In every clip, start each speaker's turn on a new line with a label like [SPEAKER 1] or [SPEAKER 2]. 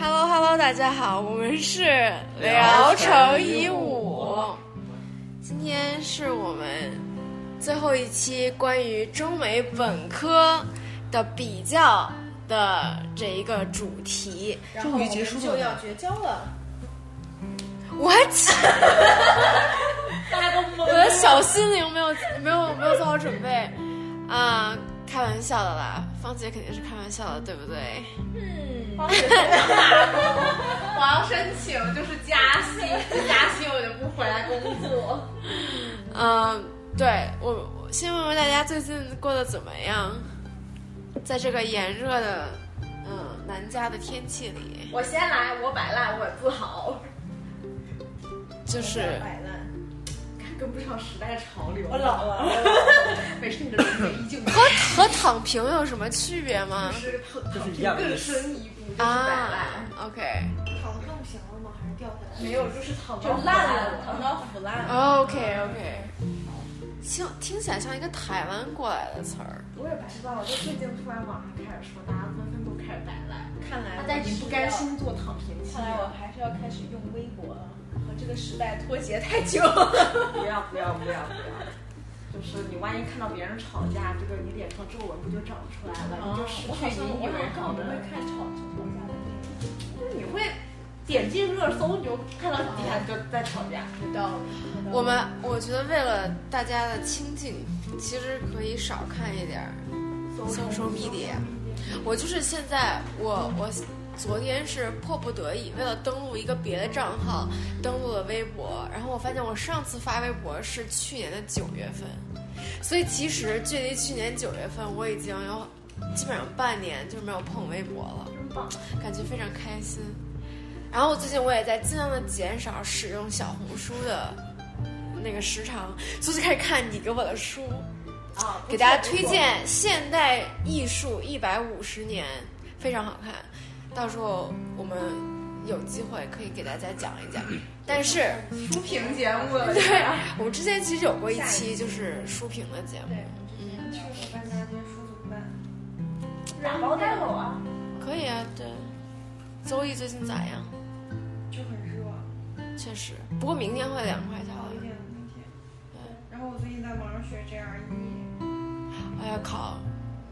[SPEAKER 1] Hello，大家好，我们是聊城一五，今天是我们最后一期关于中美本科的比较的这一个主题。
[SPEAKER 2] 然后我们就要绝交了。
[SPEAKER 1] What？
[SPEAKER 2] 大家都
[SPEAKER 1] 我
[SPEAKER 2] 懵
[SPEAKER 1] 的小心灵没有没有没有做好准备啊、开玩笑的啦，芳姐肯定是开玩笑的，对不对？
[SPEAKER 2] 嗯
[SPEAKER 3] 我要申请就是加薪，加薪我就不回来工作。
[SPEAKER 1] 嗯，对我我先问问大家最近过得怎么样？在这个炎热的嗯南加的天气里，
[SPEAKER 3] 我先来，我摆烂，我也不好，
[SPEAKER 1] 就是
[SPEAKER 2] 摆烂，
[SPEAKER 3] 跟不上时代潮流。
[SPEAKER 2] 我老了，
[SPEAKER 3] 没事，你的理念依旧没
[SPEAKER 1] 和和躺平有什么区别吗？
[SPEAKER 3] 是
[SPEAKER 4] 就是一样的
[SPEAKER 3] 更深一步就是摆
[SPEAKER 1] 啊
[SPEAKER 3] 烂，
[SPEAKER 1] ，OK，
[SPEAKER 2] 躺的更平了吗？还是掉下来？
[SPEAKER 3] 没有就是躺
[SPEAKER 2] 就
[SPEAKER 3] 到
[SPEAKER 2] 烂了，躺到腐烂了。
[SPEAKER 1] OK OK，像听起来像一个台湾过来的词儿，
[SPEAKER 3] 我也不知道，就最近突然网上开始说，大家纷纷都开始摆烂，
[SPEAKER 2] 看来
[SPEAKER 3] 大
[SPEAKER 2] 我
[SPEAKER 3] 家已经不甘
[SPEAKER 2] 是
[SPEAKER 3] 心做躺平
[SPEAKER 2] 要。
[SPEAKER 3] 期
[SPEAKER 2] 看来我
[SPEAKER 3] 了。
[SPEAKER 2] 还是要开始用微博了，和这个时代脱节太久了。
[SPEAKER 3] 不要不要不要不要！就是你万一看到别人吵架，这个你脸上皱纹不就长出来了？你就失
[SPEAKER 2] 哦我好
[SPEAKER 3] 去
[SPEAKER 2] 像
[SPEAKER 3] 你
[SPEAKER 2] 我
[SPEAKER 3] 以为好
[SPEAKER 2] 好像不
[SPEAKER 3] 的
[SPEAKER 2] 会看吵吵架的那种。
[SPEAKER 3] 就是你会点进热搜，你就看到底下就在吵架。
[SPEAKER 2] 知道了，知道了
[SPEAKER 1] 我们我觉得为了大家的清静，其实可以少看一点儿 social media。我啊就是现在，我我昨天是迫不得已，为了登录一个别的账号，登录了微博，然后我发现我上次发微博是去年的九月份，所以其实距离去年九月份我已经有基本上半年就没有碰微博了，
[SPEAKER 3] 真棒！
[SPEAKER 1] 感觉非常开心。然后最近我也在尽量的减少使用小红书的那个时长，所以就开始看你给我的书。
[SPEAKER 3] 啊，
[SPEAKER 1] 给大家推荐《现代艺术一百五十年》，非常好看。到时候我们有机会可以给大家讲一讲。
[SPEAKER 4] 嗯
[SPEAKER 1] 但是
[SPEAKER 3] 书评节目了，
[SPEAKER 1] 对我们之前其实有过一期就是书评的节目，嗯
[SPEAKER 2] 对，我之前去我搬家这书怎么办？嗯
[SPEAKER 3] 打包带走啊！
[SPEAKER 1] 可以啊。对，周易最近咋样？
[SPEAKER 2] 就很失望。
[SPEAKER 1] 确实，不过明天会凉快下
[SPEAKER 2] 好一
[SPEAKER 1] 来。
[SPEAKER 2] 点的那天。然后我最近在网上学 GRE，
[SPEAKER 1] 哎呀，考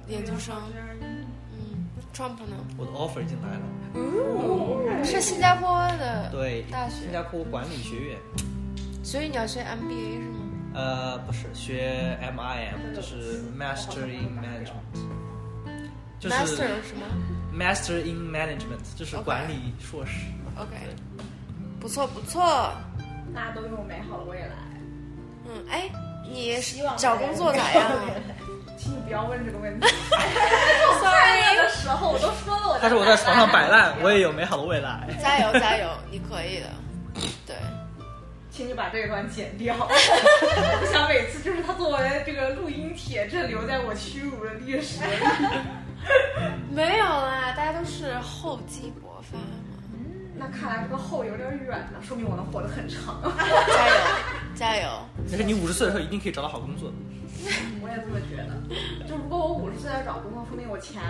[SPEAKER 1] 研究生，
[SPEAKER 2] GRE，
[SPEAKER 1] 嗯，Trump 呢？
[SPEAKER 4] 我的 offer 已经来了，
[SPEAKER 3] 嗯
[SPEAKER 1] 是新加坡的
[SPEAKER 4] 对，
[SPEAKER 1] 大学
[SPEAKER 4] 新加坡管理学院，
[SPEAKER 1] 所以你要学 MBA 是吗？
[SPEAKER 4] 呃，不是学
[SPEAKER 3] 嗯
[SPEAKER 4] MIM，就是 Master in Management，就是
[SPEAKER 1] Master 是吗
[SPEAKER 4] Master in Management，就是
[SPEAKER 1] OK
[SPEAKER 4] 管理硕士。
[SPEAKER 1] ？OK，
[SPEAKER 4] 对
[SPEAKER 1] 不错不错。
[SPEAKER 3] 大家都拥有美好的未来，
[SPEAKER 1] 嗯，哎，你是
[SPEAKER 2] 希望
[SPEAKER 1] 找工作咋样啊？
[SPEAKER 3] 请你不要问这个问题。快乐
[SPEAKER 1] Sorry，
[SPEAKER 3] 的时候我都说了，我
[SPEAKER 4] 但是我在床上摆烂， 我也有美好的未来。
[SPEAKER 1] 加油加油，你可以的。对，
[SPEAKER 3] 请你把这一段剪掉。我不想每次就是他作为这个录音铁证留在我屈辱的历 史。
[SPEAKER 1] 没有啦，大家都是厚积薄发嘛。
[SPEAKER 3] 那看来这个后有点远了，说明我能活得很长。
[SPEAKER 1] 加油加油！
[SPEAKER 4] 但是你五十岁的时候一定可以找到好工作。
[SPEAKER 3] 我也这么觉得。就如果我五十岁要找工作，说明我前，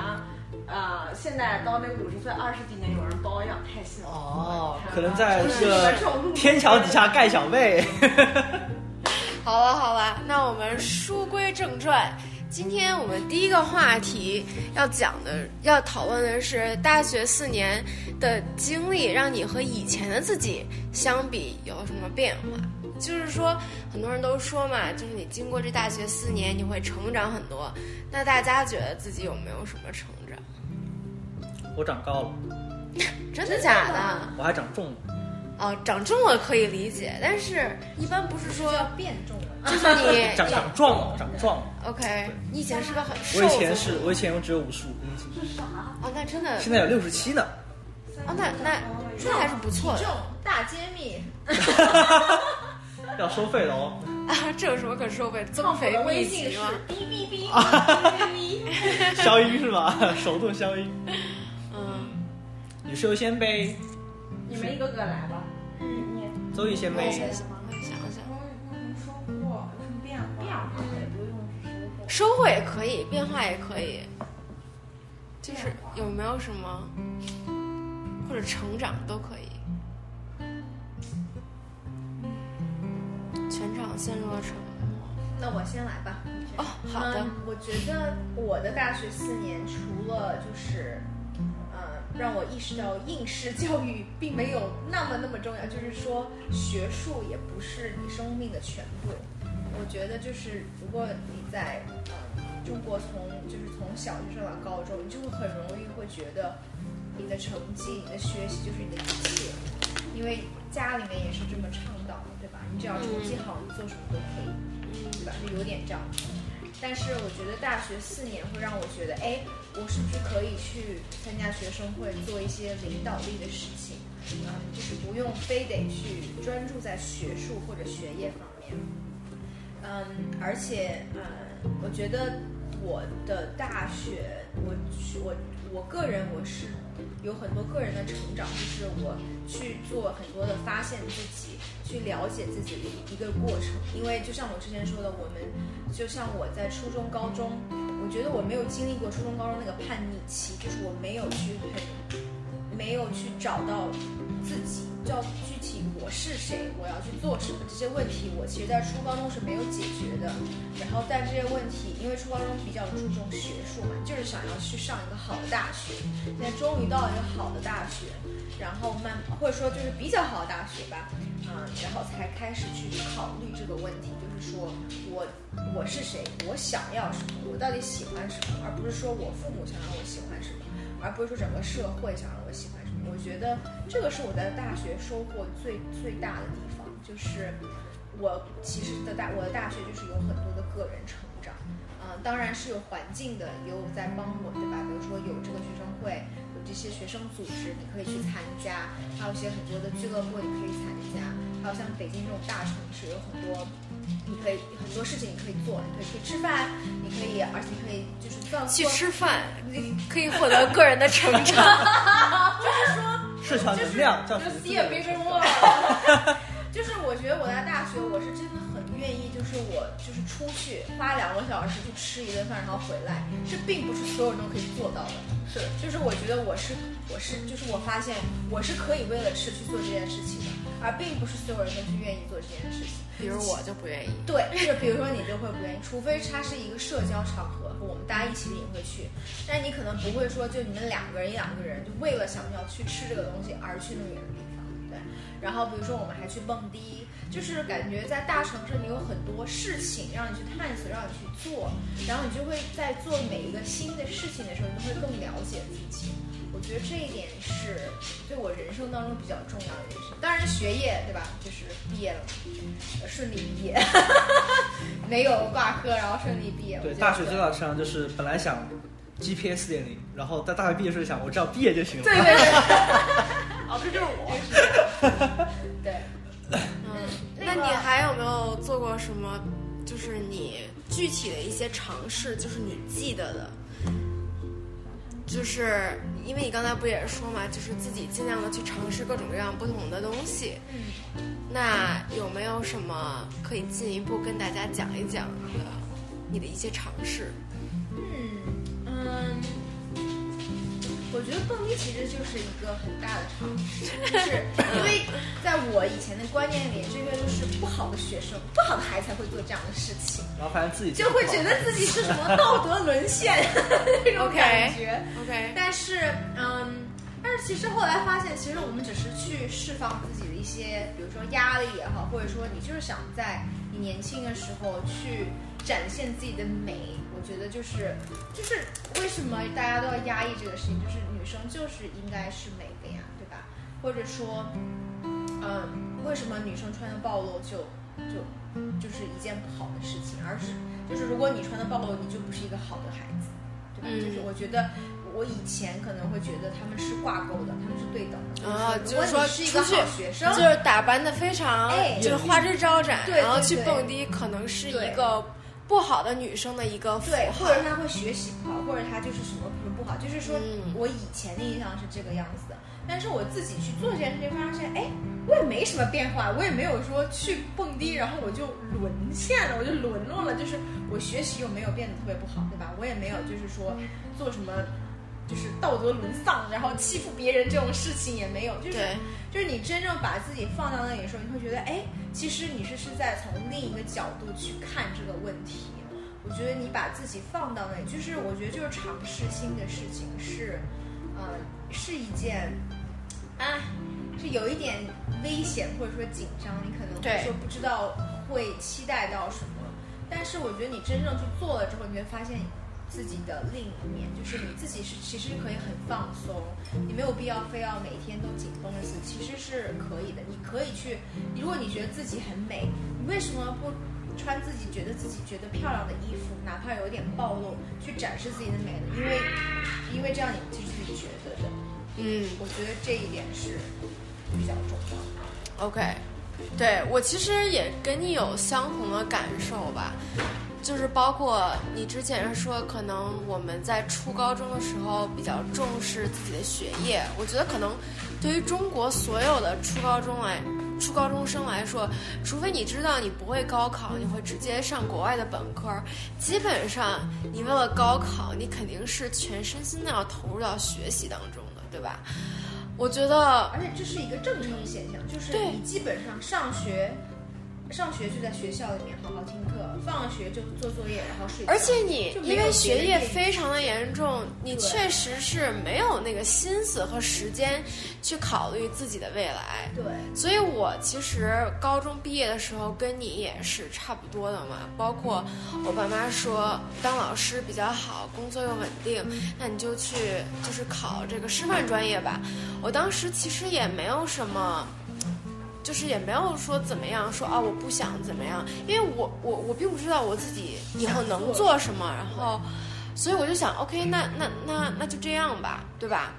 [SPEAKER 3] 呃，现在到那五十岁二十几年有人包养，太幸福了。
[SPEAKER 4] 哦
[SPEAKER 3] 太好了
[SPEAKER 4] 可能在
[SPEAKER 3] 就是
[SPEAKER 4] 这个
[SPEAKER 3] 种 路
[SPEAKER 4] 天桥底下盖小妹。
[SPEAKER 1] 好了好了，那我们书归正传。今天我们第一个话题要讲的、要讨论的是大学四年的经历，让你和以前的自己相比有什么变化？就是说，很多人都说嘛，就是你经过这大学四年，你会成长很多。那大家觉得自己有没有什么成长？
[SPEAKER 4] 我长高了，
[SPEAKER 1] 真的假的？
[SPEAKER 4] 我还长重了。
[SPEAKER 1] 哦，长重了可以理解，但是一般不是 说
[SPEAKER 2] 要变重了。
[SPEAKER 1] 就是你
[SPEAKER 4] 长长壮了，长壮了。
[SPEAKER 1] OK，你以前是个很哎瘦
[SPEAKER 4] 我
[SPEAKER 1] 子吗，
[SPEAKER 4] 以前是，我以前我只有五十五公斤，
[SPEAKER 3] 是啥？
[SPEAKER 1] 哦，那真的
[SPEAKER 4] 现在有六十七呢。
[SPEAKER 1] 哦，那那那还是不错的
[SPEAKER 2] 重大揭秘，
[SPEAKER 4] 要收费了哦。
[SPEAKER 1] 啊！这有什么可收费？增
[SPEAKER 3] 胖虎
[SPEAKER 1] 肥
[SPEAKER 3] 的微
[SPEAKER 1] 秘
[SPEAKER 3] 信
[SPEAKER 1] 籍
[SPEAKER 3] 是
[SPEAKER 1] 吗？
[SPEAKER 3] 哔哔哔
[SPEAKER 2] 啊
[SPEAKER 3] 哔哔 哔。
[SPEAKER 4] 消音是吧？ 手动消音，
[SPEAKER 1] 嗯，
[SPEAKER 4] 女士优先呗，
[SPEAKER 3] 你们一个个来吧。
[SPEAKER 2] 嗯，你
[SPEAKER 4] 周易先
[SPEAKER 1] 我也
[SPEAKER 4] 呗。
[SPEAKER 1] 想想，我也想想，
[SPEAKER 2] 从从收获有什么变化？
[SPEAKER 3] 变化
[SPEAKER 2] 也不用收
[SPEAKER 1] 收
[SPEAKER 2] 获，
[SPEAKER 1] 获也可以，变化也可以，就是有没有什么，或或者成长都可以。全场陷入了沉默。
[SPEAKER 3] 那我先来吧。
[SPEAKER 1] 哦，好的
[SPEAKER 3] 嗯，，我觉得我的大学四年除了就是，呃，让我意识到应试教育并没有那么那么重要，就是说学术也不是你生命的全部。我觉得就是如果你在呃中国从就是从小就上到高中，你就会很容易会觉得你的成绩、你的学习就是你的一切，因为家里面也是这么倡导的，对吧？你只要成绩
[SPEAKER 1] 嗯
[SPEAKER 3] 好，你做什么都可以。对吧？就有点这样。但是我觉得大学四年会让我觉得，哎，我是不是可以去参加学生会，做一些领导力的事情？嗯，就是不用非得去专注在学术或者学业方面。嗯，而且，嗯，我觉得我的大学，我去我我个人我是有很多个人的成长，就是我去做很多的发现自己，去了解自己的一个过程。因为就像我之前说的，我们就像我在初中、高中，我觉得我没有经历过初中、高中那个叛逆期，就是我没有去很没有去找到自己，叫具体我是谁，我要去做什么这些问题，我其实在初高中是没有解决的。然后但这些问题，因为初高中比较注重学术嘛，就是想要去上一个好的大学。现在终于到了一个好的大学，然后慢或者说就是比较好的大学吧，嗯，然后才开始去考虑这个问题，就是说我我是谁，我想要什么，我到底喜欢什么，而不是说我父母想让我喜欢什么，而不是说整个社会想让我喜欢什么。我觉得这个是我在大学收获最最大的地方，就是我其实的大我的大学就是有很多的个人成长，嗯、当然是有环境的也有在帮我，对吧？比如说有这个学生会，有这些学生组织，你可以去参加，还有一些很多的俱乐部你可以参加，还有像北京这种大城市有很多。你可以很多事情你可以做，你可以去吃饭，你可以，而且你可以就是放
[SPEAKER 1] 去
[SPEAKER 3] 松
[SPEAKER 1] 吃饭可以获得个人的成长。
[SPEAKER 4] 市场能量叫
[SPEAKER 3] 就
[SPEAKER 4] 什么？
[SPEAKER 3] see a bigger world。就是我觉得我在大学，我是真的很愿意，就是我就是出去花两个小时去吃一顿饭，然后回来，这并不是所有人都可以做到的。
[SPEAKER 2] 是的
[SPEAKER 3] 就是我觉得我是我是就是我发现我是可以为了吃去做这件事情的，而并不是所有人都是愿意做这件事情。
[SPEAKER 1] 比如我就不愿意。
[SPEAKER 3] 对，就是比如说你就会不愿意，除非它是一个社交场合，我们大家一起你会去，但你可能不会说就你们两个人一两个人就为了想要去吃这个东西而去那么远的地方，对。然后比如说我们还去蹦迪，就是感觉在大城市你有很多事情让你去探索，让你去做，然后你就会在做每一个新的事情的时候，你都会更了解自己。我觉得这一点是对我人生当中比较重要的一件事。当然学业对吧，就是毕业了嘛，呃顺利毕业， 没有挂科，然后顺利毕业。我
[SPEAKER 4] 对，
[SPEAKER 3] 觉得
[SPEAKER 4] 大学最大的成长就是本来想 GPA 四点零，然后在大学毕业的时候想我只要毕业就行了。
[SPEAKER 3] 对对对
[SPEAKER 2] 哦，这就是我。
[SPEAKER 3] 对，
[SPEAKER 1] 嗯，那
[SPEAKER 3] 那
[SPEAKER 1] 你
[SPEAKER 3] 个
[SPEAKER 1] 还有没有做过什么？就是你具体的一些尝试，就是你记得的，就是因为你刚才不也是说嘛，就是自己尽量的去尝试各种各样不同的东西。
[SPEAKER 3] 嗯。
[SPEAKER 1] 那有没有什么可以进一步跟大家讲一讲的你的一些尝试？
[SPEAKER 3] 嗯，嗯，我觉得蹦迪其实就是一个很大的尝试，就是因为在我以前的观念里，这个就是不好的学生、不好的孩子才会做这样的事情，
[SPEAKER 4] 然后反正自己
[SPEAKER 3] 就会觉得自己是什么道德沦陷 那种感觉。
[SPEAKER 1] OK，
[SPEAKER 3] 但是，嗯，但是其实后来发现，其实我们只是去释放自己的一些，比如说压力也好，或者说你就是想在你年轻的时候去展现自己的美。我觉得就是，就是为什么大家都要压抑这个事情？就是女生就是应该是美的呀，对吧？或者说，嗯，为什么女生穿的暴露就就就是一件不好的事情，而是就是如果你穿的暴露，你就不是一个好的孩子，对吧？
[SPEAKER 1] 嗯
[SPEAKER 3] 就是我觉得我以前可能会觉得他们是挂钩的，他们是对等的。
[SPEAKER 1] 啊
[SPEAKER 3] 就是如果你是一个
[SPEAKER 1] 就是说
[SPEAKER 3] 好学生，
[SPEAKER 1] 就是打扮的非常，
[SPEAKER 3] 哎
[SPEAKER 1] 就是花枝招展，
[SPEAKER 3] 对对
[SPEAKER 1] 然后去
[SPEAKER 3] 对
[SPEAKER 1] 蹦迪，可能是
[SPEAKER 3] 对
[SPEAKER 1] 一个不好的女生的一个符
[SPEAKER 3] 对，
[SPEAKER 1] 号
[SPEAKER 3] 或。者他会学习不好，或者他就是什么什么不好，就是说
[SPEAKER 1] 嗯
[SPEAKER 3] 我以前的印象是这个样子的，但是我自己去做这件事情，发现哎，我也没什么变化，我也没有说去蹦迪，然后我就沦陷了，我就沦落了，就是我学习又没有变得特别不好，对吧？我也没有就是说做什么。就是道德沦丧，然后欺负别人这种事情也没有，就是
[SPEAKER 1] 对
[SPEAKER 3] 就是你真正把自己放到那里的时候，你会觉得，哎，其实你是是在从另一个角度去看这个问题。我觉得你把自己放到那里，就是我觉得就是尝试新的事情是，呃，是一件，啊，是有一点危险或者说紧张，你可能会
[SPEAKER 1] 对
[SPEAKER 3] 说不知道会期待到什么。但是我觉得你真正去做了之后，你会发现自己的另一面，就是你自己是其实可以很放松，你没有必要非要每天都紧绷着自己，其实是可以的。你可以去，如果你觉得自己很美，你为什么不穿自己觉得自己觉得漂亮的衣服，哪怕有点暴露，去展示自己的美呢？因为因为这样你就是自己觉得的。
[SPEAKER 1] 嗯
[SPEAKER 3] 我觉得这一点是比较重要的。
[SPEAKER 1] ，OK，对我其实也跟你有相同的感受吧，就是包括你之前说，可能我们在初高中的时候比较重视自己的学业，我觉得可能对于中国所有的初高中来。初高中生来说，除非你知道你不会高考，你会直接上国外的本科儿，基本上你为了高考，你肯定是全身心的要投入到学习当中的，对吧？我觉得
[SPEAKER 3] 而且这是一个正常现象，就是
[SPEAKER 1] 对
[SPEAKER 3] 你基本上上学，上学就在学校里面好好听课，放学就做作业，然后睡觉。
[SPEAKER 1] 而且你
[SPEAKER 3] 就没有
[SPEAKER 1] 因为学业
[SPEAKER 3] 别的
[SPEAKER 1] 非常的严重，你
[SPEAKER 3] 对
[SPEAKER 1] 确实是没有那个心思和时间去考虑自己的未来。
[SPEAKER 3] 对，
[SPEAKER 1] 所以我其实高中毕业的时候跟你也是差不多的嘛，包括我爸妈说当老师比较好，工作又稳定，那你就去就是考这个师范专业吧。我当时其实也没有什么。就是也没有说怎么样，说啊我不想怎么样，因为我我我并不知道我自己以后能做什么，然后，所以我就想，OK，那那那那就这样吧，对吧？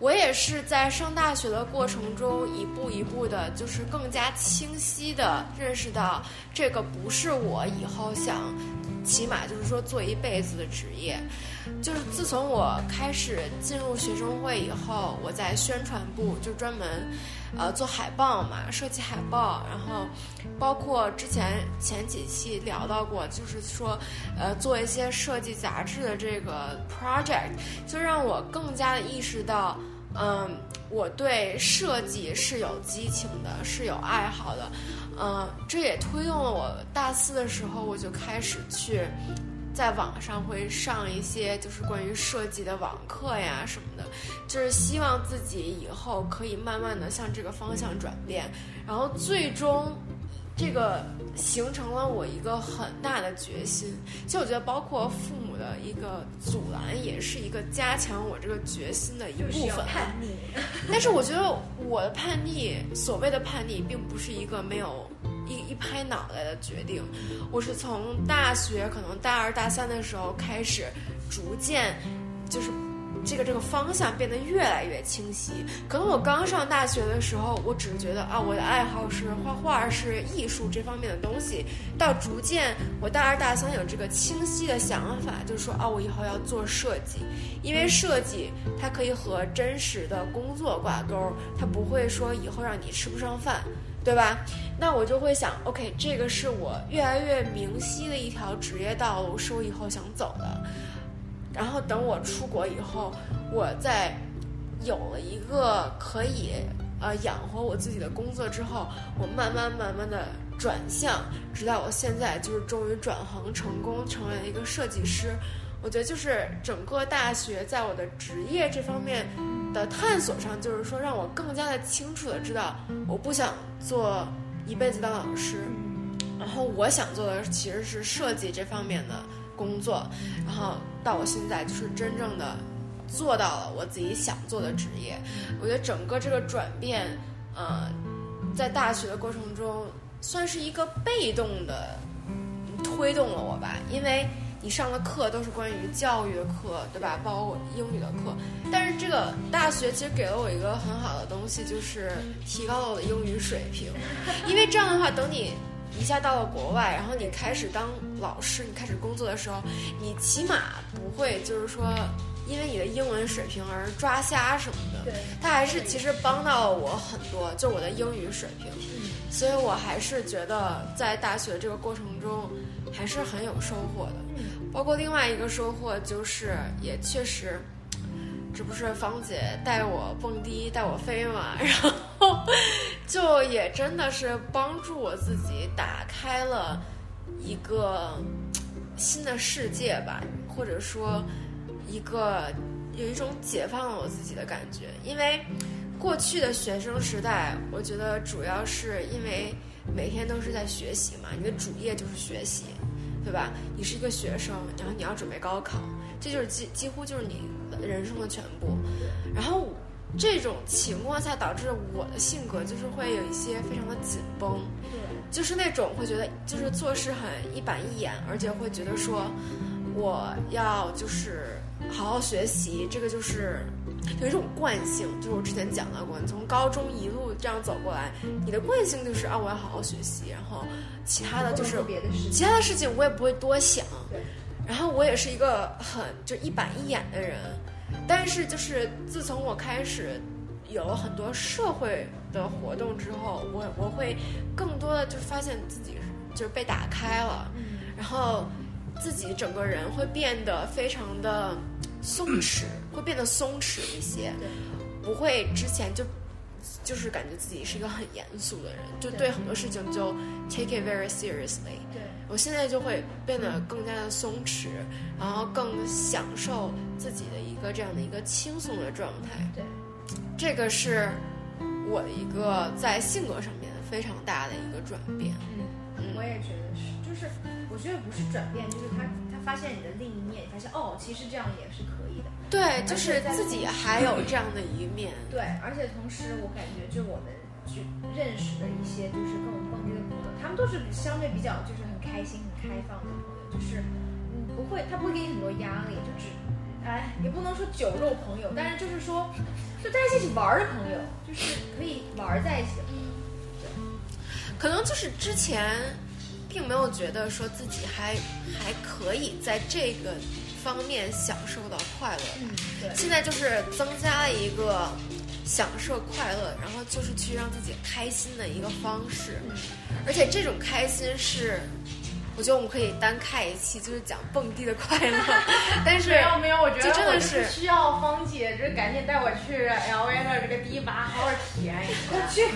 [SPEAKER 1] 我也是在上大学的过程中，一步一步的，就是更加清晰的认识到，这个不是我以后想，起码就是说做一辈子的职业。就是自从我开始进入学生会以后，我在宣传部就专门，呃，做海报嘛，设计海报，然后包括之前前几期聊到过，就是说，呃，做一些设计杂志的这个 project，就让我更加的意识到，嗯，我对设计是有激情的，是有爱好的，嗯，这也推动了我大四的时候，我就开始去。在网上会上一些就是关于设计的网课呀什么的，就是希望自己以后可以慢慢的向这个方向转变，然后最终这个形成了我一个很大的决心。其实我觉得，包括父母的一个阻拦，也是一个加强我这个决心的一
[SPEAKER 3] 就是
[SPEAKER 1] 部
[SPEAKER 3] 要
[SPEAKER 1] 分。
[SPEAKER 3] 叛逆。
[SPEAKER 1] 但是我觉得我的叛逆，所谓的叛逆，并不是一个没有一一拍脑袋的决定。我是从大学，可能大二大三的时候开始，逐渐就是这个这个方向变得越来越清晰。可能我刚上大学的时候，我只是觉得啊，我的爱好是画画，是艺术这方面的东西。到逐渐我大二大三有这个清晰的想法，就是说啊，我以后要做设计，因为设计它可以和真实的工作挂钩，它不会说以后让你吃不上饭，对吧？那我就会想，OK，这个是我越来越明晰的一条职业道路，是我以后想走的。然后等我出国以后，我再有了一个可以呃养活我自己的工作之后，我慢慢慢慢的转向，直到我现在就是终于转行成功，成为了一个设计师。我觉得就是整个大学在我的职业这方面的探索上，就是说让我更加的清楚的知道，我不想做一辈子当老师，
[SPEAKER 2] 嗯
[SPEAKER 1] 然后我想做的其实是设计这方面的工作，然后到我现在就是真正的做到了我自己想做的职业。我觉得整个这个转变，呃，在大学的过程中算是一个被动的推动了我吧，因为你上的课都是关于教育的课，对吧？包括我英语的课，但是这个大学其实给了我一个很好的东西，就是提高了我的英语水平，因为这样的话，等你。一下到了国外，然后你开始当老师，你开始工作的时候，你起码不会就是说因为你的英文水平而抓瞎什么的。
[SPEAKER 3] 对，
[SPEAKER 1] 它还是其实帮到我很多，就我的英语水平，所以我还是觉得在大学这个过程中还是很有收获的。包括另外一个收获就是，也确实这不是芳姐带我蹦迪带我飞嘛，然后就也真的是帮助我自己打开了一个新的世界吧，或者说一个有一种解放了我自己的感觉，因为过去的学生时代，我觉得主要是因为每天都是在学习嘛，你的主业就是学习，对吧？你是一个学生，然后你要准备高考，这就是几几乎就是你人生的全部。然后这种期末赛导致我的性格就是会有一些非常的紧绷， 就是那种会觉得就是做事很一板一眼，而且会觉得说我要就是好好学习，这个就是有一种惯性，就是我之前讲到过，你从高中一路这样走过来，你的惯性就是啊我要好好学习，然后其他的就是
[SPEAKER 3] 做别的事
[SPEAKER 1] 其
[SPEAKER 3] 情，
[SPEAKER 1] 他的事情我也不会多想
[SPEAKER 3] 对。
[SPEAKER 1] 然后我也是一个很就一板一眼的人，但是就是自从我开始有了很多社会的活动之后，我我会更多的就发现自己是就是被打开了，
[SPEAKER 3] 嗯，
[SPEAKER 1] 然后自己整个人会变得非常的松弛，会变得松弛一些，不会之前就就是感觉自己是一个很严肃的人，就
[SPEAKER 3] 对
[SPEAKER 1] 对很多事情就 take it very seriously。
[SPEAKER 3] 对
[SPEAKER 1] 我现在就会变得更加的松弛，然后更享受自己的一个这样的一个轻松的状态。
[SPEAKER 3] 对，
[SPEAKER 1] 这个是我的一个在性格上面非常大的一个转变。
[SPEAKER 3] 嗯，我
[SPEAKER 1] 嗯，
[SPEAKER 3] 也觉得是，就是我觉得不是转变，就是他他发现你的另一面，你发现哦，其实这样也是可以的。
[SPEAKER 1] 对，就是自己还有这样的一面。
[SPEAKER 3] 对，而且同时我感觉就我们去认识的一些就是跟我们蹦迪的朋友，他们都是相对比较就是很开心、很开放的朋友，就是嗯不会，他不会给你很多压力，就只哎也不能说酒肉朋友，但是就是说就大家一起玩儿的朋友，就是可以玩儿在一起的朋友。
[SPEAKER 1] 可能就是之前并没有觉得说自己还还可以在这个方面享受到快乐，
[SPEAKER 3] 嗯，对
[SPEAKER 1] 现在就是增加了一个享受快乐，然后就是去让自己开心的一个方式，
[SPEAKER 2] 嗯
[SPEAKER 1] 而且这种开心是。我觉得我们可以单开一期，就是讲蹦迪的快 乐，但是
[SPEAKER 2] 没有没有，我觉
[SPEAKER 1] 这真
[SPEAKER 2] 得
[SPEAKER 1] 的
[SPEAKER 2] 我就是需要芳姐，就是赶紧带我去 L A 的这个迪吧，好好体验一下。
[SPEAKER 3] 去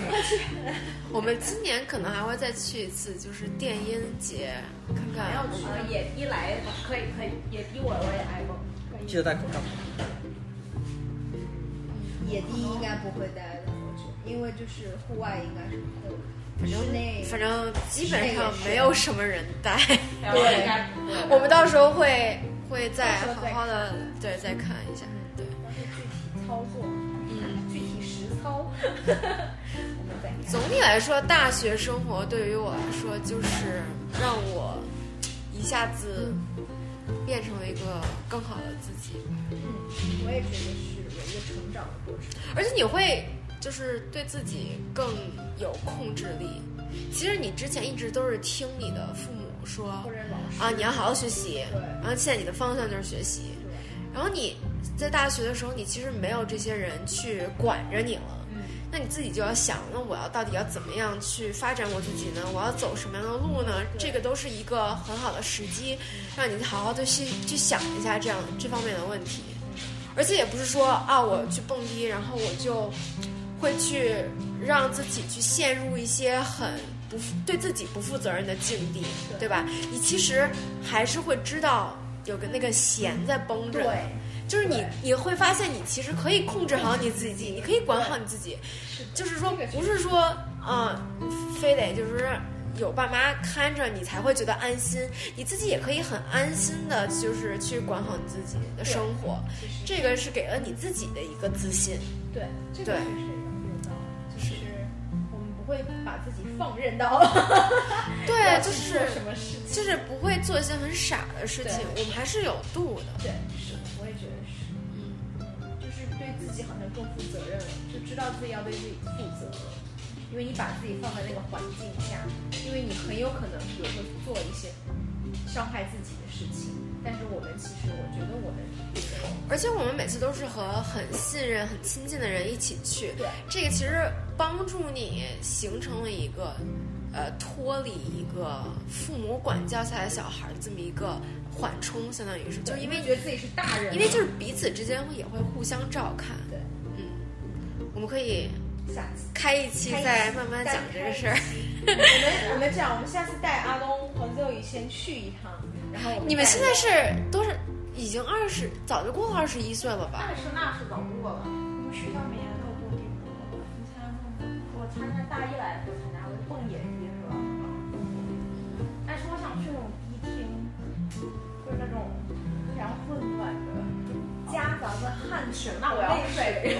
[SPEAKER 1] 我们今年可能还会再去一次，就是电音节，看看
[SPEAKER 2] 还要
[SPEAKER 1] 我
[SPEAKER 2] 去啊
[SPEAKER 1] 们
[SPEAKER 2] 野迪来吧，可以可以，野迪我我也爱过。可以
[SPEAKER 4] 记得戴口罩。
[SPEAKER 3] 野地应该不会待的，我觉得，因为就是户外应该是不会，
[SPEAKER 1] 反
[SPEAKER 3] 室内
[SPEAKER 1] 正反正基本上没有什么人带，
[SPEAKER 2] L A 应该不会。
[SPEAKER 1] 我们到时候会会再
[SPEAKER 3] 到时
[SPEAKER 1] 好
[SPEAKER 3] 候再
[SPEAKER 1] 好的对再看一下，对，
[SPEAKER 3] 但是具体操作、
[SPEAKER 1] 嗯。
[SPEAKER 3] 具体实操， 我们再看。
[SPEAKER 1] 总体来说，大学生活对于我来说，就是让我一下子变成了一个更好的自己，
[SPEAKER 3] 我也觉得是有一个成长的过程。
[SPEAKER 1] 而且你会就是对自己更有控制力。其实你之前一直都是听你的父母说
[SPEAKER 3] 或者老师
[SPEAKER 1] 啊，你要好好学习，
[SPEAKER 3] 对
[SPEAKER 1] 然后现在你的方向就是学习，
[SPEAKER 3] 对，
[SPEAKER 1] 然后你在大学的时候，你其实没有这些人去管着你了。
[SPEAKER 3] 嗯
[SPEAKER 1] 那你自己就要想，那我要到底要怎么样去发展我自己呢？我要走什么样的路呢？这个都是一个很好的时机，
[SPEAKER 3] 嗯
[SPEAKER 1] 让你好好的去去想一下这样这方面的问题。而且也不是说啊，我去蹦迪，然后我就会去让自己去陷入一些很不负对自己不负责任的境地，
[SPEAKER 3] 对
[SPEAKER 1] 对吧？你其实还是会知道有个那个弦在绷着，
[SPEAKER 3] 对，
[SPEAKER 1] 就是你
[SPEAKER 3] 对
[SPEAKER 1] 你会发现你其实可以控制好你自己，你可以管好你自己，就是说不是说啊、呃非得就是有爸妈看着你才会觉得安心，你自己也可以很安心的，就是去管好你自己的生活，
[SPEAKER 3] 其实
[SPEAKER 1] 这个是给了你自己的一个自信。
[SPEAKER 3] 对这
[SPEAKER 1] 对
[SPEAKER 3] 个确实有道理，就是我们不会把自己放任到
[SPEAKER 1] 对
[SPEAKER 3] 要，去
[SPEAKER 1] 就是
[SPEAKER 3] 做什么事情。
[SPEAKER 1] 就是不会做一些很傻的事情，我们还是有度的。
[SPEAKER 3] 对，是的，我也觉得是，
[SPEAKER 1] 嗯，
[SPEAKER 3] 就是对自己好像更负责任了，就知道自己要对自己负责了。因为你把自己放在那个环境下，因为你很有可能，比如说做一些伤害自己的事情，但是我们其实，我觉得我们
[SPEAKER 1] 而且我们每次都是和很信任、很亲近的人一起去，
[SPEAKER 3] 对
[SPEAKER 1] 这个其实帮助你形成了一个，呃，脱离一个父母管教下来的小孩儿这么一个缓冲，相当于是，就因为
[SPEAKER 3] 觉得自己是大人了，
[SPEAKER 1] 因为就是彼此之间会也会互相照看。
[SPEAKER 3] 对，
[SPEAKER 1] 嗯，我们可以
[SPEAKER 3] 下次
[SPEAKER 1] 开一期再慢慢讲这个事儿。。
[SPEAKER 3] 我们我们这样，我们下次带阿东和周宇先去一趟，然后我
[SPEAKER 1] 你们
[SPEAKER 3] 再
[SPEAKER 1] 现在是都是已经二十，早就过了二十一岁了吧？
[SPEAKER 2] 但是那是早过了。我们学校每年都有蹦迪活动，你参加过吗？我参加大一来的时候参加过蹦野迪是吧？但是我想去那种迪厅，就是那种非常混乱的，
[SPEAKER 3] 夹杂着汗水，
[SPEAKER 2] 那我要
[SPEAKER 3] 泪水，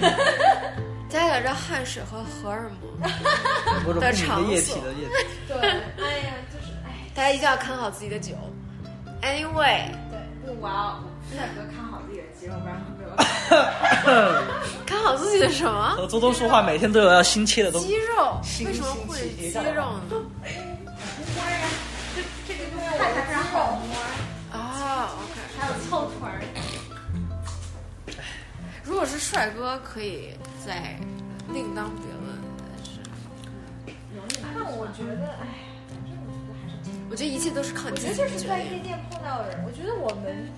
[SPEAKER 1] 加点这汗水和荷尔 蒙，
[SPEAKER 4] 或者
[SPEAKER 1] 的
[SPEAKER 4] 不明
[SPEAKER 1] 场
[SPEAKER 4] 的液
[SPEAKER 1] 所
[SPEAKER 4] 体的液体，
[SPEAKER 3] 对，哎呀，就是哎，
[SPEAKER 1] 大家一定要看好自己的酒。Anyway，
[SPEAKER 3] 对，
[SPEAKER 2] 不，我要帅哥看好自己的肌肉，不然会被我。
[SPEAKER 1] 看好自己的什么？
[SPEAKER 4] 和周周说话每天都有要新切的东西，
[SPEAKER 1] 肌肉？
[SPEAKER 4] 新
[SPEAKER 1] 为什么
[SPEAKER 4] 新
[SPEAKER 1] 会
[SPEAKER 4] 新
[SPEAKER 1] 肌
[SPEAKER 4] 新
[SPEAKER 1] 肉 呢？
[SPEAKER 3] 摸呀，这这个就是
[SPEAKER 2] 看起来非常好
[SPEAKER 3] 摸，
[SPEAKER 1] 啊，OK、o
[SPEAKER 2] 还有翘臀儿，
[SPEAKER 1] k 如果是帅哥，可以再另当别论。但是，
[SPEAKER 2] 容易难。
[SPEAKER 3] 但我觉得哎，反正我觉得还是挺，
[SPEAKER 1] 我觉得一切都是靠
[SPEAKER 3] 我
[SPEAKER 1] 你
[SPEAKER 3] 觉
[SPEAKER 1] 自
[SPEAKER 3] 得
[SPEAKER 1] 己
[SPEAKER 3] 就是
[SPEAKER 1] 决
[SPEAKER 3] 在
[SPEAKER 1] 定。
[SPEAKER 3] 夜店碰到的人，我觉得我们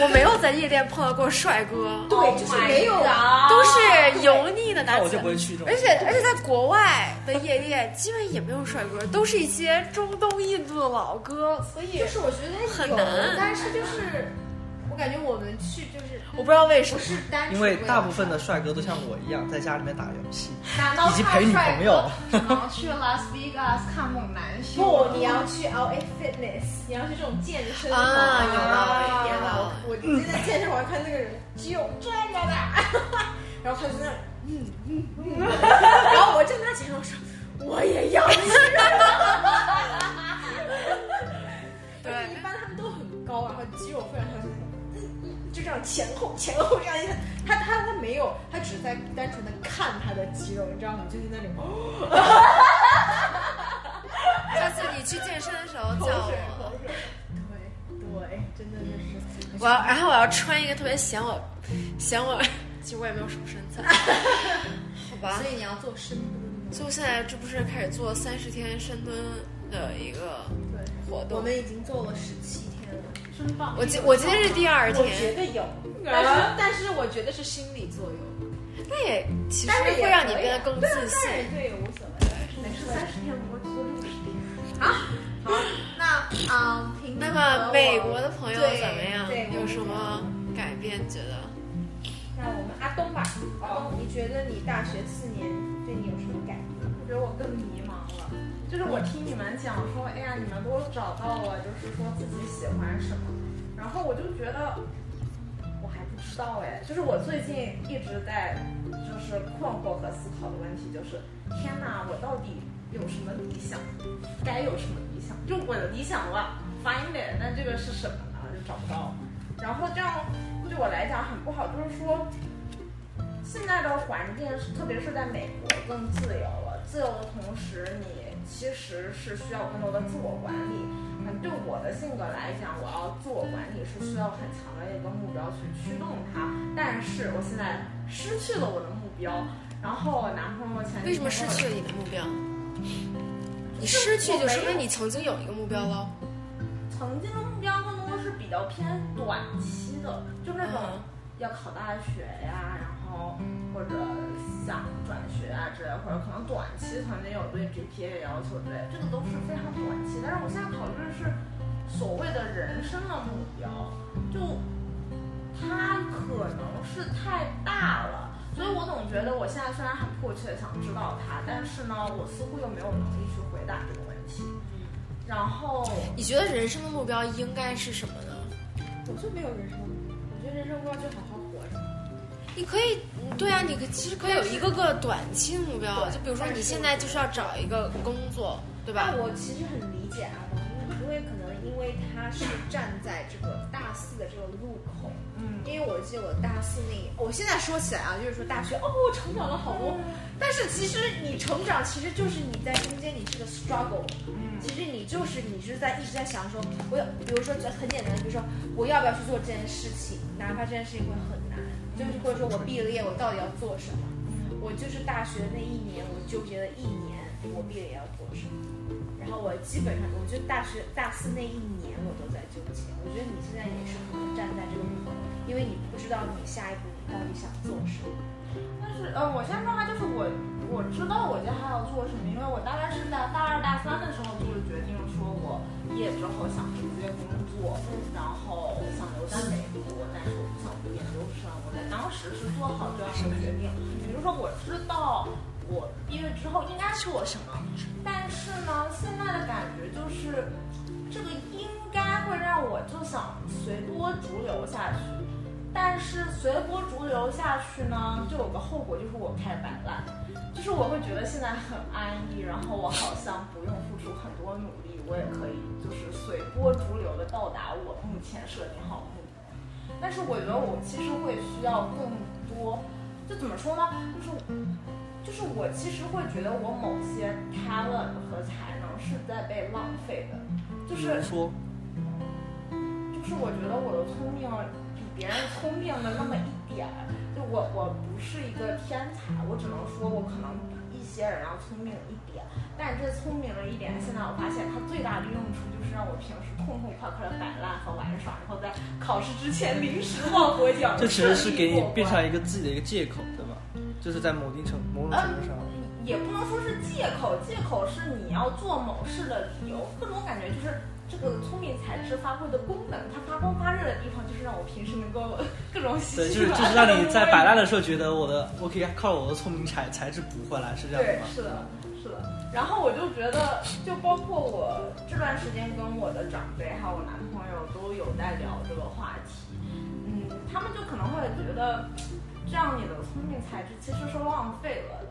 [SPEAKER 1] 我没有在夜店碰到过帅哥，
[SPEAKER 3] 对就是没有
[SPEAKER 2] Oh my god
[SPEAKER 1] 都是油腻的
[SPEAKER 4] 那
[SPEAKER 1] 男
[SPEAKER 4] 我
[SPEAKER 1] 子
[SPEAKER 4] 就不。会去这种。
[SPEAKER 1] 而且而且在国外的夜店，基本也没有帅哥，都是一些中东、印度的老哥。
[SPEAKER 3] 所以就是我觉得
[SPEAKER 1] 很
[SPEAKER 3] 有
[SPEAKER 1] 难
[SPEAKER 3] 但是就是我感觉我们去就是
[SPEAKER 1] 我不知道为什
[SPEAKER 3] 不
[SPEAKER 1] 么，
[SPEAKER 3] 是单纯
[SPEAKER 4] 因为
[SPEAKER 3] 了
[SPEAKER 4] 大部分的帅哥都像我一样，在家里面打游戏，
[SPEAKER 2] 难道
[SPEAKER 4] 以及陪女朋友。
[SPEAKER 2] 只能去 Las Vegas 看猛男秀？
[SPEAKER 3] 不，你要去 LA Fitness，你要去这种健身房
[SPEAKER 1] 啊有道理
[SPEAKER 3] 天哪
[SPEAKER 1] 有道
[SPEAKER 3] 我我今天在健身房看那个人只有这么大， 然后他就在那儿，嗯 嗯嗯，然后我正拿钱，我说我也要去。
[SPEAKER 1] 对
[SPEAKER 3] 而且一般他们都很高，啊然后肌肉非常非常嗯就这样前后前后这样一个，他他他没有，他只在单纯的看他的肌肉，你知道吗？就是那种
[SPEAKER 1] 下次你去健身的时候
[SPEAKER 3] 口
[SPEAKER 1] 叫
[SPEAKER 3] 水
[SPEAKER 1] 我
[SPEAKER 3] 口。水，对对，真的就是
[SPEAKER 1] 我要，然后我要穿一个特别显我，显我，其实我也没有什么身 材，好吧
[SPEAKER 3] 所。以你要做深蹲。
[SPEAKER 1] 所以我现在这不是开始做三十天深蹲的一个
[SPEAKER 3] 对，
[SPEAKER 1] 活
[SPEAKER 3] 我
[SPEAKER 1] 动，
[SPEAKER 3] 们已经做了十七天了。
[SPEAKER 2] 真棒！
[SPEAKER 1] 我今我今天是第二
[SPEAKER 3] 我觉
[SPEAKER 1] 天，
[SPEAKER 3] 得有，但
[SPEAKER 2] 然
[SPEAKER 3] 是
[SPEAKER 2] 后
[SPEAKER 3] 但是我觉得是心理作用，
[SPEAKER 1] 那也其实
[SPEAKER 3] 但是也
[SPEAKER 1] 会让你
[SPEAKER 3] 可以
[SPEAKER 1] 变得更自信。
[SPEAKER 3] 但是这也无所谓。
[SPEAKER 2] 没事，三十天不会做六十天。
[SPEAKER 3] 好，那嗯，平
[SPEAKER 1] 那么美国的朋友
[SPEAKER 3] 对
[SPEAKER 1] 怎么样
[SPEAKER 3] 对？
[SPEAKER 1] 有什么改变？觉得？
[SPEAKER 3] 那我们阿东吧，阿东，你觉得你大学四年对你有什么改变？
[SPEAKER 2] 我觉得我更迷茫了。就是我听你们讲说，哎呀，你们都找到了，就是说自己喜欢什么，然后我就觉得我还不知道哎。就是我最近一直在就是困惑和思考的问题，就是天哪，我到底有什么理想？该有什么理想？就我的理想我 find it，但这个是什么呢？就找不到。然后这样对我来讲很不好，就是说现在的环境，特别是在美国，更自由了。自由的同时，你其实是需要更多的自我管理。嗯，对我的性格来讲，我要自我管理是需要很强的一个目标去驱动它。但是我现在失去了我的目标，然后我男朋友前
[SPEAKER 1] 为什么失去了你的目标？你失去就说明你曾经有一个目标喽。
[SPEAKER 2] 曾经的目标更多是比较偏短期的，就那种
[SPEAKER 1] 嗯
[SPEAKER 2] 要考大学呀，然后或者想转学啊之类，或者可能短期曾经有对 GPA 的要求之类，这个都是非常短期。但是我现在考虑的是所谓的人生的目标，就它可能是太大了。所以我总觉得我现在虽然很迫切地想知道它，但是呢，我似乎又没有能力去回答这个问题。然后
[SPEAKER 1] 你觉得人生的目标应该是什么呢？
[SPEAKER 3] 我就没有人生，我觉得人生观就好好活着。
[SPEAKER 1] 你可以，嗯对啊，你可其实可以有一个个短期的目标，啊就比如说你现在就是要找一个工作，对吧
[SPEAKER 3] 但？我其实很理解阿东，因为因为可能因为他是站在这个大四的这个路口，
[SPEAKER 2] 嗯。
[SPEAKER 3] 因为我记得我大四那，我现在说起来啊，就是说大学哦，我成长了好多，但是其实你成长其实就是你在中间你是个 struggle，
[SPEAKER 2] 嗯
[SPEAKER 3] 其实你就是你就是在一直在想说，我有，比如说很简单，比如说我要不要去做这件事情，哪怕这件事情会很难，就是或者说我毕了业我到底要做什么，我就是大学那一年我纠结了一年，我毕了业要做什么，然后我基本上，我觉得大学大四那一年我都在纠结。我觉得你现在也是可能站在这个路口，因为你不知道你下一步你到底想做什么。
[SPEAKER 2] 但是呃，我现在状态就是我我知道我接下来要做什么，因为我大概是在大二大三的时候就是决定说我毕业之后想直接工作，然后想留在美国，但是我不想读研究生。我在当时是做好这样的决定，也就是说我知道我毕业之后应该做什么，但是呢，现在的感觉就是这个应该会让我就想随波逐流下去。但是随波逐流下去呢，就有个后果，就是我开始摆烂，就是我会觉得现在很安逸，然后我好像不用付出很多努力，我也可以就是随波逐流的到达我目前设定好的目标。但是我觉得我其实会需要更多，就怎么说呢，就是就是我其实会觉得我某些 talent 和才能是在被浪费的，就
[SPEAKER 4] 比如
[SPEAKER 2] 是
[SPEAKER 4] 说，
[SPEAKER 2] 就是我觉得我的聪明比别人聪明了那么一点儿，就我我不是一个天才，我只能说我可能比一些人要聪明一点，但这聪明了一点，现在我发现它最大的用处就是让我平时痛痛快快的摆烂和玩耍，然后在考试之前临时抱佛脚，
[SPEAKER 4] 这其实是给
[SPEAKER 2] 顺利
[SPEAKER 4] 你
[SPEAKER 2] 过关
[SPEAKER 4] 变成一个自己的一个借口，对吧？就是在某定程某种程度上，
[SPEAKER 1] 嗯
[SPEAKER 2] 也不能说是借口，借口是你要做某事的理由。各种感觉就是这个聪明才智发挥的功能，它发光发热的地方就是让我平时能够各种稀
[SPEAKER 4] 对，就
[SPEAKER 2] 奇
[SPEAKER 4] 是
[SPEAKER 2] 古怪
[SPEAKER 4] 就是让你在摆烂的时候觉得我的我可以靠我的聪明才才智补回来，是这样的
[SPEAKER 2] 对
[SPEAKER 4] 吗，？
[SPEAKER 2] 是的，是的。然后我就觉得，就包括我这段时间跟我的长辈还有我男朋友都有在聊这个话题，嗯，他们就可能会觉得，这样你的聪明才智其实是浪费了的。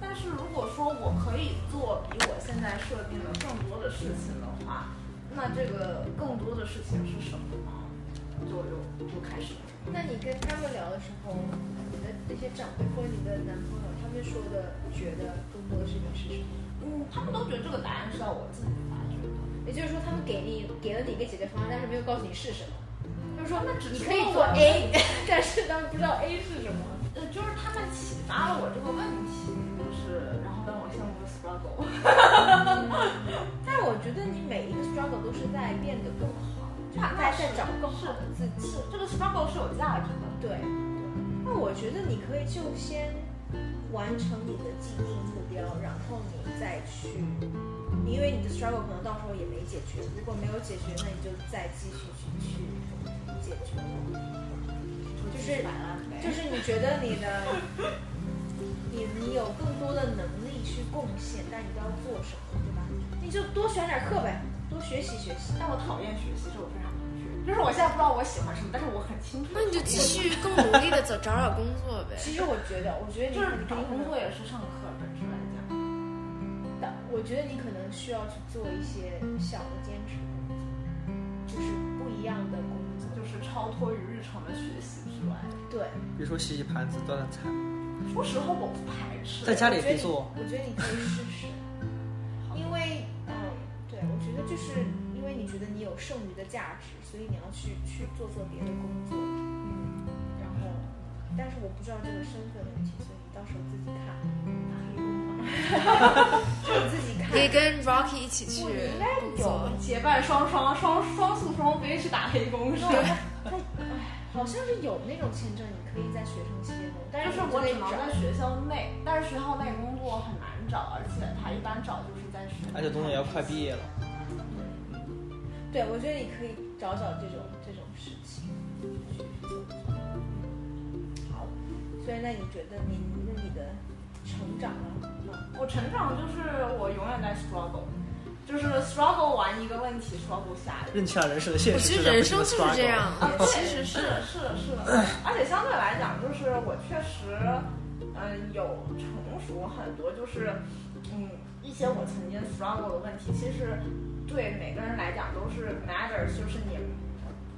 [SPEAKER 2] 但是如果说我可以做比我现在设定的更多的事情的话，那这个更多的事情是什么呢？就就就开始了。
[SPEAKER 3] 那你跟他们聊的时候，你的那些长辈或者你的男朋友，他们说的觉得更多的事情是什么？
[SPEAKER 2] 嗯，他们都觉得这个答案是要我自己发掘的。
[SPEAKER 3] 也就是说，他们给你给了你一个解决方案，但是没有告诉你是什么。就是说，
[SPEAKER 2] 那只
[SPEAKER 3] 你
[SPEAKER 2] 是
[SPEAKER 3] 可以做
[SPEAKER 2] 说我
[SPEAKER 3] A，但 是他们不知道 A 是什么。
[SPEAKER 2] 呃，就是他们启发了我这个问题，就是然后让我陷入了 struggle。
[SPEAKER 3] 但我觉得你每一个 struggle 都是在变得更好，就是
[SPEAKER 2] 那
[SPEAKER 3] 在
[SPEAKER 2] 那是
[SPEAKER 3] 在找更好的自己。
[SPEAKER 2] 是这个 struggle 是有价值的。
[SPEAKER 3] 对，那我觉得你可以就先完成你的既定目标，然后你再去，因为你的 struggle 可能到时候也没解决，如果没有解决，那你就再继续去去解决了。就是
[SPEAKER 2] 摆烂呗
[SPEAKER 3] 就是你觉得你的，你你有更多的能力去贡献，但你不知道做什么，对吧？你就多选点课呗，多学习学习。
[SPEAKER 2] 但我讨厌学习，这我非常明确。就是我现在不知道我喜欢什么，但是我很清楚。
[SPEAKER 1] 那你就继。续更努力的找找找工作 呗。
[SPEAKER 3] 其实我觉得，我觉得你
[SPEAKER 2] 就是
[SPEAKER 3] 你可
[SPEAKER 2] 找
[SPEAKER 3] 能
[SPEAKER 2] 工作也是上课，本质来讲。
[SPEAKER 3] 的，我觉得你可能需要去做一些小的兼职工作，就是不一样的工作。
[SPEAKER 2] 就是超脱于日常的学习之外，
[SPEAKER 3] 对，
[SPEAKER 4] 比如说洗洗盘子、端端菜，
[SPEAKER 2] 说实话我不排斥。
[SPEAKER 4] 在家里
[SPEAKER 3] 我
[SPEAKER 4] 也可
[SPEAKER 3] 觉得
[SPEAKER 4] 以
[SPEAKER 3] 你
[SPEAKER 4] 做。
[SPEAKER 3] 我觉得你可以试试，因为嗯，对，我觉得就是因为你觉得你有剩余的价值，所以你要去去做做别的工作。嗯，然后，但是我不知道这个身份问题，所以你到时候自己看， 就自己看
[SPEAKER 1] 可。以跟 Rocky 一起去
[SPEAKER 3] 我应该
[SPEAKER 1] 工
[SPEAKER 3] 有
[SPEAKER 1] 作，
[SPEAKER 2] 结伴双双双双宿双飞去打黑工是吧？
[SPEAKER 3] 他哎，好像是有那种签证，你可以在学生期间工作，但
[SPEAKER 2] 但
[SPEAKER 3] 是
[SPEAKER 2] 是我
[SPEAKER 3] 得
[SPEAKER 2] 只能
[SPEAKER 3] 找
[SPEAKER 2] 在学校内，但是学校内工作很难找，而且他一般找就是在学。
[SPEAKER 4] 而且东东也要快毕业了，
[SPEAKER 3] 对，我觉得你可以找找这种这种事情。好，所以那你觉得你那你的成长啊呢？
[SPEAKER 2] 我成长就是我永远在 struggle，就是 struggle 完一个问题 struggle 下一个。
[SPEAKER 4] 认清了人生的现
[SPEAKER 1] 我
[SPEAKER 4] 实。
[SPEAKER 1] 觉
[SPEAKER 4] 这
[SPEAKER 1] 得人
[SPEAKER 4] 才不是
[SPEAKER 1] 生就是这
[SPEAKER 4] 个 struggle
[SPEAKER 1] 样。
[SPEAKER 2] 其实是是是的，而且相对来讲，就是我确实，嗯、有成熟很多，就是，嗯，一些我曾经 struggle 的问题，其实对每个人来讲都是 matters，就是你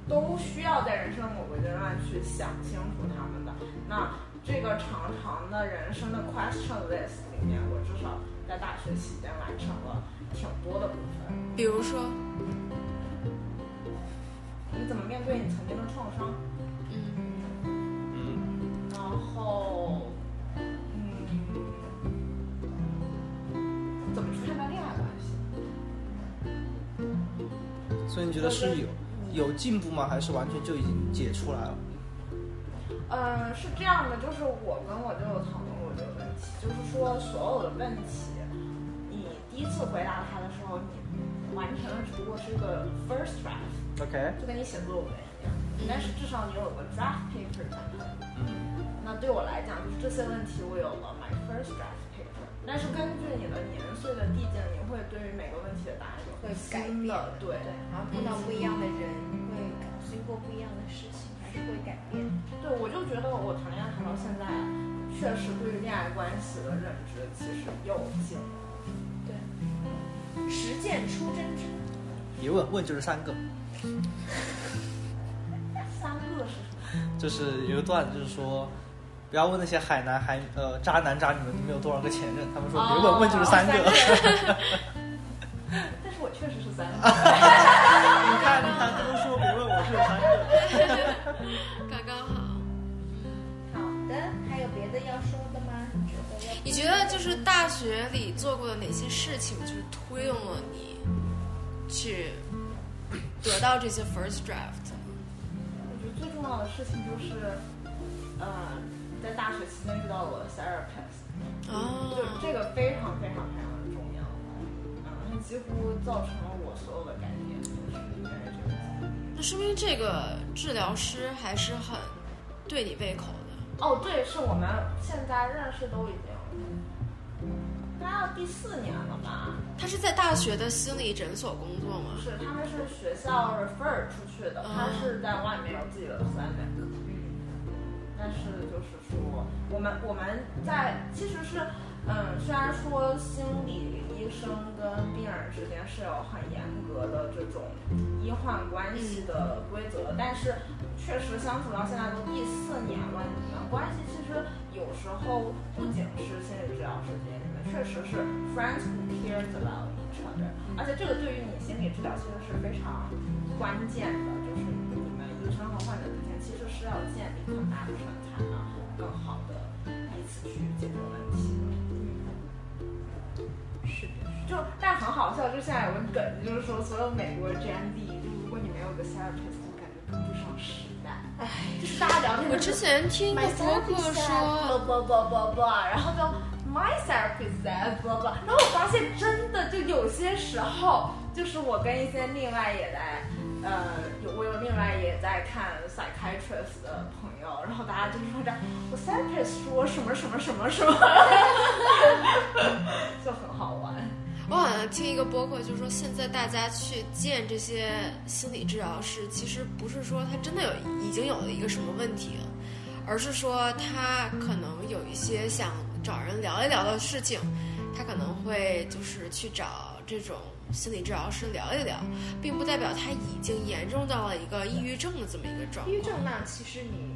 [SPEAKER 2] 都需要在人生某个阶段去想清楚他们的。那这个长长的人生的 question list 里面，我至少在大学期间完成了挺多的部分。
[SPEAKER 1] 比如说，
[SPEAKER 2] 你怎么面对你曾经的创伤？
[SPEAKER 1] 嗯，
[SPEAKER 4] 嗯，
[SPEAKER 2] 然后，嗯，怎么去看待恋爱关系？
[SPEAKER 4] 所以你觉得是有
[SPEAKER 2] 我觉得
[SPEAKER 4] 有进步吗？还是完全就已经解出来了？
[SPEAKER 2] 呃，是这样的，就是我跟我舅舅讨论过这个问题，就是说所有的问题，你第一次回答他的时候，你完成的只不过是一个 first draft，
[SPEAKER 4] OK，
[SPEAKER 2] 就跟你写作文一样，但是至少你有个 draft paper 在那里。
[SPEAKER 4] 嗯
[SPEAKER 2] 那对我来讲，就是这些问题我有了 my first draft paper，但是根据你的年岁的递进，你会对于每个问题的答案有
[SPEAKER 3] 会改
[SPEAKER 2] 新
[SPEAKER 3] 变
[SPEAKER 2] 的嗯对。
[SPEAKER 3] 对，然后碰到不一样的人，会经过不一样的事情，还是会改变。
[SPEAKER 2] 对，我就觉得我谈恋爱谈到现在，确实对于恋爱关系的认知其实有进步。
[SPEAKER 3] 实践出真知，
[SPEAKER 4] 别问，问就是三个。
[SPEAKER 2] 三个是什么？
[SPEAKER 4] 就是有一段就是说，不要问那些海南海呃渣男渣女们你们有多少个前任，他们说别问，
[SPEAKER 2] 哦
[SPEAKER 4] 问就是三个。
[SPEAKER 2] 但是我确实是三个。
[SPEAKER 4] 你看你看，都说别问，我是有三个。
[SPEAKER 1] 刚刚好。
[SPEAKER 3] 好的，还有别的要说的吗？你觉得要？
[SPEAKER 1] 你觉得就是大学里做过的哪些事情，就是推动了你去得到这些 first draft？
[SPEAKER 2] 我觉得最重要的事情就是，呃，在大学期间遇到我的 therapist，
[SPEAKER 1] 哦
[SPEAKER 2] 就这个非常非常非常的重要，嗯，它几乎造成了我所有的改变，就是因为这个。
[SPEAKER 1] 那说明这个治疗师还是很对你胃口的。
[SPEAKER 2] 哦，对，是我们现在认识都已经，嗯应该要第四年了吧？
[SPEAKER 1] 他是在大学的心理诊所工作
[SPEAKER 2] 不
[SPEAKER 1] 吗？
[SPEAKER 2] 是，他们是学校 refer 出去的，他是在外面有自己的 clinic。但是就是说，我们我们在其实是，嗯，虽然说心理医生跟病人之间是有很严格的这种医患关系的规则，但是确实相处到现在都第四年了，你们关系其实有时候不仅是心理治疗师之间，你们确实是 friends who care about each other，而且这个对于你心理治疗其实是非常关键的，就是你们医生和患者之间其实是要建立 connection 才能更好的彼此去解决问题的。
[SPEAKER 3] 是的，
[SPEAKER 2] 就但很好笑，就现在有个梗，就是说所有美国 Gen Z，就如果你没有个 therapist，就感觉跟不上时代。哎，就是大家聊天，
[SPEAKER 1] 我之前听一个
[SPEAKER 2] my
[SPEAKER 1] 博客
[SPEAKER 2] therapist
[SPEAKER 1] 说，
[SPEAKER 2] said blah blah blah blah blah，然后就 my therapist said blah blah，然后我发现真的就有些时候，就是我跟一些另外也在。呃，有我有另外也在看 psychiatrist 的朋友，然后大家就说这，我 therapist 说什么什么什么什么， 就很好玩。
[SPEAKER 1] 我好像听一个播客，就说现在大家去见这些心理治疗师，其实不是说他真的有已经有了一个什么问题了，而是说他可能有一些想找人聊一聊的事情，他可能会就是去找这种心理治疗师聊一聊，并不代表他已经严重到了一个抑郁症的这么一个状
[SPEAKER 3] 抑郁
[SPEAKER 1] 况。
[SPEAKER 3] 症那其实你，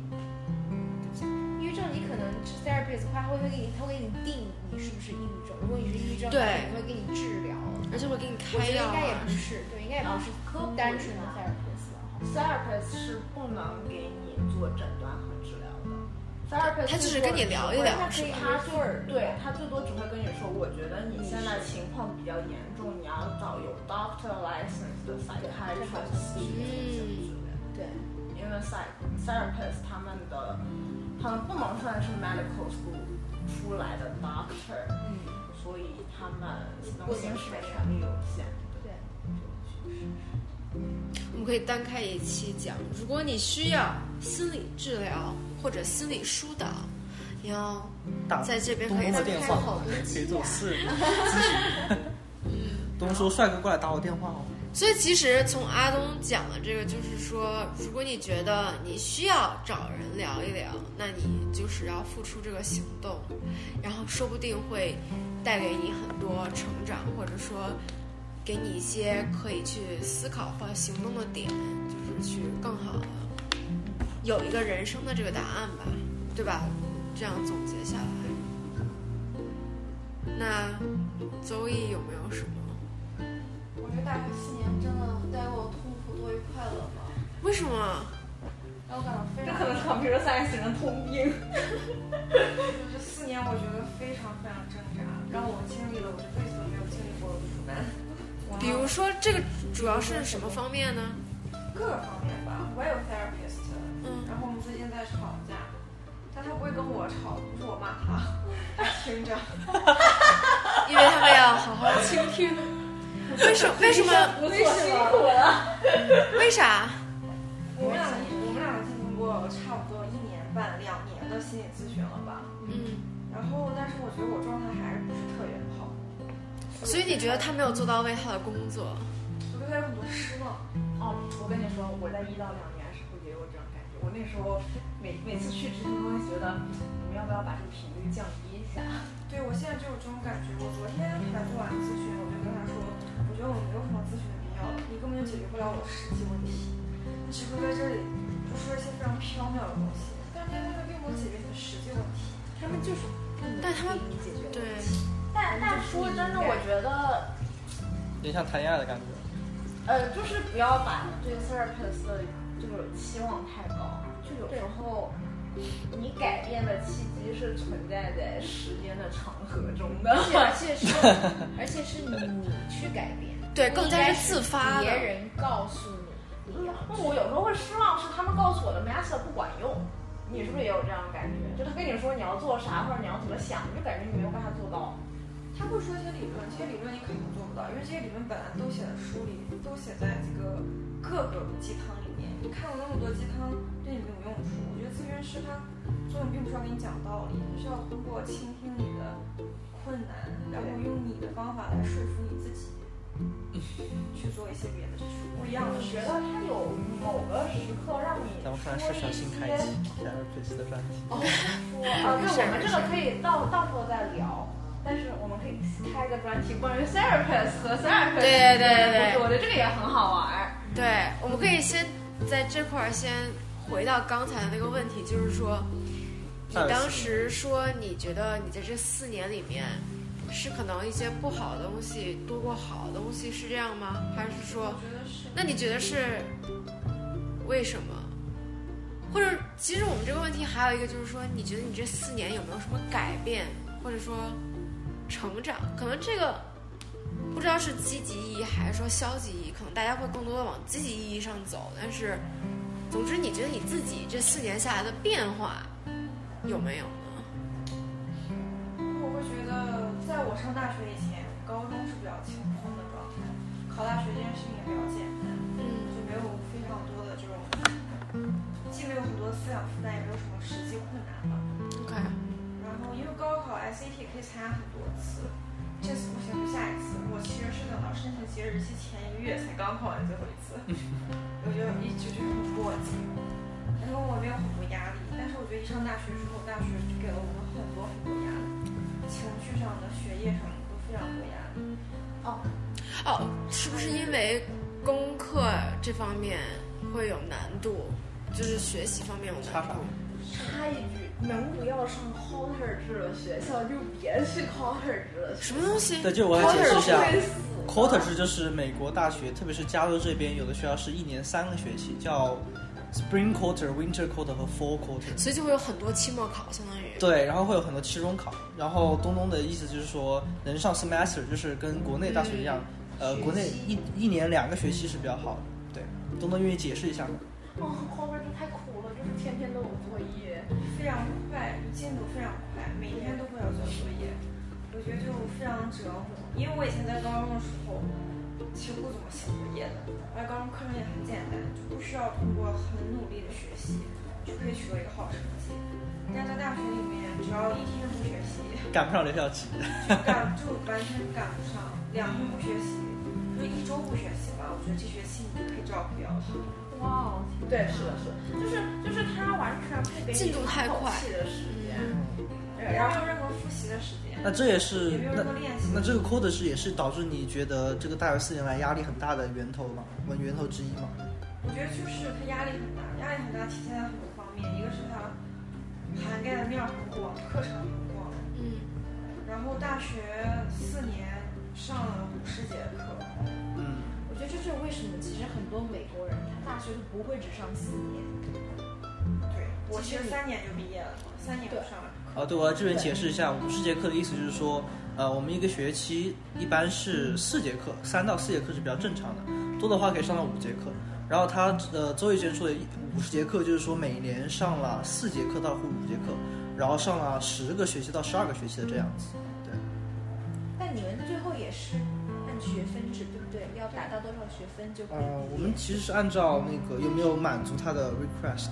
[SPEAKER 3] 抑郁症你可能去 therapist 的话，会会给你，他会给你定你是不是抑郁症。如果你是抑郁症，
[SPEAKER 1] 对
[SPEAKER 3] 他会给你治疗。
[SPEAKER 1] 而且会给你
[SPEAKER 3] 我
[SPEAKER 1] 开
[SPEAKER 3] 觉得
[SPEAKER 1] 药
[SPEAKER 3] 应该也
[SPEAKER 1] 啊哦
[SPEAKER 3] 不，是，对，应该也不是
[SPEAKER 2] 科普
[SPEAKER 3] 单纯的
[SPEAKER 2] 一下
[SPEAKER 3] therapist 了。
[SPEAKER 2] therapist 是不能给你做诊断和治疗的。therapist
[SPEAKER 1] 他只是跟你聊一聊
[SPEAKER 2] 他可以他
[SPEAKER 3] 是吧
[SPEAKER 2] 最对他最多只会跟你说，我觉得你现在情况比较严重，你要找有 doctor license 的
[SPEAKER 1] 嗯
[SPEAKER 2] psychiatrist 去进行治疗。
[SPEAKER 3] 对，
[SPEAKER 2] 因为 psy therapist 他们的他们不能算是 medical school 出来的 doctor，
[SPEAKER 3] 嗯，
[SPEAKER 2] 所以他们能
[SPEAKER 3] 不能
[SPEAKER 2] 行使的
[SPEAKER 3] 是
[SPEAKER 2] 权利有限。
[SPEAKER 3] 对，
[SPEAKER 1] 我们可以单开一期讲。如果你需要心理治疗或者心理疏导，你要
[SPEAKER 4] 打
[SPEAKER 1] 在这边
[SPEAKER 4] 东
[SPEAKER 1] 可以
[SPEAKER 4] 东的
[SPEAKER 1] 再
[SPEAKER 4] 电
[SPEAKER 3] 开
[SPEAKER 4] 话
[SPEAKER 3] 好多
[SPEAKER 4] 可以
[SPEAKER 3] 期
[SPEAKER 4] 做
[SPEAKER 3] 啊
[SPEAKER 4] 私人咨询。东说帅哥过来打我电话哦。
[SPEAKER 1] 所以其实从阿东讲的这个，就是说，如果你觉得你需要找人聊一聊，那你就是要付出这个行动，然后说不定会带给你很多成长，或者说给你一些可以去思考或行动的点，就是去更好的有一个人生的这个答案吧，对吧？这样总结下来，那周易有没有什么？
[SPEAKER 5] 我觉得大学四年真的带给我痛苦多于快乐吧，
[SPEAKER 1] 为什么？
[SPEAKER 5] 让我感到非
[SPEAKER 2] 这
[SPEAKER 5] 常
[SPEAKER 2] 可能是 computer science 人的通病。
[SPEAKER 5] 这四年我觉得非常非常挣扎，让我经历了我这辈子都没有经历过的苦难。
[SPEAKER 2] 哇
[SPEAKER 1] 比如说这个主要是什么方面呢？
[SPEAKER 5] 各个方面吧，我也有 therapist，
[SPEAKER 1] 嗯，
[SPEAKER 5] 然后我们最近在吵架，但他不会跟我吵，不是我骂他，他听着。
[SPEAKER 1] 因为他们要好好倾听。为什为什么
[SPEAKER 2] 不错，辛苦了。
[SPEAKER 1] 为啥？
[SPEAKER 5] 我们俩我们俩经过差不多一年半两年的心理咨询了吧，
[SPEAKER 1] 嗯，
[SPEAKER 5] 然后但是我觉得我状态还是不是特别好，
[SPEAKER 1] 所以你觉得他没有做到位他的工作？
[SPEAKER 5] 我对他有很多失望。
[SPEAKER 2] 哦，我跟你说，我在一到两年是会也有这种感觉。我那时候每每次去执行都会觉得，你们要不要把这个频率降低一下？
[SPEAKER 5] 对我现在就有这种感觉。我昨天还做完咨询，我就跟他说，我觉得我没有什么咨询的必要了，你根本就解决不了我的实际问题，你只会在这里就说一些非常缥缈的东西，但是他们并没有解决你的实际问题。
[SPEAKER 2] 他们就是不能
[SPEAKER 1] 但他们
[SPEAKER 2] 给你解决。
[SPEAKER 1] 对，
[SPEAKER 2] 但但说真的，我觉得，
[SPEAKER 4] 有点像谈恋爱的感觉。
[SPEAKER 2] 呃，就是不要把对 therapist 的这个期望太高，就有时候。你改变的契机是存在在时间的长河中的，
[SPEAKER 3] 而且是，而且是你你去改变，
[SPEAKER 1] 对，更加是自发
[SPEAKER 3] 别
[SPEAKER 1] 的。
[SPEAKER 3] 人告诉你你要
[SPEAKER 2] 那我有时候会失望，是他们告诉我的 master 不管用。你是不是也有这样的感觉？就他跟你说你要做啥，或者你要怎么想，你就感觉你没有办法做到。
[SPEAKER 5] 他会说一些理论，这些理论你肯定做不到，因为这些理论本来都写在书里，都写在这个各个鸡汤里面。你看了那么多鸡汤，对你没有用处。我觉得咨询师他作用并不是要给你讲道理，是要通过倾听你的困难，然后用你的方法来说服你自己，去做一些别的不一样的
[SPEAKER 2] 你
[SPEAKER 5] 事
[SPEAKER 2] 觉得
[SPEAKER 5] 情。
[SPEAKER 2] 他有某个时刻让你
[SPEAKER 4] 咱们突然
[SPEAKER 2] 说
[SPEAKER 4] 市场
[SPEAKER 2] 一
[SPEAKER 4] 新
[SPEAKER 2] 些
[SPEAKER 4] 开启 therapist 的专题，
[SPEAKER 2] 哦，说啊，对，我们这个可以到到时候再聊。但是我们可以开个专题关于 therapist 和 therapist，
[SPEAKER 1] 对对对对
[SPEAKER 2] 我觉得这个也很好玩儿。
[SPEAKER 1] 对，我们可以先在这块儿先回到刚才的那个问题，就是说，你
[SPEAKER 4] 二十
[SPEAKER 1] 当时说你觉得你在这四年里面，是可能一些不好的东西多过好的东西，是这样吗？还是
[SPEAKER 5] 我
[SPEAKER 1] 说，
[SPEAKER 5] 觉得是。
[SPEAKER 1] 那你觉得是为什么？或者，其实我们这个问题还有一个就是说，你觉得你这四年有没有什么改变，或者说成长？可能这个不知道是积极意义还是说消极意义，可能大家会更多的往积极意义上走。但是，总之，你觉得你自己这四年下来的变化有没有呢？
[SPEAKER 5] 我会觉得，在我上大学以前，高中是比较轻松的状态，考大学这件事情也比较简单。
[SPEAKER 1] 嗯
[SPEAKER 5] 就没有非常多的这种，既没有很多思想负担，也没有什么实际困难吧。
[SPEAKER 1] ，OK，
[SPEAKER 5] 然后因为高考 SAT 可以参加很多次，这次不行就下一次。我其实是等到申请截止日期前一个月才刚考完最后一 次，我就一直就很过激。然后我没有很多压力，但是我觉得一上大学之后，大学就给了我们很多很多压力，情绪上的、学业上的都非常多压力。
[SPEAKER 1] 哦，是不是因为功课这方面会有难度，就是学习方面有
[SPEAKER 4] 插
[SPEAKER 1] 难
[SPEAKER 4] 啥
[SPEAKER 1] 度？？
[SPEAKER 2] 插一句，能不要上 Hotter 制的学校就别去 Hotter 制了，
[SPEAKER 1] 什么东西？
[SPEAKER 4] 对，这我来解释一下。
[SPEAKER 2] 会死的。
[SPEAKER 4] 啊 Quarter 制就是美国大学，特别是加州这边，有的学校是一年三个学期，叫 Spring Quarter、Winter Quarter 和 Fall Quarter。
[SPEAKER 1] 所以就会有很多期末考，相当于。
[SPEAKER 4] 对，然后会有很多期中考。然后东东的意思就是说，能上 semester 就是跟国内大学一样，呃，国内一一年两个学期是比较好的。对，东东愿意解释一下吗？
[SPEAKER 2] 哦，Hotter 制太苦了，就是天天都有作业。
[SPEAKER 5] 非常快，进度非常快，每天都会有交作业，我觉得就非常折磨。因为我以前在高中的时候，其实不怎么写作业的，而高中课程也很简单，就不需要通过很努力的学习就可以取得一个好成绩。但在大学里面，只要一天不学习，
[SPEAKER 4] 赶不上留校期。
[SPEAKER 5] 就赶就完全赶不上；两天不学习，就一周不学习吧，我觉得这学期你就可以照顾掉了。
[SPEAKER 2] 哇哦，对，是的，是的，就是就是他完全不给你
[SPEAKER 1] 进度太快嗯
[SPEAKER 2] 透气的时间，对
[SPEAKER 5] 也
[SPEAKER 2] 然
[SPEAKER 5] 没
[SPEAKER 2] 后
[SPEAKER 5] 有任何复习的时间，
[SPEAKER 4] 那这也
[SPEAKER 5] 也
[SPEAKER 4] 是
[SPEAKER 5] 没有
[SPEAKER 4] 那
[SPEAKER 5] 任何练习。
[SPEAKER 4] 那这个 quarter 制也是导致你觉得这个大学四年来压力很大的源头嘛，问源头之一嘛。
[SPEAKER 5] 我觉得就是他压力很大，压力很大体现在很多方面，一个是他涵盖的面儿很广，课程很广，
[SPEAKER 1] 嗯，
[SPEAKER 5] 然后大学四年上了五十节课，
[SPEAKER 4] 嗯，
[SPEAKER 3] 我觉得这就是为什么，其实很多美国人他大学是不会只上四年，
[SPEAKER 5] 对我
[SPEAKER 3] 其
[SPEAKER 5] 其
[SPEAKER 3] 实
[SPEAKER 5] 实
[SPEAKER 3] 你
[SPEAKER 5] 三年就毕业了嘛，三年就上了。
[SPEAKER 4] 呃啊，对，我要这边解释一下，五十节课的意思就是说，呃，我们一个学期一般是四节课，三到四节课是比较正常的，多的话可以上到五节课。然后他呃周一之前说的五十节课，就是说每年上了四节课到五节课，然后上了十个学期到十二个学期的这样子。对，
[SPEAKER 3] 但你们最后也是按学分制，对不对？要达到多少学分就可以毕业？
[SPEAKER 4] 呃，我们其实是按照那个有没有满足他的 request，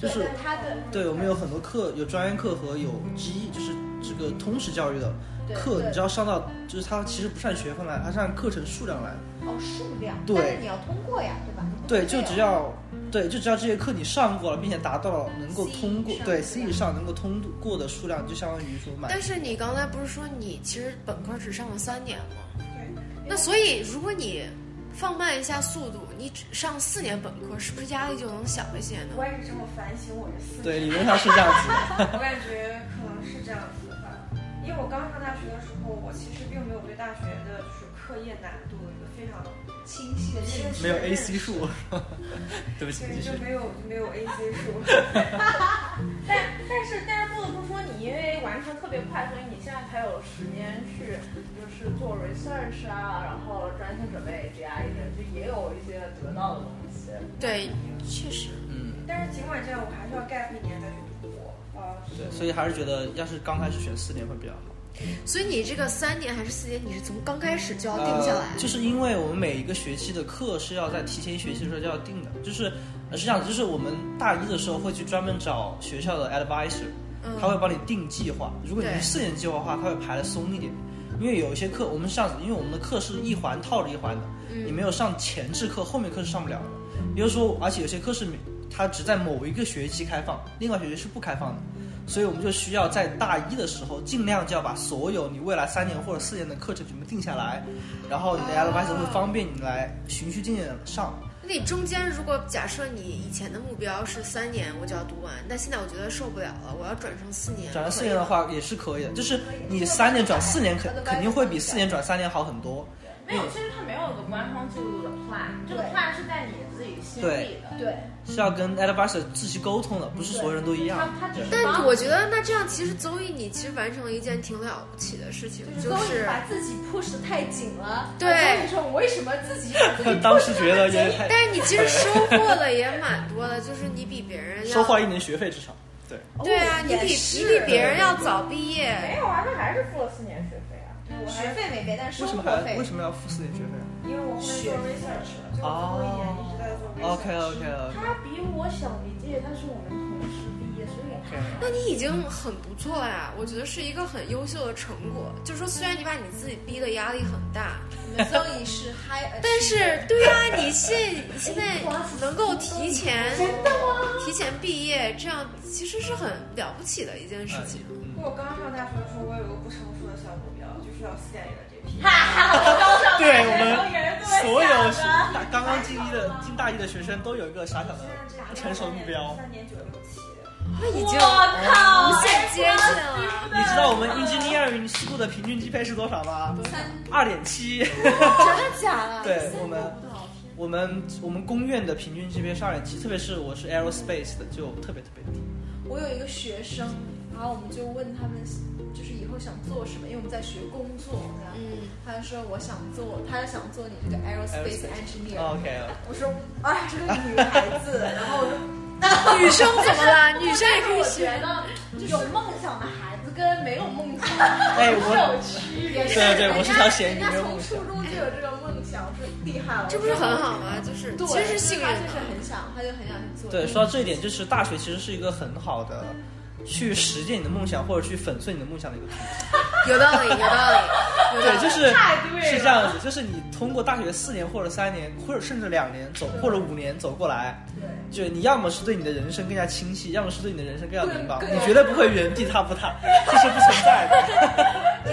[SPEAKER 4] 就
[SPEAKER 3] 对
[SPEAKER 4] 是
[SPEAKER 3] 但他的
[SPEAKER 4] 对我们有很多课，有专业课和有 GE，就是这个通识教育的
[SPEAKER 3] 对
[SPEAKER 4] 课，
[SPEAKER 3] 对
[SPEAKER 4] 你知道上到就是它其实不是按学分来，它是按课程数量来。
[SPEAKER 3] 哦数量，
[SPEAKER 4] 对
[SPEAKER 3] 但是你要通过呀，对啊吧？
[SPEAKER 4] 对，就只要对，就只要这些课你上过了，并且达到了能够
[SPEAKER 3] C
[SPEAKER 4] 通过
[SPEAKER 3] 以上
[SPEAKER 4] 对
[SPEAKER 3] 对
[SPEAKER 4] C 以上能够通过的数量，就相当于说满。
[SPEAKER 1] 但是你刚才不是说你其实本科只上了三年
[SPEAKER 2] 嗯
[SPEAKER 1] 吗？
[SPEAKER 5] 对，
[SPEAKER 1] 那所以如果你放慢一下速度，你只上四年本科，是不是压力就能小一些呢？
[SPEAKER 5] 我也是这么反省我这四
[SPEAKER 4] 对，
[SPEAKER 5] 年
[SPEAKER 4] 理论上是这样子的。
[SPEAKER 5] 我感觉可能是这样子的吧，因为我刚上大学的时候，我其实并没有对大学的就是课业难度有一个非常
[SPEAKER 3] 清晰的认识。
[SPEAKER 4] 没有 A C 数， 对不起，
[SPEAKER 5] 对，
[SPEAKER 4] 继续
[SPEAKER 5] 就。没有就没有 A C 数。
[SPEAKER 2] 但但是但是不得不说，你因为完成特别快，所以你现在才有时间去就是做 research 啊，然后专心准备 GRE，就也有一些得到的东西。
[SPEAKER 1] 对，确实。
[SPEAKER 4] 嗯，
[SPEAKER 5] 但是尽管这样，我还是要 gap 一年再去读博。啊，
[SPEAKER 4] 对，所以还是觉得要是刚开始选四年会比较好。
[SPEAKER 1] 所以你这个三年还是四年，你是从刚开始就要定下来。
[SPEAKER 4] 呃就是因为我们每一个学期的课是要在提前一学期的时候就要定的，就是呃是这样子，就是我们大一的时候会去专门找学校的 advisor，
[SPEAKER 1] 嗯，
[SPEAKER 4] 他会帮你定计划。如果你
[SPEAKER 1] 对
[SPEAKER 4] 是四年计划的话，他会排的松一点，因为有一些课我们是这样子，因为我们的课是一环套着一环的，
[SPEAKER 1] 嗯
[SPEAKER 4] 你没有上前置课，后面课是上不了的。也就是说，而且有些课是每它只在某一个学期开放，另外学期是不开放的。所以我们就需要在大一的时候，尽量就要把所有你未来三年或者四年的课程全部定下来，然后你的
[SPEAKER 1] 哦
[SPEAKER 4] advisor 会方便你来循序渐进的上。
[SPEAKER 1] 那你中间如果假设你以前的目标是三年我就要读完，但现在我觉得受不了了，我要转成四年。
[SPEAKER 4] 转到四
[SPEAKER 1] 可以
[SPEAKER 4] 年的话也是可以的，就是你三年转四年肯肯定会比四年转三年好很多。
[SPEAKER 2] 没有，其实它没有一个官方记录的 plan，这个
[SPEAKER 3] 对
[SPEAKER 2] plan 是在你自己心里的。
[SPEAKER 3] 对，
[SPEAKER 4] 是要跟 advisor 仔细沟通的，不是所有人都一样
[SPEAKER 2] 它。它只是
[SPEAKER 1] 但
[SPEAKER 2] 帮
[SPEAKER 1] 我觉得那这样其实邹毅你其实完成了一件挺了不起的事情，就
[SPEAKER 3] 所以
[SPEAKER 1] 是
[SPEAKER 3] 把自己 push 得太紧了。
[SPEAKER 1] 对
[SPEAKER 3] 所以说我为什么自己把自己
[SPEAKER 4] 当时觉得有点太
[SPEAKER 1] 但是你其实收获了也蛮多的，就是你比别人要
[SPEAKER 4] 收获了一年学费至少。对，
[SPEAKER 3] 哦
[SPEAKER 1] 对啊，你比你比别人要早毕业，
[SPEAKER 2] 没有啊，他还是付了四年学费啊。
[SPEAKER 5] 对我还
[SPEAKER 3] 学费没给，但是
[SPEAKER 4] 为什
[SPEAKER 3] 生
[SPEAKER 4] 么
[SPEAKER 3] 活
[SPEAKER 4] 还
[SPEAKER 3] 费
[SPEAKER 4] 为什么要付四年学费啊哦
[SPEAKER 5] 因为我后面做 research，了，就是我最后一年哦一直在做 research。
[SPEAKER 4] ？OK OK OK
[SPEAKER 2] 哦他比我小一届，但是我们同时毕业，所以他
[SPEAKER 4] OK，
[SPEAKER 1] 那你已经很不错了呀，我觉得是一个很优秀的成果。就是说，虽然你把你自己逼的压力很大，
[SPEAKER 3] 你们综艺是 high，achiever
[SPEAKER 1] 但是对啊，你现你现在能够提前
[SPEAKER 3] 真的吗？
[SPEAKER 1] 提前毕业，这样其实是很了不起的一件事
[SPEAKER 4] 嗯
[SPEAKER 1] 情。
[SPEAKER 5] 不过我刚上大学的时候，我有一个不成熟的小目标，就是要四点零 GP。
[SPEAKER 4] 对我们所有学大刚刚进一的进大一的学生都有一个傻傻的不成熟目标。
[SPEAKER 5] 三点九六七。
[SPEAKER 1] 那已经
[SPEAKER 2] 靠
[SPEAKER 1] 无限接近了。
[SPEAKER 4] 你知道我们 engineering school 的平均 GPA 是多少吗？二点七。
[SPEAKER 3] 真的假的？
[SPEAKER 4] 对我们，我们我们工院的平均 GPA 是二点七，特别是我是 aerospace 的，就特别特别低。
[SPEAKER 3] 我有一个学生，然后我们就问他们，就是以后想做什么，因为我们在学工作，然后
[SPEAKER 1] 嗯，
[SPEAKER 3] 他就说我想做，他想做你这个 aerospace
[SPEAKER 4] Aerospace 啊
[SPEAKER 3] engineer。
[SPEAKER 4] OK，
[SPEAKER 3] 我说，哎，这个女孩子，然后我说
[SPEAKER 1] 女生怎么了？女生也可以
[SPEAKER 2] 我觉
[SPEAKER 1] 学。
[SPEAKER 2] 得有梦想的孩子跟没有梦想
[SPEAKER 4] 哎，
[SPEAKER 2] 是有
[SPEAKER 4] 我
[SPEAKER 2] 区别
[SPEAKER 3] 也是，
[SPEAKER 4] 对对
[SPEAKER 3] 人家
[SPEAKER 4] 我是条咸鱼
[SPEAKER 3] 人家
[SPEAKER 4] 没有
[SPEAKER 3] 从
[SPEAKER 4] 梦想
[SPEAKER 3] 初中就有这个梦想，我说厉害了，
[SPEAKER 1] 这不是很好吗？就是
[SPEAKER 3] 对，
[SPEAKER 1] 其实是幸运
[SPEAKER 3] 他就是
[SPEAKER 1] 的。
[SPEAKER 3] 很想，他就很想去做。
[SPEAKER 4] 对说到这一点，就是大学其实是一个很好的去实践你的梦想或者去粉碎你的梦想的一个途径。
[SPEAKER 1] 有道理，有道理，有道
[SPEAKER 4] 对，
[SPEAKER 1] 理。
[SPEAKER 4] 就是
[SPEAKER 2] 太对了
[SPEAKER 4] 是这样子，就是你通过大学四年或者三年，或者甚至两年走，或者五年走过来，就你要么是对你的人生更加清晰，要么是对你的人生更加迷茫，
[SPEAKER 3] 更更
[SPEAKER 4] 你绝对不会原地踏步踏，这是不存在的。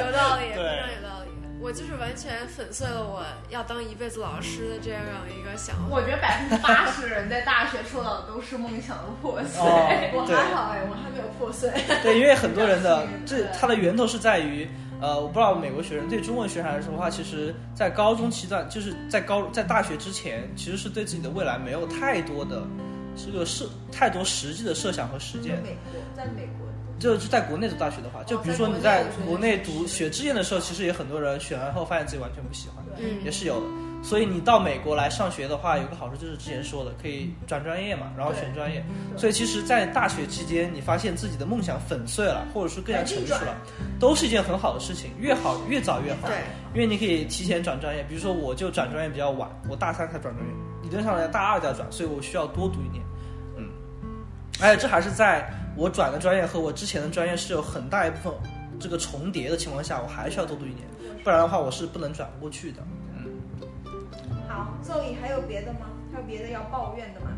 [SPEAKER 1] 有道理，
[SPEAKER 4] 对
[SPEAKER 1] 非常有道理。我就是完全粉碎了我要当一辈子老师的这样一个想法。
[SPEAKER 2] 我觉得百分之八十人在大学受到的都是梦想的破碎。
[SPEAKER 4] 哦
[SPEAKER 3] 我还好哎，我还没有破碎。
[SPEAKER 4] 对，因为很多人的
[SPEAKER 3] 对
[SPEAKER 4] 这它的源头是在于，呃，我不知道美国学生对中文学生来说的话，其实，在高中期段，就是在高在大学之前，其实是对自己的未来没有太多的这个设太多实际的设想和实践。
[SPEAKER 3] 美国，在美国
[SPEAKER 4] 就是在国内读大学的话，就比如说你哦在国内读学志愿的时候，其实也很多人选完后发现自己完全不喜欢，
[SPEAKER 1] 嗯
[SPEAKER 4] 也是有的。所以你到美国来上学的话，有个好处就是之前说的，可以转专业嘛，然后选专业。
[SPEAKER 1] 嗯
[SPEAKER 4] 所以其实，在大学期间，你发现自己的梦想粉碎了，或者说更
[SPEAKER 1] 哎
[SPEAKER 4] 加成熟了，都是一件很好的事情，越好越早越好。
[SPEAKER 1] 对，
[SPEAKER 4] 因为你可以提前转专业，比如说我就转专业比较晚，我大三才转专业，理论上来大二就要转，所以我需要多读一年。嗯，而且这还是在我转的专业和我之前的专业是有很大一部分这个重叠的情况下，我还需要多读一年，不然的话我是不能转过去的。嗯，
[SPEAKER 2] 好，
[SPEAKER 3] 咒语还有别的吗？还有别的要抱怨的吗？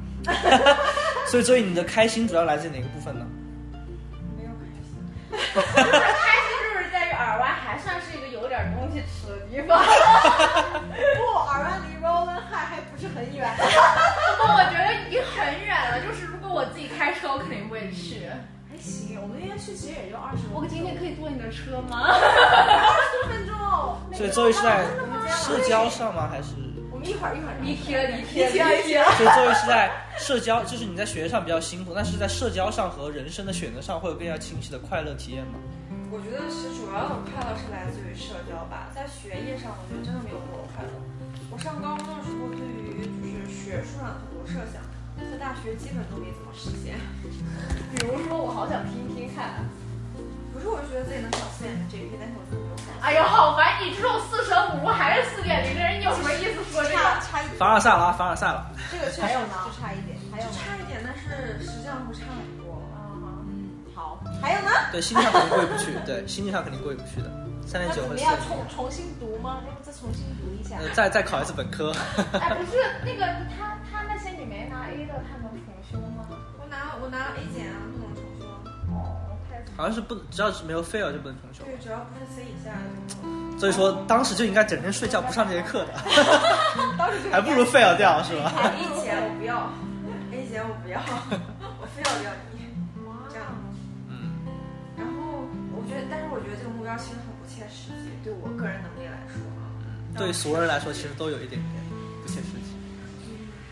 [SPEAKER 4] 所以所以你的开心主要来自哪个部分呢？
[SPEAKER 2] 嗯
[SPEAKER 5] 没有开心。
[SPEAKER 2] 就是在于耳湾还算是一个有点东西吃的地方。
[SPEAKER 5] 不，耳湾离 Roland High 还不是很远。
[SPEAKER 2] 不过我觉得已经很远了，就是如果我自己开车，我肯定不会去。
[SPEAKER 5] 还行，我们那天去其实也就二十分钟。
[SPEAKER 2] 我今天可以坐你的车吗？
[SPEAKER 5] 十分钟哦。
[SPEAKER 4] 所以周瑜是在社交上吗？还是
[SPEAKER 5] 我们一会儿一会儿
[SPEAKER 2] 离题了，离题
[SPEAKER 5] 也
[SPEAKER 2] 了，
[SPEAKER 5] 不要
[SPEAKER 2] 离
[SPEAKER 5] 急
[SPEAKER 2] 题了。
[SPEAKER 4] 所以周瑜是在社交，就是你在学业上比较辛苦，但是在社交上和人生的选择上会有更加清晰的快乐体验吗？
[SPEAKER 5] 我觉得是主要的快乐是来自于社交吧，在学业上，我觉得真的没有过我快乐。我上高中的时候，对于就是学术上的很多设想，在大学基本都没怎么实现。
[SPEAKER 2] 比如说，我好想听听看。啊
[SPEAKER 5] 不是，我就觉得自己能考四点零 GP，但是我真的没有考。
[SPEAKER 2] 哎呦，好烦！你这种四舍五入还是四点零的人，你有什么意思说这
[SPEAKER 5] 差
[SPEAKER 2] 个？
[SPEAKER 5] 差一点，
[SPEAKER 4] 凡尔赛了啊，凡尔赛了。
[SPEAKER 5] 这个确
[SPEAKER 3] 还
[SPEAKER 5] 实
[SPEAKER 3] 有吗？就差一点，还有
[SPEAKER 5] 就
[SPEAKER 3] 吗？
[SPEAKER 5] 差一点，但是实际上会差很多。
[SPEAKER 3] 嗯，好，还有呢？
[SPEAKER 4] 对，心理上肯定过意不去，对，心理上肯定过意不去的。三点
[SPEAKER 3] 那
[SPEAKER 4] 九和
[SPEAKER 3] 怎么
[SPEAKER 4] 四
[SPEAKER 3] 样
[SPEAKER 2] 啊
[SPEAKER 4] 点
[SPEAKER 3] 重重新读吗？要不再重新读一下？
[SPEAKER 4] 呃，再再考一次本科，
[SPEAKER 2] 哎，不是那个他他那些你没拿 A 的，他能重修吗？
[SPEAKER 5] 我拿我拿 A 减啊，不能重修。
[SPEAKER 2] 哦，太惨了
[SPEAKER 4] 好像是不只要是没有 fail 就不能重修，
[SPEAKER 5] 对，只要不是 C 以下就 不能。
[SPEAKER 4] 所以说当时就应该整天睡觉不上这些课 的，
[SPEAKER 5] 当时就
[SPEAKER 4] 还不如 fail 掉是吧？
[SPEAKER 5] A 减我不要，A 减我不要， 我非要掉你。这样。
[SPEAKER 4] 嗯，
[SPEAKER 5] 然后我觉得，但是我觉得这个目标其实很不切实际，对我个人能力来说啊。
[SPEAKER 4] 对熟人来说其实都有一点点不切实际。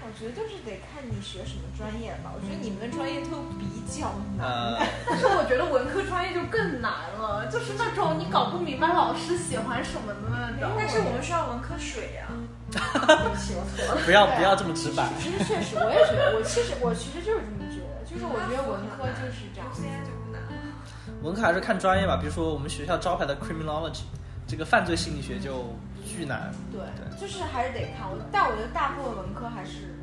[SPEAKER 3] 我觉得就是得看你学什么专业吧。我觉得你们的专业都比较
[SPEAKER 2] 嗯
[SPEAKER 3] 难。
[SPEAKER 4] 呃，
[SPEAKER 2] 但是我觉得文科专业就更难了，就是那种你搞不明白老师喜欢什么的那种。
[SPEAKER 5] 但是我们需要文科水呀、
[SPEAKER 2] 不起，我错了。
[SPEAKER 4] 不要不要这么直白，
[SPEAKER 3] 其实确实，我也觉得，我其实我其实就是这么觉得，就是我觉得文科就是这样
[SPEAKER 5] 这。些就不难了。
[SPEAKER 4] 文科还是看专业吧，比如说我们学校招牌的 criminology，这个犯罪心理学就巨难。
[SPEAKER 3] 对
[SPEAKER 4] 嗯对，
[SPEAKER 3] 就是还是得看我，但我觉得大部分文科还是，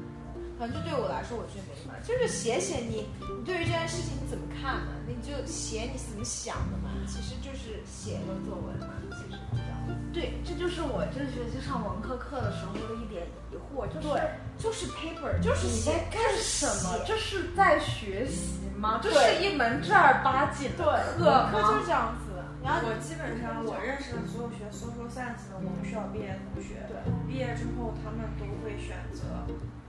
[SPEAKER 3] 反正就对我来说，我觉得没什么，就是写写你，你对于这件事情你怎么看呢？你就写你怎么想的嘛，其实就是写个作文嘛，其实就这样
[SPEAKER 2] 对，这就是我这学期上文科课的时候的一点疑惑，就是
[SPEAKER 3] 对就是 paper，就是
[SPEAKER 2] 你
[SPEAKER 3] 写
[SPEAKER 2] 在干什么？
[SPEAKER 3] 就是写
[SPEAKER 2] 这是在学习吗？这
[SPEAKER 3] 对
[SPEAKER 2] 是一门正儿八经
[SPEAKER 3] 对，
[SPEAKER 2] 的课
[SPEAKER 3] 文科就
[SPEAKER 2] 吗
[SPEAKER 3] 是？这样子。然后
[SPEAKER 5] 我基本上我认识的所有学 social science 的我们学校毕业的同学，
[SPEAKER 3] 对
[SPEAKER 5] 毕业之后他们都会选择，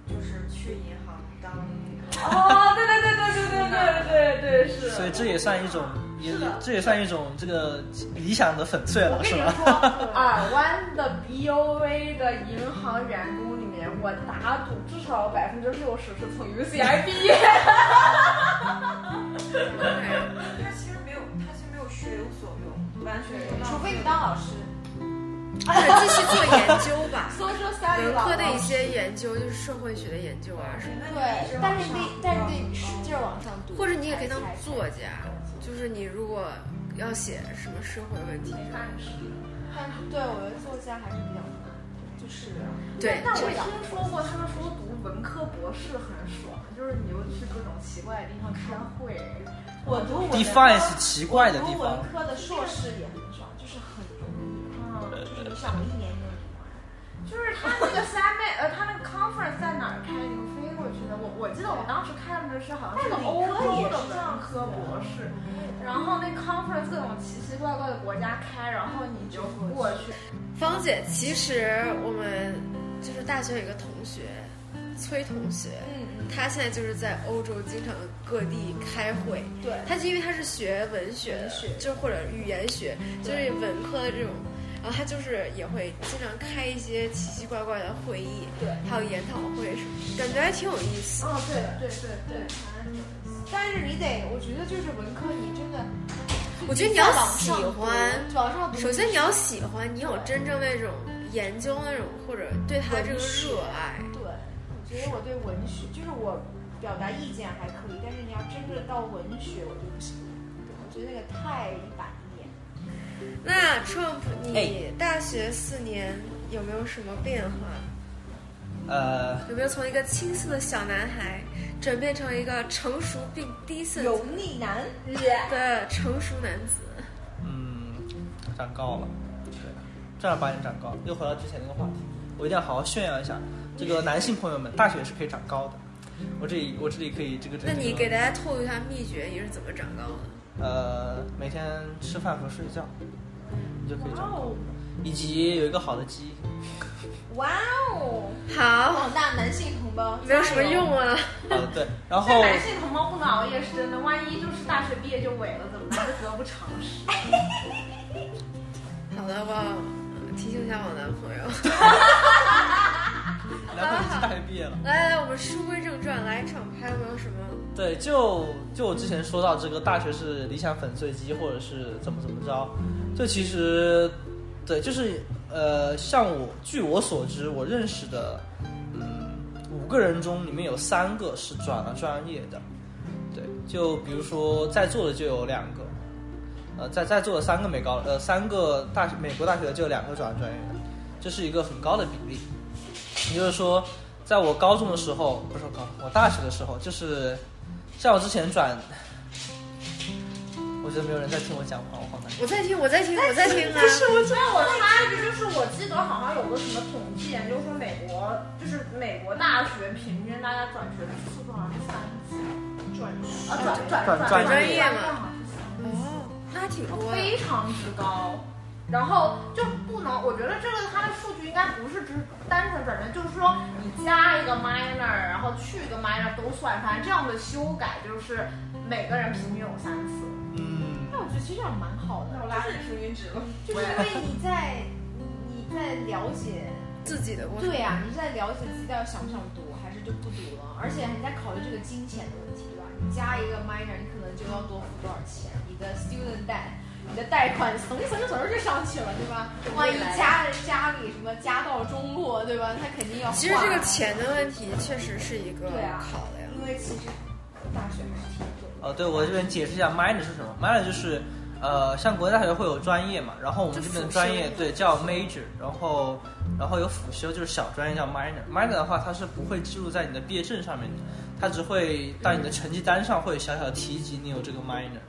[SPEAKER 5] 就是去银行当那个。
[SPEAKER 2] 哦，对对对对对对对对对，是。
[SPEAKER 4] 所以这也算一种，也
[SPEAKER 2] 是的
[SPEAKER 4] 这也算一种这个理想的粉碎了，
[SPEAKER 2] 我跟
[SPEAKER 4] 是
[SPEAKER 2] 你
[SPEAKER 4] 吧？
[SPEAKER 2] 说， 耳湾的 BOV 的银行员工里面，我打赌至少有百分之六十是从 UCI 毕业。。
[SPEAKER 5] 他其实没有，他其实没有学有所用，完全没有。
[SPEAKER 3] 除非你当老师，
[SPEAKER 1] 继续做研究吧
[SPEAKER 2] social study
[SPEAKER 1] 文
[SPEAKER 2] 老
[SPEAKER 1] 科的一
[SPEAKER 2] 师
[SPEAKER 1] 些研究就是社会学的研究啊什么，
[SPEAKER 5] 那你一
[SPEAKER 3] 对
[SPEAKER 5] 直，往
[SPEAKER 3] 但是你
[SPEAKER 5] 上
[SPEAKER 3] 得但是
[SPEAKER 5] 高
[SPEAKER 3] 你得使劲儿往上读，
[SPEAKER 1] 或者你也可以当
[SPEAKER 3] 才才
[SPEAKER 1] 作家，就是你如果要写什么社会问题，
[SPEAKER 3] 但是对我觉得作家还是比较难，就是
[SPEAKER 1] 对，
[SPEAKER 2] 但我
[SPEAKER 1] 这
[SPEAKER 2] 听
[SPEAKER 1] 个
[SPEAKER 2] 说过，他们说读文科博士很爽，就是你又去各种奇怪的地方开会。
[SPEAKER 3] 我读文科
[SPEAKER 4] define 是奇怪的地
[SPEAKER 3] 读
[SPEAKER 4] 方
[SPEAKER 3] 文。科的硕士也很爽，就是很容易，
[SPEAKER 2] 嗯，
[SPEAKER 3] 就是你想我一年就能读完。
[SPEAKER 2] 就是他那个三妹，呃，他那个 conference 在哪儿开？你们飞过去的。我我记得我当时看的是好像是个欧洲的文科博
[SPEAKER 3] 啊
[SPEAKER 2] 士，然后那 conference 各种奇奇怪怪的国家开，然后你就过去。
[SPEAKER 1] 芳姐，其实我们就是大学有一个同学，崔同学，
[SPEAKER 3] 嗯
[SPEAKER 1] 他现在就是在欧洲经常各地开会。
[SPEAKER 3] 嗯，对。
[SPEAKER 1] 他就因为他是学文学的，
[SPEAKER 3] 文学
[SPEAKER 1] 就或者语言学，就是文科的这种，然后他就是也会经常开一些奇奇怪怪的会议，
[SPEAKER 3] 对
[SPEAKER 1] 还有研讨会什么，感觉还挺有意思。
[SPEAKER 2] 哦，对对对对，反正
[SPEAKER 3] 但是你得，我觉得就是文科，你真的，
[SPEAKER 1] 我觉得你要
[SPEAKER 3] 往
[SPEAKER 1] 喜
[SPEAKER 3] 上读
[SPEAKER 1] 欢，
[SPEAKER 3] 往上读。
[SPEAKER 1] 首先你要喜欢，你有真正那种研究那种或者对他这个热爱。
[SPEAKER 3] 对，我觉得我对文学，就是我表达意见还可以，但是你要真的到文学，我就不行。我觉得那个太一板一眼。
[SPEAKER 1] 那 Trump，你
[SPEAKER 4] 哎
[SPEAKER 1] 大学四年有没有什么变化？
[SPEAKER 4] 呃，
[SPEAKER 1] 有没有从一个青涩的小男孩转变成一个成熟并低渗
[SPEAKER 3] 油腻 男，
[SPEAKER 1] 的成熟男子？
[SPEAKER 4] 嗯，长高了，对，正儿八经长高了。又回到之前那个话题，我一定要好好炫耀一下，这个男性朋友们，大学是可以长高的。我这里我这里可以这个这
[SPEAKER 1] 那
[SPEAKER 4] 个。
[SPEAKER 1] 你给大家透露一下秘诀，你是怎么长高的？
[SPEAKER 4] 呃每天吃饭和睡觉，你就可以哦长
[SPEAKER 1] 哦
[SPEAKER 4] 高，以及有一个好的基因。
[SPEAKER 3] 哇哦！
[SPEAKER 1] 好，
[SPEAKER 3] 广大男性同胞，
[SPEAKER 1] 没有什么用啊。
[SPEAKER 4] 好的，对，然后
[SPEAKER 2] 但男性同胞不能熬夜是真的，万一就是大学毕业就萎了怎么办？这得不偿失。
[SPEAKER 4] 哎
[SPEAKER 1] 好的，我嗯提醒一下我男朋友。
[SPEAKER 4] 然后大学毕业了。
[SPEAKER 1] 来来来，我们书归正传，来 Trump 还有没有什么？
[SPEAKER 4] 对，就就我之前说到这个大学是理想粉碎机，或者是怎么怎么着，这其实，对，就是呃，像我据我所知，我认识的，嗯，五个人中里面有三个是转了专业的，对，就比如说在座的就有两个，呃，在在座的三个美高呃三个大学美国大学的就有两个转了专业的，这是一个很高的比例，也就是说。在我高中的时候，不是我高中，我大学的时候，就是像我之前转，我觉得没有人在听我讲话，我好难过。
[SPEAKER 1] 我在听，我在听，我在听啊。
[SPEAKER 2] 我知道，我插一句，就是我记得好像有个什么统计研究说，美国就是美国大学平均大家转学的次数好像是三次，
[SPEAKER 3] 转世
[SPEAKER 2] 啊转转
[SPEAKER 4] 转
[SPEAKER 1] 转
[SPEAKER 2] 专
[SPEAKER 1] 专业嘛
[SPEAKER 2] 好像是三次
[SPEAKER 1] 哦，那还挺多的。
[SPEAKER 2] 非常之高。然后就不能，我觉得这个它的数据应该不是只单纯转正，就是说你加一个 minor，然后去一个 minor 都算，反正这样的修改就是每个人平均有三次。
[SPEAKER 4] 嗯，
[SPEAKER 2] 那我觉得其实这样蛮好的，
[SPEAKER 5] 那我拉着平均值了。
[SPEAKER 3] 就是因为你在你在了解，
[SPEAKER 1] 自己的过程。
[SPEAKER 3] 对呀、你在了解自己到底想不想读，还是就不读了，而且你在考虑这个金钱的问题，对吧？你加一个 minor，你可能就要多付多少钱，你的 student debt。你的贷款蹭蹭蹭就上去了，对吧？万一家家里什么家道中落，对吧？他肯定要。
[SPEAKER 1] 其实这个，钱的问题确实是一个
[SPEAKER 3] 对啊
[SPEAKER 1] 考量。
[SPEAKER 3] 因为其实大学还是挺贵的。
[SPEAKER 4] 哦，对，我这边解释一下，minor 是什么？minor 就是，呃，像国内大学会有专业嘛，然后我们这边的专
[SPEAKER 1] 就
[SPEAKER 4] 业
[SPEAKER 1] 辅修
[SPEAKER 4] 对叫 major，然后然后有辅修，就是小专业叫 minor。minor 的话，它是不会记录在你的毕业证上面的，它只会到你的成绩单上会小小提及你有这个 minor。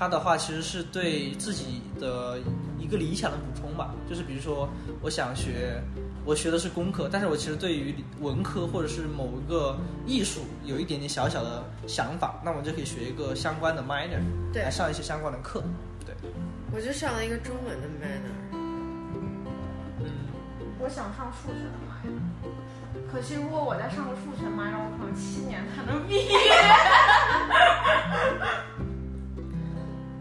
[SPEAKER 4] 它的话其实是对自己的一个理想的补充吧，就是比如说我想学，我学的是工科，但是我其实对于理文科或者是某一个艺术有一点点小小的想法，那我就可以学一个相关的 minor，
[SPEAKER 1] 对
[SPEAKER 4] 来上一些相关的课，对，
[SPEAKER 1] 我就上了一个中文的 minor，
[SPEAKER 4] 嗯，
[SPEAKER 2] 我想上数学的 minor，可惜如果我再上个数学 minor，我可能七年才能毕业。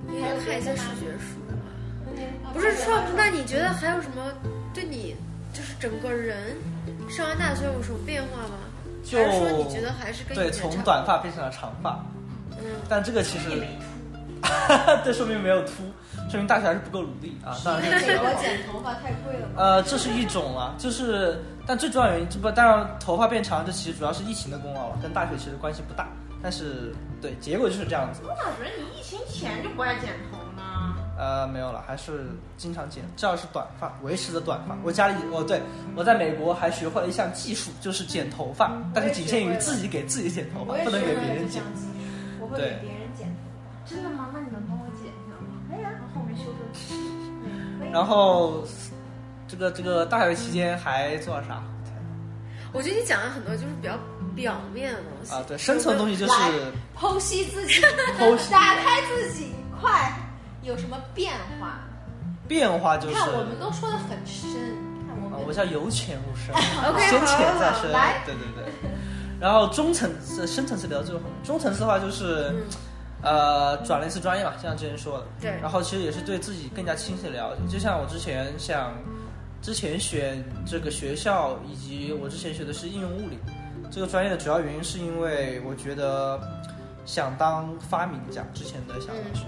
[SPEAKER 1] 你也看一些数学书哦嘛。不
[SPEAKER 3] 不
[SPEAKER 1] 是
[SPEAKER 3] 是
[SPEAKER 1] Trump，
[SPEAKER 3] Trump
[SPEAKER 1] 那你觉得还有什么对你就是整个人上完大学有什么变化吗？
[SPEAKER 4] 就
[SPEAKER 1] 还是说你觉得还是跟以
[SPEAKER 4] 对，
[SPEAKER 1] 前
[SPEAKER 4] 从
[SPEAKER 1] 差不多
[SPEAKER 4] 短发变成了长发，
[SPEAKER 1] 嗯，
[SPEAKER 4] 但这个其实， 这说明没有秃，说明大学还是不够努力啊，当然是
[SPEAKER 3] 美 国剪头发太贵了吗？
[SPEAKER 4] 呃，这是一种啊，就是，但最重要原因，这不，当然头发变长，这其实主要是疫情的功劳了，跟大学其实关系不大。但是，对，结果就是这样子。
[SPEAKER 2] 我咋觉得你疫情前就不爱剪头呢？
[SPEAKER 4] 呃，没有了，还是经常剪，至少是短发，维持的短发。我家里，哦，对，我在美国还学会了一项技术，就是剪头发，
[SPEAKER 3] 嗯
[SPEAKER 4] 但是仅限于自己给自己剪头发
[SPEAKER 3] 我，也
[SPEAKER 4] 哦不
[SPEAKER 3] 学
[SPEAKER 4] 能
[SPEAKER 3] 会
[SPEAKER 4] 给
[SPEAKER 3] 了
[SPEAKER 4] 别人
[SPEAKER 3] 这
[SPEAKER 4] 剪
[SPEAKER 3] 项。技术，我会给
[SPEAKER 4] 对
[SPEAKER 3] 别人剪头
[SPEAKER 2] 真的吗？那你能帮我剪一下吗？哎呀，我后面修正。
[SPEAKER 3] 发。
[SPEAKER 4] 然后，这个这个大学期间还做了啥？
[SPEAKER 3] 嗯
[SPEAKER 1] 我觉得你讲了很多就是比较表面的东西
[SPEAKER 4] 啊，对，生存的东西就是
[SPEAKER 3] 剖析自己，
[SPEAKER 4] 剖析
[SPEAKER 3] 打开自己，快有什么变化？
[SPEAKER 4] 变化，就是
[SPEAKER 3] 看我们都说的很深，看我
[SPEAKER 4] 啊
[SPEAKER 3] 们，
[SPEAKER 4] 我叫由浅入 深。
[SPEAKER 1] OK，
[SPEAKER 4] 先
[SPEAKER 1] 好
[SPEAKER 4] 浅
[SPEAKER 1] 了
[SPEAKER 4] 再
[SPEAKER 1] 好
[SPEAKER 4] 深
[SPEAKER 1] 了，
[SPEAKER 3] 来
[SPEAKER 4] 对对对。然后中层次、深层次聊到最后，中层次的话就是
[SPEAKER 1] 嗯，
[SPEAKER 4] 呃，转了一次专业嘛，像之前说的。
[SPEAKER 1] 对
[SPEAKER 4] 然后其实也是对自己更加清晰的了解，就像我之前像之前选这个学校，以及我之前学的是应用物理这个专业的主要原因，是因为我觉得想当发明家，之前的想法是。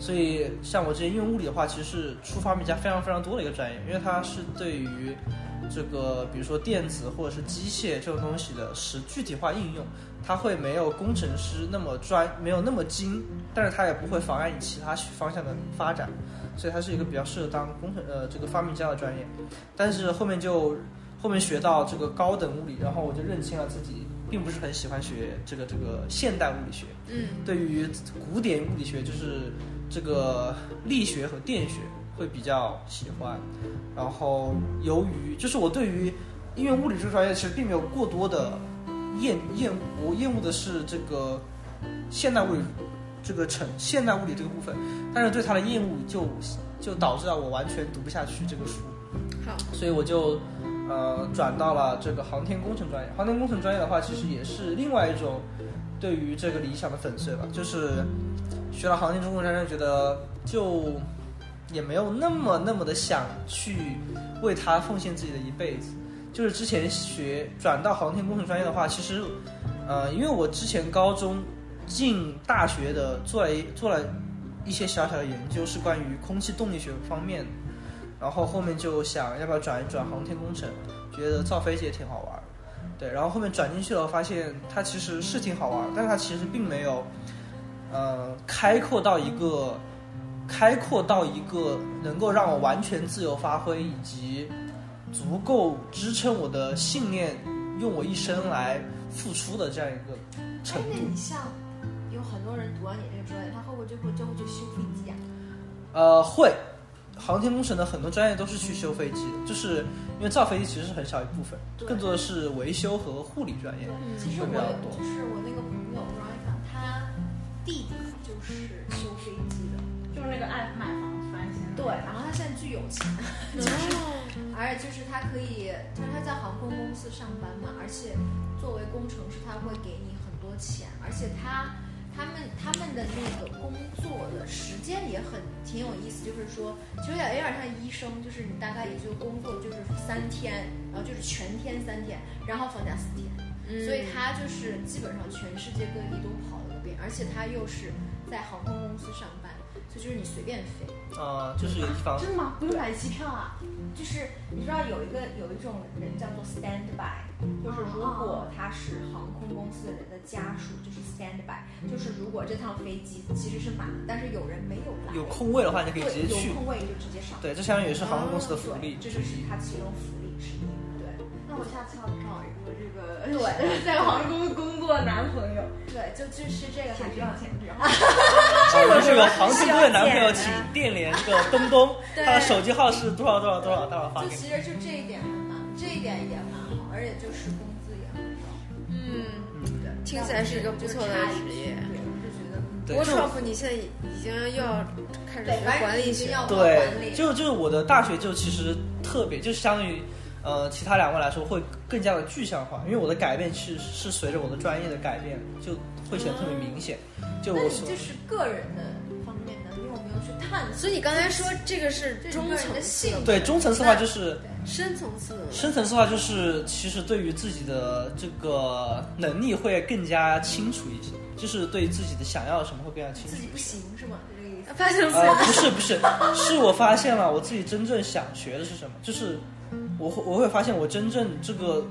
[SPEAKER 4] 所以，像我之前应用物理的话，其实是出发明家非常非常多的一个专业，因为它是对于这个，比如说电子或者是机械这种东西的实具体化应用，它会没有工程师那么专，没有那么精，但是它也不会妨碍你其他方向的发展，所以它是一个比较适合当工程呃这个发明家的专业。但是后面就后面学到这个高等物理，然后我就认清了自己并不是很喜欢学这个这个现代物理学，
[SPEAKER 1] 嗯，
[SPEAKER 4] 对于古典物理学，就是这个力学和电学会比较喜欢。然后由于就是我对于应用物理这个专业其实并没有过多的厌厌恶，我厌恶的是这个现代物理这个成现代物理这个部分，但是对它的厌恶就就导致了我完全读不下去这个书。
[SPEAKER 1] 好，
[SPEAKER 4] 所以我就呃转到了这个航天工程专业。航天工程专业的话，其实也是另外一种对于这个理想的粉碎吧，就是学了航天工程专业，觉得就也没有那么那么的想去为它奉献自己的一辈子。就是之前学转到航天工程专业的话，其实呃，因为我之前高中进大学的做了一做了一些小小的研究，是关于空气动力学方面的。然后后面就想要不要转一转航天工程，觉得造飞机也挺好玩儿，对，然后后面转进去了，发现它其实是挺好玩儿，但它其实并没有，呃，开阔到一个，开阔到一个能够让我完全自由发挥以及足够支撑我的信念，用我一生来付出的这样一个程
[SPEAKER 6] 哎，那
[SPEAKER 4] 度。
[SPEAKER 6] 你像有很多人读完你这个专业，他会不会就会就会去修飞机啊？
[SPEAKER 4] 呃，会，航天工程的很多专业都是去修飞机的，就是因为造飞机其实是很小一部分，
[SPEAKER 6] 对
[SPEAKER 4] 更多的是维修和护理专业。
[SPEAKER 6] 其实
[SPEAKER 4] 会
[SPEAKER 6] 我
[SPEAKER 4] 比较多
[SPEAKER 6] 就是我那个朋友 Ryan，他弟弟就是修飞机的，
[SPEAKER 2] 就是那个爱买房翻新。
[SPEAKER 4] 嗯
[SPEAKER 6] 对，然后他现在巨有 钱，
[SPEAKER 1] 嗯
[SPEAKER 6] 而且就是他可以，就是他在航空公司上班嘛，而且作为工程师，他会给你很多钱，而且他他们他们的那个工作的时间也很挺有意思，就是说其实有点有点像医生，就是你大概也就工作就是三天，然后就是全天三天，然后放假四天。
[SPEAKER 1] 嗯
[SPEAKER 6] 所以他就是基本上全世界各地都跑了个遍，而且他又是在航空公司上班，所以就是你随便飞，
[SPEAKER 4] 呃，就是有地方
[SPEAKER 2] 真的吗？不用买机票啊？
[SPEAKER 3] 就是你知道有一个有一种人叫做 stand by，就是如
[SPEAKER 1] 哦
[SPEAKER 3] 果他是航空公司的人的家属，就是 stand by，就是如果这趟飞机其实是满了，但是有人没有来，
[SPEAKER 4] 有空位的话，你可以
[SPEAKER 3] 对，
[SPEAKER 4] 直接去
[SPEAKER 3] 有。空位就直接上，
[SPEAKER 4] 对，这相当于也是航空公司的福利
[SPEAKER 3] 对，。这就是它其中福利之一，对
[SPEAKER 2] 那我下次要找一个这
[SPEAKER 1] 呃
[SPEAKER 2] 个
[SPEAKER 3] 对
[SPEAKER 2] 在航空工作的男朋友，
[SPEAKER 3] 对，就就是这个还
[SPEAKER 2] 请
[SPEAKER 3] 是
[SPEAKER 2] 这样，请这 样。
[SPEAKER 4] 这个这个航
[SPEAKER 3] 需
[SPEAKER 4] 天
[SPEAKER 3] 要
[SPEAKER 4] 工的男朋友，
[SPEAKER 3] 剪
[SPEAKER 4] 请
[SPEAKER 3] 的
[SPEAKER 4] 电联这个东 东，
[SPEAKER 3] 对
[SPEAKER 4] 他的手机号是多少多少多少，待会儿发
[SPEAKER 3] 就
[SPEAKER 4] 给你。
[SPEAKER 3] 其实就这一点还蛮，这一点也蛮好，而且就是工资也很高，
[SPEAKER 1] 嗯，
[SPEAKER 4] 嗯，
[SPEAKER 1] 听起来是一个不错的职业。
[SPEAKER 3] 对，我就觉得
[SPEAKER 1] 不
[SPEAKER 4] 对
[SPEAKER 1] 过
[SPEAKER 4] 这种
[SPEAKER 1] Trump，你现在已经又要开始
[SPEAKER 3] 对，
[SPEAKER 1] 学
[SPEAKER 3] 反
[SPEAKER 1] 管
[SPEAKER 3] 正
[SPEAKER 1] 理
[SPEAKER 3] 你是
[SPEAKER 1] 学，
[SPEAKER 3] 要管
[SPEAKER 4] 对，
[SPEAKER 3] 理，
[SPEAKER 4] 就就是我的大学就其实特别，就是相当于，呃，其他两位来说会更加的具象化，因为我的改变是是随着我的专业的改变，就会显得特别明显。就
[SPEAKER 3] 那
[SPEAKER 4] 我
[SPEAKER 3] 你
[SPEAKER 4] 所
[SPEAKER 3] 就是个人的方面呢，你有没有去探索？
[SPEAKER 1] 所以你刚才说这个是
[SPEAKER 3] 这是
[SPEAKER 1] 中
[SPEAKER 3] 个人
[SPEAKER 1] 层
[SPEAKER 3] 的
[SPEAKER 1] 次
[SPEAKER 3] 兴
[SPEAKER 1] 的
[SPEAKER 3] 趣
[SPEAKER 1] 吗，
[SPEAKER 4] 对中层次的话就是
[SPEAKER 1] 深层次的吗
[SPEAKER 4] 深层次的话就是其实对于自己的这个能力会更加清楚一些，就是对自己的想要什么会更加清楚
[SPEAKER 3] 自己
[SPEAKER 4] 一
[SPEAKER 3] 不
[SPEAKER 4] 些。
[SPEAKER 3] 行是吗？就这个意思。
[SPEAKER 1] 发现
[SPEAKER 4] 呃，不是不是，是我发现了我自己真正想学的是什么，就是我会我会发现我真正这个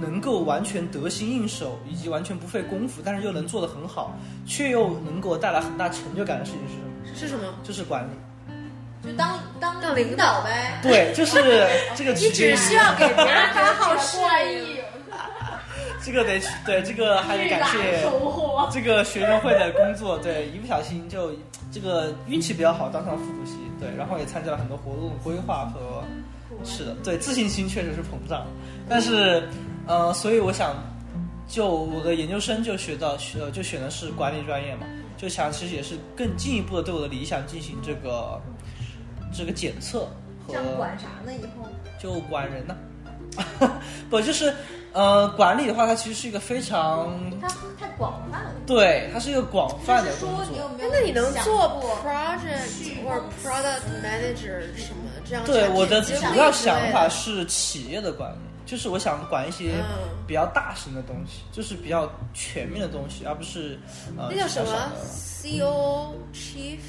[SPEAKER 4] 能够完全得心应手，以及完全不费功夫，但是又能做得很好，却又能给我带来很大成就感的事情是什么？
[SPEAKER 1] 哎是什么？
[SPEAKER 4] 就是管理。
[SPEAKER 3] 就当当
[SPEAKER 1] 当领
[SPEAKER 3] 领导呗。
[SPEAKER 4] 对，就是 这个取决
[SPEAKER 1] 只
[SPEAKER 4] 于
[SPEAKER 1] 需要给别人发号施令。
[SPEAKER 2] 意，哦
[SPEAKER 4] 这个得对这个还得感谢
[SPEAKER 2] 收获。
[SPEAKER 4] 这个学生会的工作，对，一不小心就这个运气比较好，当上了副主席，对，然后也参加了很多活动规划和，是的，对，自信心确实是膨胀，但是，呃，所以我想，就我的研究生就学到学呃就选的是管理专业嘛，就想其实也是更进一步的对我的理想进行这个这个检测和
[SPEAKER 3] 这样管啥呢？以后
[SPEAKER 4] 就管人 呢、不就是呃管理的话，它其实是一个非常
[SPEAKER 3] 他太广泛了。
[SPEAKER 4] 对，它是一个广泛
[SPEAKER 3] 就
[SPEAKER 4] 的
[SPEAKER 3] 是
[SPEAKER 4] 工
[SPEAKER 3] 说你有
[SPEAKER 4] 作。
[SPEAKER 3] 没
[SPEAKER 1] 哎
[SPEAKER 3] 有
[SPEAKER 1] 那你能
[SPEAKER 3] 想
[SPEAKER 1] 做
[SPEAKER 3] 过
[SPEAKER 1] project 或者 product manager 什么这样
[SPEAKER 4] 对
[SPEAKER 1] 产品
[SPEAKER 4] 我的
[SPEAKER 1] 经理
[SPEAKER 4] 主要
[SPEAKER 1] 之类
[SPEAKER 4] 想
[SPEAKER 1] 的
[SPEAKER 4] 法是企业的管理，就是我想管一些
[SPEAKER 1] 嗯
[SPEAKER 4] 比较大型的东西，就是比较全面的东西，而不是
[SPEAKER 1] 那叫
[SPEAKER 4] 呃比较
[SPEAKER 1] 什
[SPEAKER 4] 小
[SPEAKER 1] 么
[SPEAKER 4] 的
[SPEAKER 1] CO Chief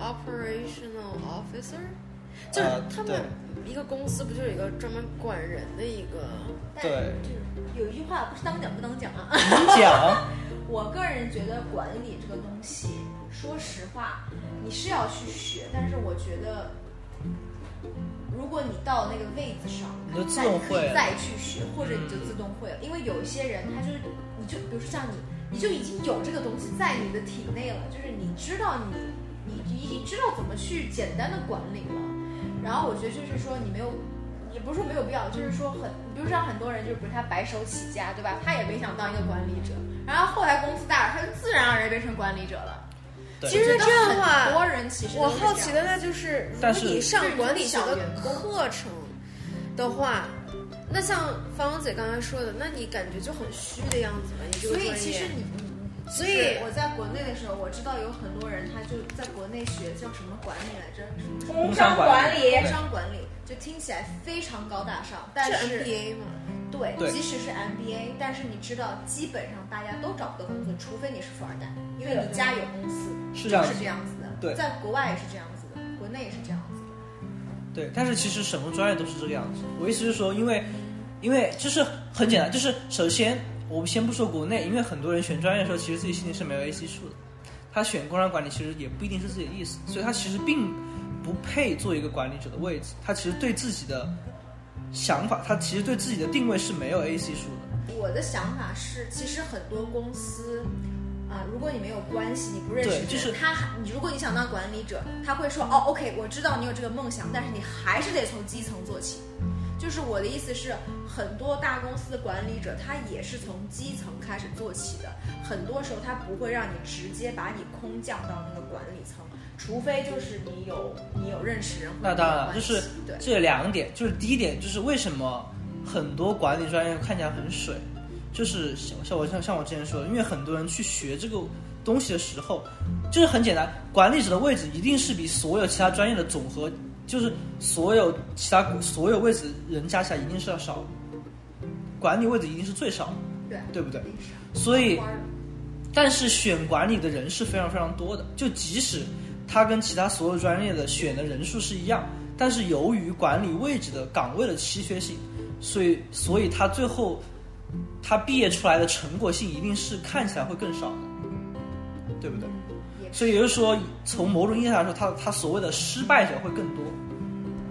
[SPEAKER 1] Operational Officer，就是
[SPEAKER 4] 呃
[SPEAKER 1] 他
[SPEAKER 4] 对
[SPEAKER 1] 们一个公司不就有一个专门管人的一个？
[SPEAKER 3] 但
[SPEAKER 4] 对
[SPEAKER 3] 就是有一句话不是当讲不当讲啊，
[SPEAKER 4] 你讲，
[SPEAKER 3] 我个人觉得管理这个东西，说实话，你是要去学，但是我觉得，如果你到那个位子上，
[SPEAKER 4] 你就自动会
[SPEAKER 3] 那你可以再去学，或者你就
[SPEAKER 1] 嗯
[SPEAKER 3] 自动会了。因为有一些人，他就是，你就比如说像你，你就已经有这个东西在你的体内了，就是你知道你，你已经知道怎么去简单的管理了。然后我觉得就是说你没有。也不是说没有必要，就是说很，比如像很多人，就比如他白手起家，对吧？他也没想当一个管理者，然后后来公司大了，他就自然而然变成管理者了。
[SPEAKER 4] 对
[SPEAKER 1] 其实
[SPEAKER 3] 我觉得
[SPEAKER 1] 这样的话，
[SPEAKER 3] 很多人其实
[SPEAKER 1] 我
[SPEAKER 3] 都是这样
[SPEAKER 1] 好奇的那就是，如果
[SPEAKER 4] 但是
[SPEAKER 1] 你上管理学
[SPEAKER 3] 小
[SPEAKER 1] 的
[SPEAKER 3] 员工
[SPEAKER 1] 课程的话，那像芳芳姐刚才说的，那你感觉就很虚的样子吧？你这个
[SPEAKER 3] 所以
[SPEAKER 1] 专
[SPEAKER 3] 其
[SPEAKER 1] 业
[SPEAKER 3] 实你，你
[SPEAKER 1] 所
[SPEAKER 3] 就是
[SPEAKER 1] 以
[SPEAKER 3] 我在国内的时候，我知道有很多人他就在国内学叫什么管理来着，什么
[SPEAKER 2] 工
[SPEAKER 4] 商
[SPEAKER 2] 商
[SPEAKER 4] 管
[SPEAKER 2] 管
[SPEAKER 4] 理
[SPEAKER 2] 理，
[SPEAKER 3] 工商管理，就听起来非常高大上，但
[SPEAKER 1] 是
[SPEAKER 3] 是
[SPEAKER 1] MBA 嘛，
[SPEAKER 3] 对，
[SPEAKER 4] 对
[SPEAKER 3] 即使是 MBA，但是你知道，基本上大家都找不到工作，除非你是富二代，因为
[SPEAKER 2] 对
[SPEAKER 3] 你家有公司，
[SPEAKER 4] 是这样
[SPEAKER 3] 是
[SPEAKER 4] 子
[SPEAKER 3] 这样子的。
[SPEAKER 4] 对
[SPEAKER 3] 在国外也是这样子的，国内也是这样子的。
[SPEAKER 4] 对，但是其实什么专业都是这个样子。我意思是说，因为因为就是很简单，就是首先我们先不说国内，因为很多人选专业的时候，其实自己心里是没有 AC 数的。他选工商管理其实也不一定是自己的意思，所以他其实并不配做一个管理者的位置。他其实对自己的想法，他其实对自己的定位是没有 AC 数的。
[SPEAKER 3] 我的想法是，其实很多公司。啊，如果你没有关系，你不认识
[SPEAKER 4] 对
[SPEAKER 3] 人
[SPEAKER 4] 就是
[SPEAKER 3] 他还，你如果你想当管理者，他会说哦，OK，我知道你有这个梦想，但是你还是得从基层做起。就是我的意思是，很多大公司的管理者他也是从基层开始做起的，很多时候他不会让你直接把你空降到那个管理层，除非就是你有你有认识人或者
[SPEAKER 4] 那当然了，
[SPEAKER 3] 有关
[SPEAKER 4] 就
[SPEAKER 3] 系
[SPEAKER 4] 是
[SPEAKER 3] 对
[SPEAKER 4] 这两点，就是第一点就是为什么很多管理专业看起来很水，就是像像我像像我之前说的，因为很多人去学这个东西的时候，就是很简单，管理者的位置一定是比所有其他专业的总和，就是所有其他所有位置人加起来一定是要少的，管理位置一定是最少的，
[SPEAKER 3] 对
[SPEAKER 4] 对不对？
[SPEAKER 3] 历史
[SPEAKER 4] 所以
[SPEAKER 3] 花儿
[SPEAKER 4] 但是选管理的人是非常非常多的，就即使他跟其他所有专业的选的人数是一样，但是由于管理位置的岗位的稀缺性，所以所以他最后他毕业出来的成果性一定是看起来会更少的，对不对？
[SPEAKER 3] 也
[SPEAKER 4] 所以也就是说，从某种意义上来说，他他所谓的失败者会更多，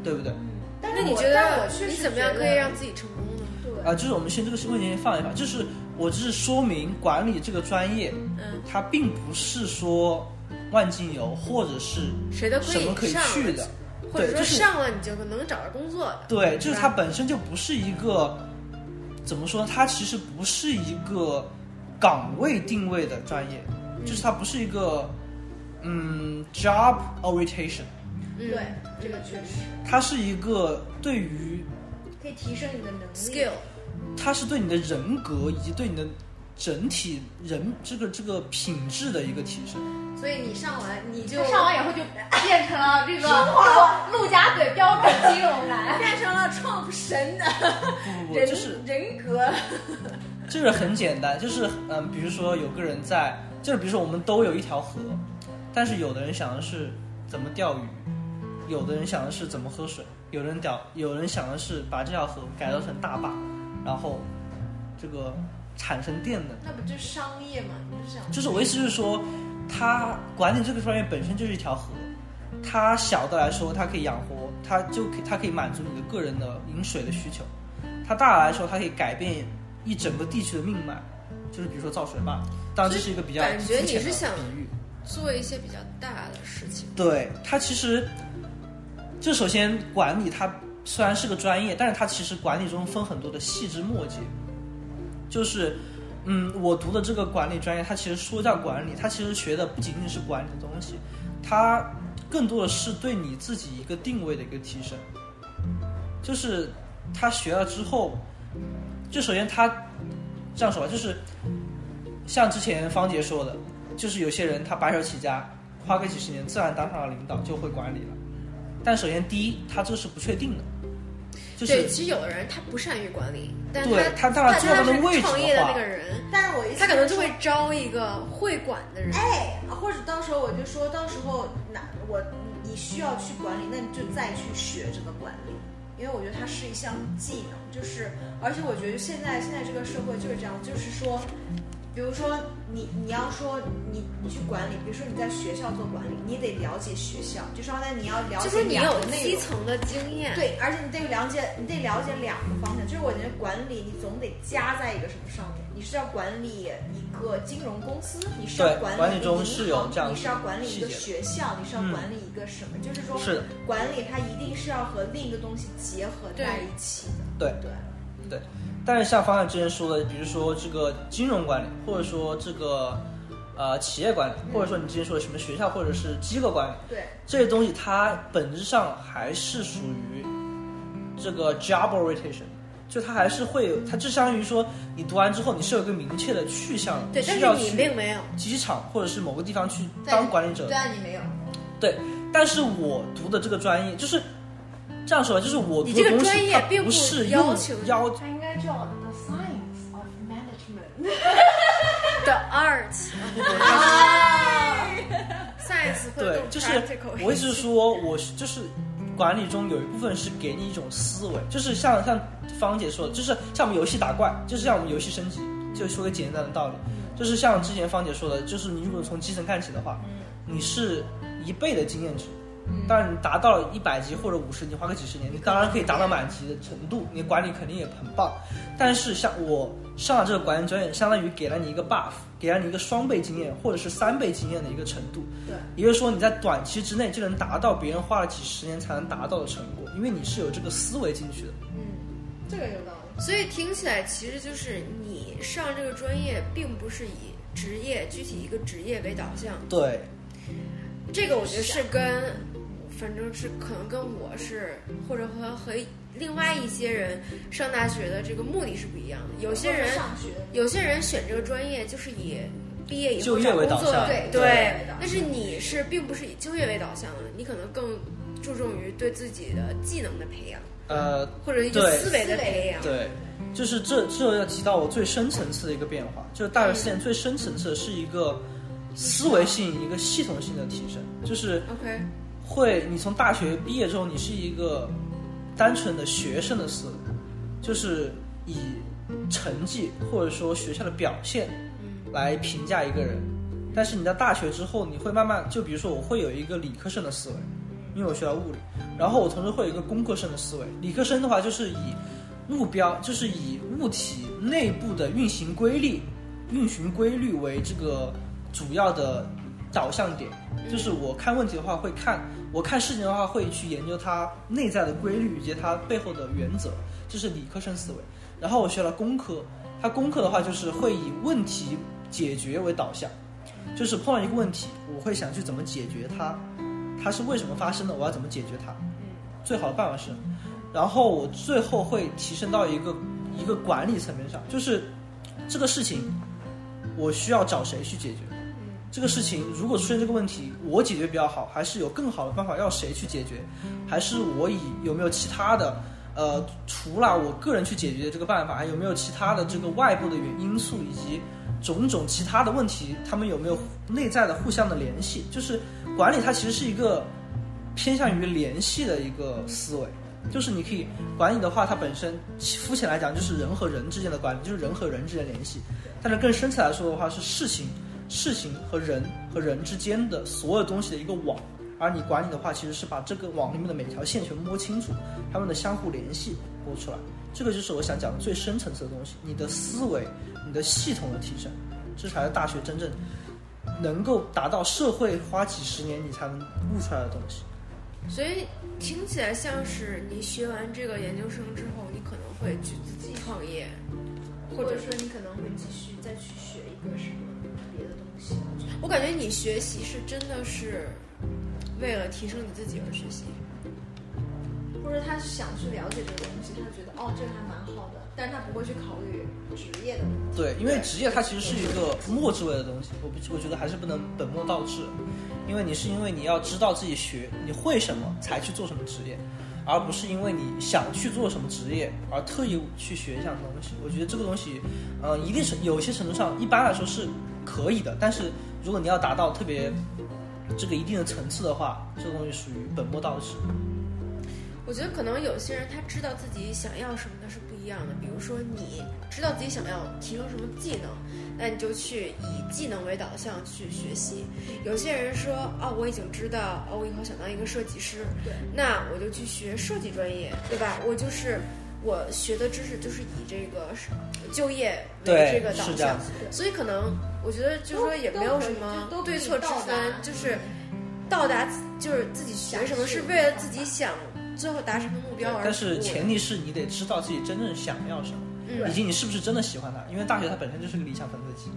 [SPEAKER 4] 对不对？
[SPEAKER 3] 但
[SPEAKER 1] 那
[SPEAKER 3] 是
[SPEAKER 1] 你
[SPEAKER 3] 我
[SPEAKER 1] 觉
[SPEAKER 3] 但我
[SPEAKER 1] 得
[SPEAKER 3] 确
[SPEAKER 1] 你
[SPEAKER 3] 实
[SPEAKER 1] 怎么样
[SPEAKER 3] 觉
[SPEAKER 1] 可以
[SPEAKER 3] 得
[SPEAKER 1] 让自己成功呢？
[SPEAKER 3] 对
[SPEAKER 4] 啊、就是我们先这个问题先放一放，就是我只是说明管理这个专业，
[SPEAKER 1] 嗯，
[SPEAKER 4] 它并不是说万金油，或者是
[SPEAKER 1] 谁都
[SPEAKER 4] 什么可
[SPEAKER 1] 以
[SPEAKER 4] 以
[SPEAKER 1] 上
[SPEAKER 4] 去的，
[SPEAKER 1] 或者
[SPEAKER 4] 对
[SPEAKER 1] 说
[SPEAKER 4] 就是
[SPEAKER 1] 上了你就能找到工作的。
[SPEAKER 4] 对，就是
[SPEAKER 1] 是
[SPEAKER 4] 它
[SPEAKER 1] 吧
[SPEAKER 4] 本身就不是一个怎么说呢？它其实不是一个岗位定位的专业，就是它不是一个嗯 job orientation，
[SPEAKER 1] 嗯
[SPEAKER 3] 对这个确实
[SPEAKER 4] 它是一个对于
[SPEAKER 3] 可以提升你的能力。
[SPEAKER 1] 嗯，skill
[SPEAKER 4] 它是对你的人格以及对你的整体人这个这个品质的一个提升。
[SPEAKER 3] 所以你上完你就
[SPEAKER 7] 上完以后就变成了这个陆家嘴标准金融男。
[SPEAKER 3] 变成了 Trump 神的
[SPEAKER 4] 不不不，
[SPEAKER 3] 人
[SPEAKER 4] 就是
[SPEAKER 3] 人格，
[SPEAKER 4] 这个很简单，就是嗯、比如说有个人在，就是比如说我们都有一条河，但是有的人想的是怎么钓鱼，有的人想的是怎么喝水，有人钓，有人想的是把这条河改造成大坝，然后这个产生电能。
[SPEAKER 3] 那不就是商业嘛？你就想
[SPEAKER 4] 就是我意思就是说，他管理这个专业本身就是一条河，它小的来说，它可以养活，它就可以它可以满足你的个人的饮水的需求；它大的来说，它可以改变一整个地区的命脉，就是比如说造水坝。当然，这是一个比较
[SPEAKER 1] 感觉
[SPEAKER 4] 肤浅
[SPEAKER 1] 你是
[SPEAKER 4] 的
[SPEAKER 1] 想
[SPEAKER 4] 比喻。
[SPEAKER 1] 做一些比较大的事情。
[SPEAKER 4] 对它其实，就首先管理它虽然是个专业，但是它其实管理中分很多的细枝末节，就是。嗯，我读的这个管理专业，它其实说叫管理，它其实学的不仅仅是管理的东西，它更多的是对你自己一个定位的一个提升。就是他学了之后，就首先他这样说吧，就是像之前芳姐说的，就是有些人他白手起家，花个几十年，自然当上了领导，就会管理了。但首先第一，他这是不确定的，就是
[SPEAKER 1] 对，其实有的人他不善于管理，但
[SPEAKER 4] 对
[SPEAKER 1] 他
[SPEAKER 4] 他当然
[SPEAKER 1] 但
[SPEAKER 4] 知道他的
[SPEAKER 1] 是
[SPEAKER 4] 位置
[SPEAKER 1] 创
[SPEAKER 4] 的
[SPEAKER 1] 业的
[SPEAKER 4] 话
[SPEAKER 1] 那个人，
[SPEAKER 3] 但是我意思
[SPEAKER 1] 他可能
[SPEAKER 3] 是
[SPEAKER 1] 就会招一个会管的人。
[SPEAKER 3] 哎，或者到时候我就说，到时候哪我你需要去管理，那你就再去学这个管理，因为我觉得它是一项技能，就是而且我觉得现在现在这个社会就是这样，就是说，比如说你你要说你你去管理，比如说你在学校做管理，你得了解学校，就说那你要了解
[SPEAKER 1] 就是你
[SPEAKER 3] 两
[SPEAKER 1] 有
[SPEAKER 3] 个内
[SPEAKER 1] 基
[SPEAKER 3] 容
[SPEAKER 1] 层的经验，
[SPEAKER 3] 对，而且你得了解，你得了解两个方向。就是我觉得管理，你总得加在一个什么上面。你是要管理一个金融公司，你是要
[SPEAKER 4] 对
[SPEAKER 3] 管理
[SPEAKER 4] 管理
[SPEAKER 3] 一个
[SPEAKER 4] 中
[SPEAKER 3] 银
[SPEAKER 4] 是有
[SPEAKER 3] 行
[SPEAKER 4] 这样
[SPEAKER 3] 你是要管理一个
[SPEAKER 4] 细节的
[SPEAKER 3] 学校，你是要
[SPEAKER 4] 嗯
[SPEAKER 3] 管理一个什么？就是说，
[SPEAKER 4] 是的
[SPEAKER 3] 管理它一定是要和另一个东西结合在
[SPEAKER 1] 对
[SPEAKER 3] 一起的。
[SPEAKER 4] 对
[SPEAKER 3] 对，
[SPEAKER 4] 但是像方案之前说的，比如说这个金融管理，或者说这个呃企业管理，或者说你之前说的什么学校或者是机构管理，
[SPEAKER 3] 对
[SPEAKER 4] 这些东西它本质上还是属于这个 job orientation，就它还是会有，它就相当于说你读完之后你是有一个明确的去向的，
[SPEAKER 1] 对，
[SPEAKER 4] 需
[SPEAKER 1] 但
[SPEAKER 4] 要
[SPEAKER 1] 是你
[SPEAKER 4] 去
[SPEAKER 1] 并没有。
[SPEAKER 4] 机场或者是某个地方去当管理者
[SPEAKER 6] 对。啊，你没有，
[SPEAKER 4] 但是我读的这个专业就是这样说吧，就是我
[SPEAKER 1] 你
[SPEAKER 4] 读
[SPEAKER 1] 这
[SPEAKER 4] 的
[SPEAKER 1] 个
[SPEAKER 4] 东
[SPEAKER 1] 专
[SPEAKER 4] 西
[SPEAKER 1] 业
[SPEAKER 4] 它
[SPEAKER 1] 并不
[SPEAKER 4] 不是
[SPEAKER 1] 要
[SPEAKER 4] 用
[SPEAKER 1] 求
[SPEAKER 4] 要
[SPEAKER 2] 它应该叫 The Science of Management。
[SPEAKER 1] The arts
[SPEAKER 4] 不不它
[SPEAKER 1] science
[SPEAKER 4] 是
[SPEAKER 1] 会
[SPEAKER 4] 对
[SPEAKER 1] 更，
[SPEAKER 4] 就是
[SPEAKER 1] practical 一
[SPEAKER 4] 我一直
[SPEAKER 1] 些
[SPEAKER 4] 说我是就是管理中有一部分是给你一种思维，就是像像芳姐说的，就是像我们游戏打怪，就是像我们游戏升级，就说个简单的道理，就是像之前芳姐说的，就是你如果从基层干起的话，你是一倍的经验值。当然，你达到了一百级或者五十，你花个几十年，你当然可以达到满级的程度，你管理肯定也很棒。但是像我上了这个管理专业，相当于给了你一个 buff，给了你一个双倍经验或者是三倍经验的一个程度。
[SPEAKER 3] 对，
[SPEAKER 4] 也就是说你在短期之内就能达到别人花了几十年才能达到的成果，因为你是有这个思维进去的。
[SPEAKER 3] 这个有道理。
[SPEAKER 1] 所以听起来其实就是你上这个专业，并不是以职业具体一个职业为导向。
[SPEAKER 4] 对，
[SPEAKER 1] 这个我觉得是跟，反正是可能跟我是，或者和和另外一些人上大学的这个目的是不一样的。有些人
[SPEAKER 3] 上学
[SPEAKER 1] 有些人选这个专业就是以毕业以后
[SPEAKER 4] 就业
[SPEAKER 1] 找
[SPEAKER 4] 为
[SPEAKER 1] 工
[SPEAKER 4] 导
[SPEAKER 1] 作
[SPEAKER 4] 向
[SPEAKER 1] 对
[SPEAKER 3] 对就业为导向
[SPEAKER 1] 但是你是并不是以就业为导向的，你可能更注重于对自己的技能的培养，
[SPEAKER 4] 呃，
[SPEAKER 1] 或者一个
[SPEAKER 4] 对
[SPEAKER 1] 思维的培养。
[SPEAKER 4] 对，就是这这要提到我最深层次的一个变化，就是大学四年最深层次的是一个思维性、一个系统性的提升，就是。
[SPEAKER 1] OK，
[SPEAKER 4] 会，你从大学毕业之后，你是一个单纯的学生的思维，就是以成绩或者说学校的表现
[SPEAKER 3] 嗯
[SPEAKER 4] 来评价一个人。但是你在大学之后，你会慢慢就比如说，我会有一个理科生的思维，因为我学到物理，然后我同时会有一个工科生的思维。理科生的话，就是以目标，就是以物体内部的运行规律、运行规律为这个主要的导向点。就是我看问题的话，会看我看事情的话，会去研究它内在的规律以及它背后的原则，这是理科生思维。然后我学了工科，它工科的话就是会以问题解决为导向，就是碰到一个问题，我会想去怎么解决它，它是为什么发生的，我要怎么解决它，最好的办法是什么，然后我最后会提升到一个一个管理层面上，就是这个事情我需要找谁去解决。这个事情如果出现这个问题，我解决比较好，还是有更好的办法要谁去解决，还是我以有没有其他的，呃，除了我个人去解决这个办法，还有没有其他的这个外部的原因素以及种种其他的问题，他们有没有内在的互相的联系？就是管理它其实是一个偏向于联系的一个思维。就是你可以管理的话，它本身肤浅来讲就是人和人之间的管理，就是人和人之间的联系。但是更深层来说的话，是事情事情和人和人之间的所有东西的一个网，而你管理的话，其实是把这个网里面的每条线全部摸清楚，它们的相互联系摸出来。这个就是我想讲的最深层次的东西，你的思维、你的系统的提升，这才是大学真正能够达到社会花几十年你才能悟出来的东西。
[SPEAKER 1] 所以听起来像是你学完这个研究生之后，你可能会去自己创业，或
[SPEAKER 6] 或
[SPEAKER 1] 者
[SPEAKER 6] 者
[SPEAKER 1] 是
[SPEAKER 6] 说你可能会继续再去学一个什么别的东西。
[SPEAKER 1] 我感觉你学习是真的是为了提升你自己而学习。
[SPEAKER 6] 或者他想去了解这个东西，他觉得哦，这个还蛮好的，
[SPEAKER 3] 但是他不会去考虑职业的问题。
[SPEAKER 4] 对，因为职业它其实是一个末之位的东西，我不，我觉得还是不能本末倒置，因为你是因为你要知道自己学你会什么才去做什么职业，而不是因为你想去做什么职业而特意去学一项东西。我觉得这个东西，呃，一定是有些程度上一般来说是可以的，但是如果你要达到特别这个一定的层次的话，这个东西属于本末倒置。
[SPEAKER 1] 我觉得可能有些人他知道自己想要什么的是不一样的，比如说你知道自己想要提升什么技能，那你就去以技能为导向去学习。有些人说哦，我已经知道哦，我以后想当一个设计师，
[SPEAKER 3] 对，
[SPEAKER 1] 那我就去学设计专业，对吧？我就是我学的知识就是以这个就业为
[SPEAKER 4] 对
[SPEAKER 1] 这个导
[SPEAKER 4] 是这
[SPEAKER 1] 向
[SPEAKER 4] 样，
[SPEAKER 1] 所以可能我觉得就说也没有什么
[SPEAKER 3] 都都可以
[SPEAKER 1] 对错之
[SPEAKER 3] 到达嗯
[SPEAKER 1] 分，就是到达自就是自己学什么是为了自己想最后达成的目标而
[SPEAKER 4] 但是
[SPEAKER 1] 服务
[SPEAKER 4] 前提是你得知道自己真正想要什么，
[SPEAKER 1] 嗯
[SPEAKER 4] 以及你是不是真的喜欢它。因为大学它本身就是个理想粉碎机，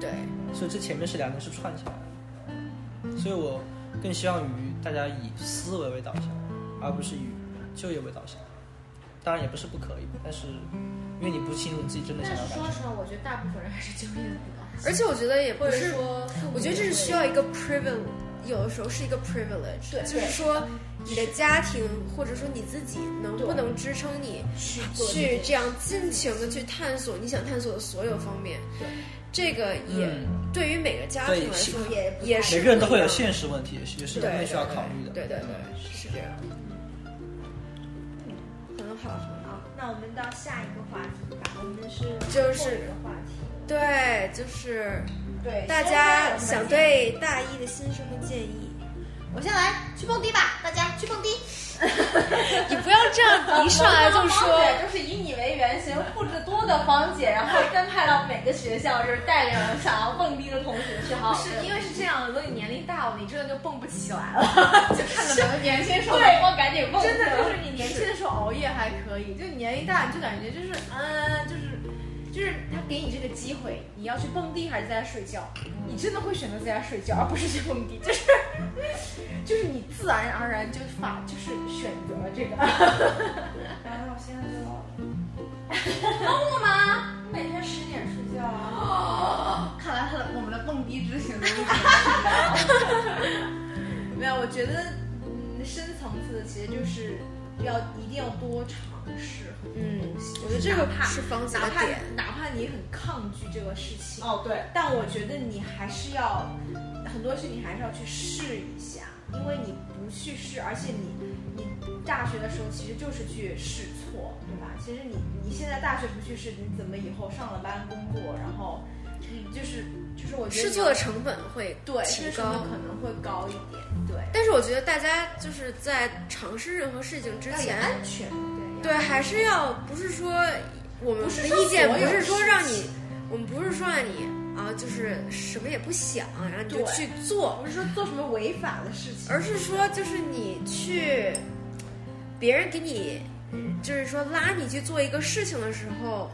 [SPEAKER 1] 对，
[SPEAKER 4] 所以这前面是两个是串起来的。所以我更希望于大家以思维为导向，而不是以就业为导向。当然也不是不可以，但是因为你不清楚你自己真的想
[SPEAKER 3] 但
[SPEAKER 4] 要
[SPEAKER 3] 是
[SPEAKER 4] 干
[SPEAKER 3] 说
[SPEAKER 4] 什
[SPEAKER 3] 实话，我觉得大部分人还是就业的比较好，
[SPEAKER 1] 而且我觉得也不
[SPEAKER 3] 或者
[SPEAKER 1] 是，
[SPEAKER 3] 说父母
[SPEAKER 1] 我觉得这是需要一个 privilege，有的时候是一个 privilege，对，就是说你的家庭或者说你自己能不能支撑你
[SPEAKER 3] 去做这
[SPEAKER 1] 去
[SPEAKER 3] 件
[SPEAKER 1] 这样尽情的去探索你想探索的所有方面
[SPEAKER 3] 对，
[SPEAKER 1] 这个
[SPEAKER 4] 么。
[SPEAKER 1] 也
[SPEAKER 4] 嗯，
[SPEAKER 1] 对于每个家
[SPEAKER 4] 对
[SPEAKER 1] 庭来
[SPEAKER 4] 是
[SPEAKER 1] 说
[SPEAKER 3] 也不太
[SPEAKER 1] 也是
[SPEAKER 4] 每个人都会
[SPEAKER 1] 不一
[SPEAKER 4] 有
[SPEAKER 1] 样
[SPEAKER 4] 现实问题，也是也是
[SPEAKER 1] 对
[SPEAKER 4] 人类需要
[SPEAKER 1] 对
[SPEAKER 4] 考虑的。
[SPEAKER 1] 对对对，是这样。嗯很好，很好。
[SPEAKER 8] 好，那我们到下一个话题吧，我们是
[SPEAKER 1] 就
[SPEAKER 8] 后
[SPEAKER 1] 是
[SPEAKER 8] 一个话题，
[SPEAKER 1] 对，就是
[SPEAKER 2] 对，
[SPEAKER 1] 大家想对大一的新生的建议。
[SPEAKER 3] 我先来去蹦迪吧，大家去蹦迪。
[SPEAKER 1] 你不要这样一上来就
[SPEAKER 2] 芳
[SPEAKER 1] 说，
[SPEAKER 2] 姐就是以你为原型，复制多的芳姐，然后分派到每个学校，就是带领想要蹦迪的同学去好
[SPEAKER 9] 不
[SPEAKER 2] 好
[SPEAKER 9] 是
[SPEAKER 2] 地
[SPEAKER 9] 因为是这样的，等你年龄大了，你真的就蹦不起来了。
[SPEAKER 3] 就看着咱们年轻时候，
[SPEAKER 2] 哦对，啊我赶紧蹦。
[SPEAKER 9] 真的就是你年轻的时候熬夜还可以，就年龄大你就感觉就是嗯，就是就是他给你这个机会，你要去蹦迪还是在家睡觉，你真的会选择在家睡觉，而不是去蹦迪，就是就是你自然而然就法就是选择了这个。
[SPEAKER 2] 然后现在就老了，
[SPEAKER 9] 不吗？
[SPEAKER 2] 每天十点睡觉 啊。
[SPEAKER 9] 看来他的我们的蹦迪之行都是
[SPEAKER 3] 没有，我觉得嗯，深层次的其实就是要一定要多尝试，
[SPEAKER 1] 嗯，我觉得这个
[SPEAKER 3] 哪怕
[SPEAKER 1] 是方姐
[SPEAKER 3] 哪
[SPEAKER 1] 的
[SPEAKER 3] 怕
[SPEAKER 1] 点。
[SPEAKER 3] 哪怕你很抗拒这个事情，
[SPEAKER 2] 哦，对，
[SPEAKER 3] 但我觉得你还是要很多事情还是要去试一下，因为你不去试，而且你你大学的时候其实就是去试错，对吧？其实你你现在大学不去试，你怎么以后上了班工作，然后你就是就是我觉得
[SPEAKER 1] 试错的成本会
[SPEAKER 3] 对
[SPEAKER 1] 提
[SPEAKER 3] 试错
[SPEAKER 1] 高
[SPEAKER 3] 的，可能会高一点，对，
[SPEAKER 1] 但是我觉得大家就是在尝试任何事情之
[SPEAKER 3] 要有
[SPEAKER 1] 前，
[SPEAKER 3] 安全，
[SPEAKER 1] 对，
[SPEAKER 3] 对
[SPEAKER 1] 还是要不是说我们的
[SPEAKER 3] 不是
[SPEAKER 1] 意见
[SPEAKER 3] 说所
[SPEAKER 1] 不
[SPEAKER 3] 有
[SPEAKER 1] 是说
[SPEAKER 3] 事
[SPEAKER 1] 让你
[SPEAKER 3] 情，
[SPEAKER 1] 我们不是说让你啊，就是什么也不想，然后你就
[SPEAKER 3] 对
[SPEAKER 1] 去做，
[SPEAKER 3] 不是说做什么违法的事情，
[SPEAKER 1] 而是说就是你去，别人给你，就是说拉你去做一个事情的时候，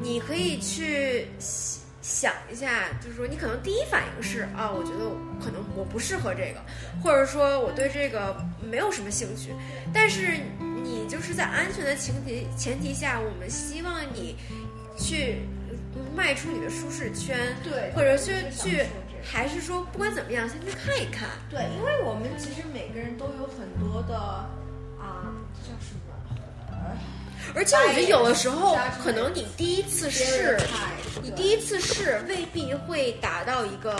[SPEAKER 1] 你可以去想想一下，就是说你可能第一反应是啊，我觉得我可能我不适合这个，或者说我对这个没有什么兴趣，但是你就是在安全的前提前提下，我们希望你去迈出你的舒适圈，
[SPEAKER 3] 对，
[SPEAKER 1] 或者
[SPEAKER 3] 我
[SPEAKER 1] 是去
[SPEAKER 3] 就想说这个
[SPEAKER 1] 还是说不管怎么样，先去看一看。
[SPEAKER 3] 对，因为我们其实每个人都有很多的啊，叫什么？
[SPEAKER 1] 而且我觉得有的时候
[SPEAKER 3] 发言，
[SPEAKER 1] 可能你第一次试，你第
[SPEAKER 3] 一
[SPEAKER 1] 一次试未必会达到一个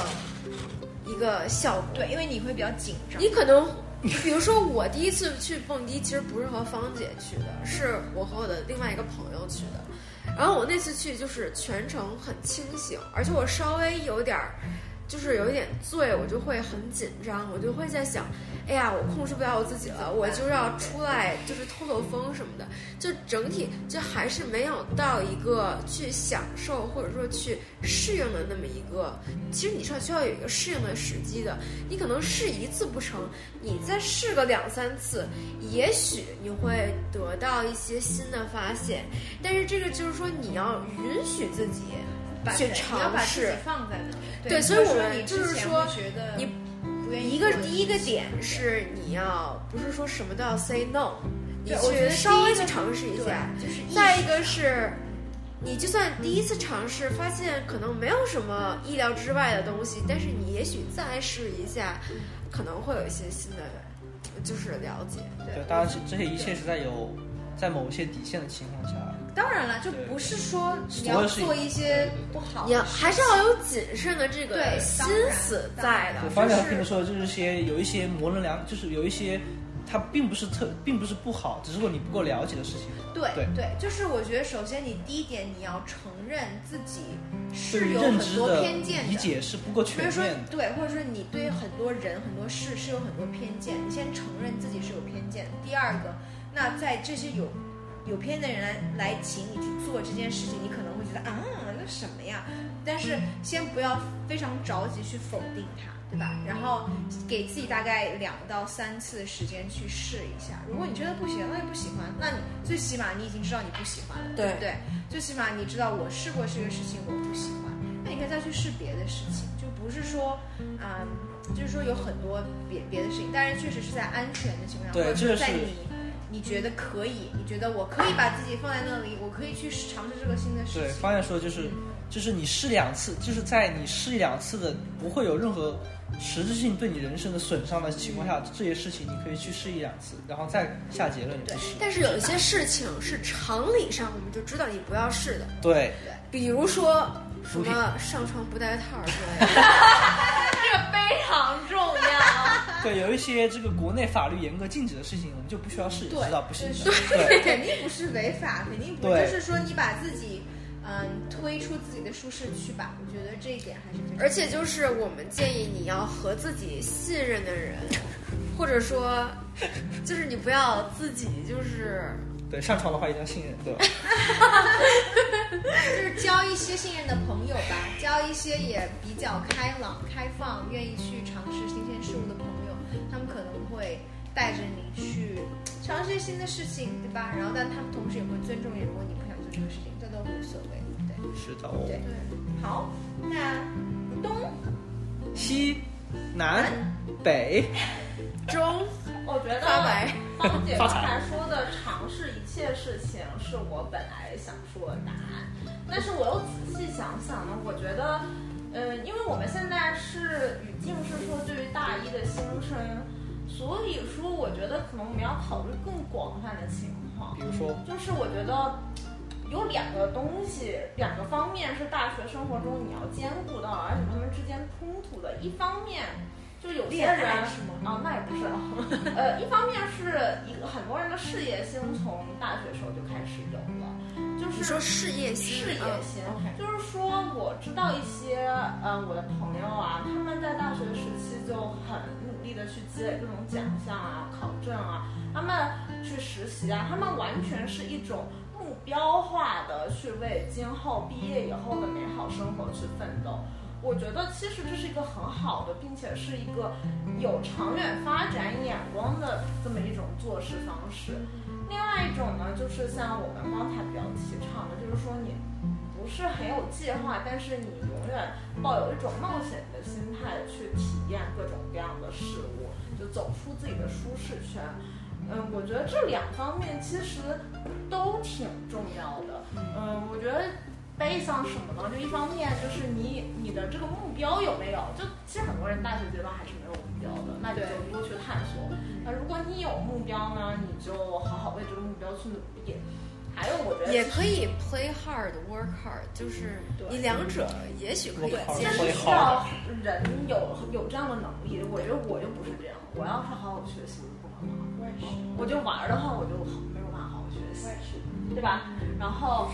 [SPEAKER 1] 一个效果。
[SPEAKER 3] 对，因为你会比较紧张。
[SPEAKER 1] 你可能，比如说我第一次去蹦迪，其实不是和芳姐去的，是我和我的另外一个朋友去的。然后我那次去就是全程很清醒，而且我稍微有点儿，就是有一点醉，我就会很紧张，我就会在想，哎呀，我控制不了我自己了，我就要出来就是透透风什么的。就整体就还是没有到一个去享受或者说去适应的那么一个，其实你是需要有一个适应的时机的。你可能试一次不成，你再试个两三次，也许你会得到一些新的发现。但是这个就是说，你要允许自己去
[SPEAKER 3] 你要
[SPEAKER 1] 尝
[SPEAKER 3] 把自己
[SPEAKER 1] 试。
[SPEAKER 3] 放在那。
[SPEAKER 1] 对所以我们就是说
[SPEAKER 3] 说，觉得
[SPEAKER 1] 你
[SPEAKER 3] 不愿意
[SPEAKER 1] 一个
[SPEAKER 3] 做的
[SPEAKER 1] 第一个
[SPEAKER 3] 事情
[SPEAKER 1] 点是你要不是说什么都要 say no，你
[SPEAKER 3] 对我觉
[SPEAKER 1] 去
[SPEAKER 3] 得
[SPEAKER 1] 稍微
[SPEAKER 3] 第一
[SPEAKER 1] 去
[SPEAKER 3] 个
[SPEAKER 1] 尝试一
[SPEAKER 3] 对
[SPEAKER 1] 下。，
[SPEAKER 3] 就是意识
[SPEAKER 1] 再一个是，你就算第一次尝试发现可能没有什么意料之外的东西，但是你也许再试一下，可能会有一些新的，就是了解。
[SPEAKER 4] 对，当然是这些一切是在有在某些底线的情况下，
[SPEAKER 3] 当然了，就不是说你要做一些不好
[SPEAKER 1] 你要
[SPEAKER 3] 的
[SPEAKER 1] 还是要有谨慎的这个
[SPEAKER 3] 对
[SPEAKER 1] 心
[SPEAKER 3] 当然
[SPEAKER 1] 思
[SPEAKER 3] 当然
[SPEAKER 1] 在的
[SPEAKER 4] 我，发
[SPEAKER 1] 就
[SPEAKER 4] 现听
[SPEAKER 1] 是
[SPEAKER 4] 说的就是些有一些模棱两，就是有一些它并不是特，并不是不好，只是说你不够了解的事情。
[SPEAKER 3] 对
[SPEAKER 4] 对
[SPEAKER 3] 就是我觉得首先你第一点你要承认自己
[SPEAKER 4] 对
[SPEAKER 3] 是
[SPEAKER 4] 于
[SPEAKER 3] 有
[SPEAKER 4] 认
[SPEAKER 3] 很
[SPEAKER 4] 知
[SPEAKER 3] 多
[SPEAKER 4] 的
[SPEAKER 3] 偏见
[SPEAKER 4] 理解是不够
[SPEAKER 3] 比
[SPEAKER 4] 全
[SPEAKER 3] 如说
[SPEAKER 4] 面的。
[SPEAKER 3] 对，或者说你对很多人、很多事是有很多偏见，你先承认自己是有偏见。第二个，那在这些有有偏见的人来来请你去做这件事情，你可能会觉得啊，那什么呀？但是先不要非常着急去否定它，对吧？然后给自己大概两到三次时间去试一下。如果你觉得不行，那就不喜欢，那你最起码你已经知道你不喜欢了，
[SPEAKER 1] 对
[SPEAKER 3] 不对？最起码你知道我试过这个事情，我不喜欢。那你可以再去试别的事情，就不是说，啊、就是说有很多别别的事情，但是确实是在安全的情况下，
[SPEAKER 4] 对
[SPEAKER 3] 或者
[SPEAKER 4] 这个
[SPEAKER 3] 说在
[SPEAKER 4] 是
[SPEAKER 3] 你你觉得可以，你觉得我可以把自己放在那里，我可以去尝试这个新的事
[SPEAKER 4] 对，
[SPEAKER 3] 情。
[SPEAKER 4] 发现说就是就是你试两次，就是在你试一两次的不会有任何实质性对你人生的损伤的情况下，这些事情你可以去试一两次，然后再下结论你不试。
[SPEAKER 1] 但是有一些事情是常理上我们就知道你不要试的，
[SPEAKER 4] 对，
[SPEAKER 1] 比如说什
[SPEAKER 4] 毒品
[SPEAKER 1] 么上床不带套儿之类 的。
[SPEAKER 6] 非常重要。
[SPEAKER 4] 对，有一些这个国内法律严格禁止的事情，我们就不需要试，
[SPEAKER 3] 对
[SPEAKER 4] 知道不行的。
[SPEAKER 3] 对，
[SPEAKER 4] 对，
[SPEAKER 3] 肯定不是违法，肯定不是，
[SPEAKER 4] 对
[SPEAKER 3] 就是说你把自己，嗯，推出自己的舒适区吧。我觉得这一点还是非常。
[SPEAKER 1] 而且就是我们建议你要和自己信任的人，或者说，就是你不要自己就是
[SPEAKER 4] 对，上床的话一定要信任，对吧？
[SPEAKER 3] 就是交一些信任的朋友吧，交一些也比较开朗、开放、愿意去尝试新鲜事物的朋友，他们可能会带着你去尝试新的事情，对吧？然后，但他们同时也会尊重你，如果你不想做这个事情，这都无所谓。对，
[SPEAKER 4] 是的哦。
[SPEAKER 3] 对好，那东
[SPEAKER 4] 西南北，
[SPEAKER 1] 中
[SPEAKER 2] 我觉得
[SPEAKER 1] 发白。
[SPEAKER 2] 芳姐刚才说的尝试一切事情，是我本来想说的答案，但是我又仔细想想呢，我觉得，呃，因为我们现在是语境是说对于大一的新生，所以说我觉得可能我们要考虑更广泛的情况
[SPEAKER 4] 比，如说
[SPEAKER 2] 就是我觉得。有两个东西，两个方面是大学生活中你要兼顾到，而且他们之间冲突的。一方面，就是有些
[SPEAKER 3] 恋
[SPEAKER 2] 人
[SPEAKER 3] 爱是吗？
[SPEAKER 2] 啊，那也不是啊。呃，一方面是一个很多人的事业心从大学时候就开始有了，就
[SPEAKER 1] 你
[SPEAKER 2] 是
[SPEAKER 1] 说事业心，
[SPEAKER 2] 事业
[SPEAKER 1] 嗯
[SPEAKER 2] 心，
[SPEAKER 1] OK
[SPEAKER 2] 就是说我知道一些呃我的朋友啊，他们在大学时期就很努力的去积累各种奖项啊、考证啊，他们去实习啊，他们完全是一种目标化的去为今后毕业以后的美好生活去奋斗。我觉得其实这是一个很好的，并且是一个有长远发展眼光的这么一种做事方式。另外一种呢，就是像我们刚才比较提倡的，就是说你不是很有计划，但是你永远抱有一种冒险的心态去体验各种各样的事物，就走出自己的舒适圈。嗯，我觉得这两方面其实都挺重要的。嗯，我觉得背上什么呢？就一方面就是你你的这个目标有没有？就其实很多人大学阶段还是没有目标的，那你就多去探索。那如果你有目标呢，你就好好为这个目标去努力。还有，我觉得
[SPEAKER 1] 也
[SPEAKER 2] 其实
[SPEAKER 1] 可以 play hard work hard，就是
[SPEAKER 2] 对
[SPEAKER 1] 你两者也许可以
[SPEAKER 4] Work hard
[SPEAKER 1] 接
[SPEAKER 2] 但
[SPEAKER 1] 受
[SPEAKER 2] 是。
[SPEAKER 4] play
[SPEAKER 2] 需要人有有这样的能力。我觉得我就不是这样，我要是好好学习，我就不可能。
[SPEAKER 5] 我也是，
[SPEAKER 2] 我就玩儿的话，我就好没有办法好好学习，对吧？然后，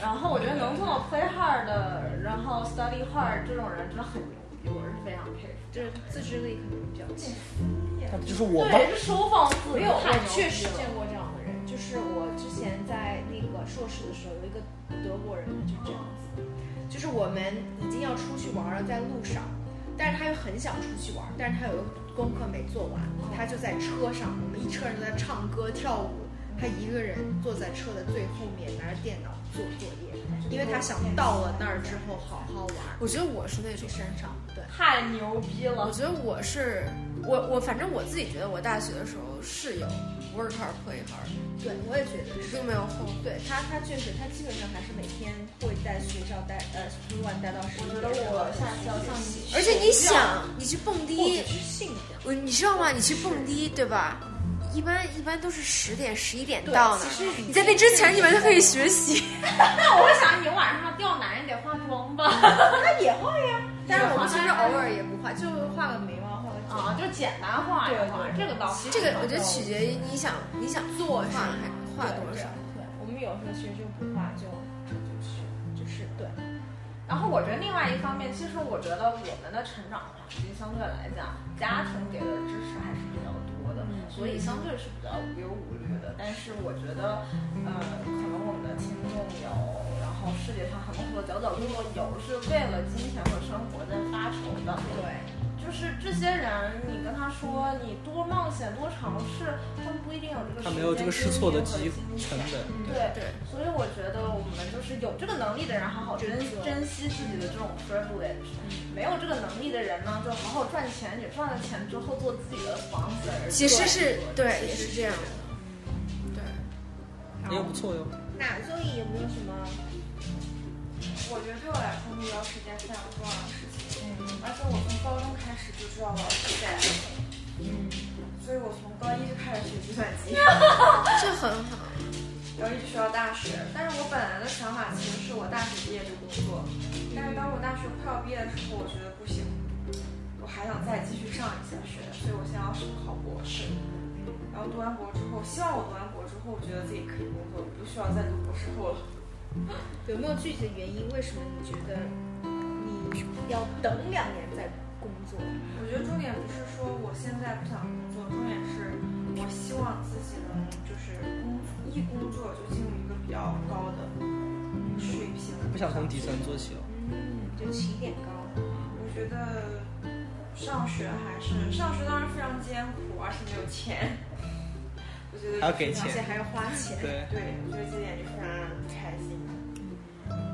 [SPEAKER 2] 然后我觉得能做到 play hard 的，然后 study hard 这种人真的很牛逼，我是非常佩服。
[SPEAKER 3] 就是自制力可能比较强。
[SPEAKER 4] 那不就是我吗？
[SPEAKER 2] 对，这收放自如，
[SPEAKER 1] 哎
[SPEAKER 3] 没有，
[SPEAKER 2] 太
[SPEAKER 3] 我
[SPEAKER 2] 牛
[SPEAKER 3] 确实
[SPEAKER 2] 逼了
[SPEAKER 3] 见过这样的人。就是我之前在那个硕士的时候，有一个德国人，他就这样子。就是我们已经要出去玩了，在路上，但是他又很想出去玩，但是他有功课没做完，他就在车上，我们一车人都在唱歌跳舞，他一个人坐在车的最后面，拿着电脑做作业，因为他想到了那儿之后好好玩儿，
[SPEAKER 1] 我觉得我是那种
[SPEAKER 3] 去，山上。对，
[SPEAKER 2] 太牛逼
[SPEAKER 1] 我
[SPEAKER 2] 了！
[SPEAKER 1] 觉得我是我我反正我自己觉得我大学的时候是有 work hard play hard，
[SPEAKER 3] 对我也觉得是。
[SPEAKER 1] 并没有后悔。
[SPEAKER 3] 对他，他确实，他基本上还是每天会在学校待，呃，图书馆待到十一
[SPEAKER 2] 我
[SPEAKER 3] 点。
[SPEAKER 2] 觉得我下次要向你，
[SPEAKER 1] 而且你想，你去蹦
[SPEAKER 3] 或
[SPEAKER 1] 迪
[SPEAKER 3] 者，是信仰。
[SPEAKER 1] 我你知道吗？你去蹦迪对吧？一般一般都是十点十一点
[SPEAKER 3] 对
[SPEAKER 1] 到呢
[SPEAKER 3] 其，实
[SPEAKER 1] 你在那之前你完全可以学习。
[SPEAKER 2] 那 我想你晚上钓男人得化妆吧？
[SPEAKER 3] 他嗯也会呀、但是我们其实偶尔也不画，就画个眉毛，画个睫毛。
[SPEAKER 2] 啊，就简单化一化，这个倒是
[SPEAKER 1] 这个我觉得取决于你想你想
[SPEAKER 3] 做
[SPEAKER 1] 画
[SPEAKER 3] 什么
[SPEAKER 1] 还画多少。
[SPEAKER 3] 对，对我们有时候其实就不画，就就是就是对，
[SPEAKER 2] 然后我觉得另外一方面，其实我觉得我们的成长环境相对来讲，家庭给的支持还是比较多的，
[SPEAKER 3] 嗯
[SPEAKER 2] 所以相对是比较无忧无虑的。但是我觉得，呃，可能我们的听众有，然后世界上很多很多角角落落有是为了金钱和生活在发愁的，
[SPEAKER 3] 对，
[SPEAKER 2] 就是这些人，你跟他说你多冒险、多尝试，他们不一定有这个
[SPEAKER 4] 他没有这个试错的
[SPEAKER 2] 时
[SPEAKER 4] 机
[SPEAKER 2] 间精力和金
[SPEAKER 4] 成
[SPEAKER 2] 钱
[SPEAKER 4] 本。
[SPEAKER 2] 对，
[SPEAKER 1] 对，
[SPEAKER 2] 所以我觉得我们就是有这个能力的人，好好珍
[SPEAKER 3] 珍惜
[SPEAKER 2] 珍惜自己的这种 privilege；没
[SPEAKER 1] 嗯
[SPEAKER 2] 有这个能力的人呢，就好好赚钱。你赚了钱之后，做自己的房子而已。
[SPEAKER 1] 其实是对，
[SPEAKER 3] 其
[SPEAKER 1] 也
[SPEAKER 3] 实
[SPEAKER 1] 是这样的。对，
[SPEAKER 4] 也不错哟。
[SPEAKER 3] 那所以有没有什么？
[SPEAKER 5] 我觉得对我来说，目标是一件非常重要的事情。
[SPEAKER 2] 嗯
[SPEAKER 5] 而且我从高中开始就知道我要学计算机。
[SPEAKER 2] 嗯
[SPEAKER 5] 所以我从高一就开始学计算机，
[SPEAKER 1] 这很好。
[SPEAKER 5] 然后一直学到大学。但是我本来的想法其实是我大学毕业就工作，但是当我大学快要毕业的时候，我觉得不行，我还想再继续上一下学，所以我现在要去考博士。然后读完博之后，希望我读完博之后，我觉得自己可以工作，我不需要再读博士后了。
[SPEAKER 3] 有没有具体的原因？为什么你觉得你要等两年再工作？
[SPEAKER 5] 我觉得重点不是说我现在不想工作，重点是我希望自己能就是工一工作就进入一个比较高的水平。
[SPEAKER 4] 不想从底层做起哦了。
[SPEAKER 3] 嗯，就起点高。
[SPEAKER 5] 我觉得上学还是上学，当然非常艰苦，而且没有钱。 我觉得
[SPEAKER 4] 还要给
[SPEAKER 5] 就是
[SPEAKER 3] 而且
[SPEAKER 4] 钱
[SPEAKER 3] 还要花钱，
[SPEAKER 4] 对，
[SPEAKER 5] 对，我觉得这点就非常让人不开心。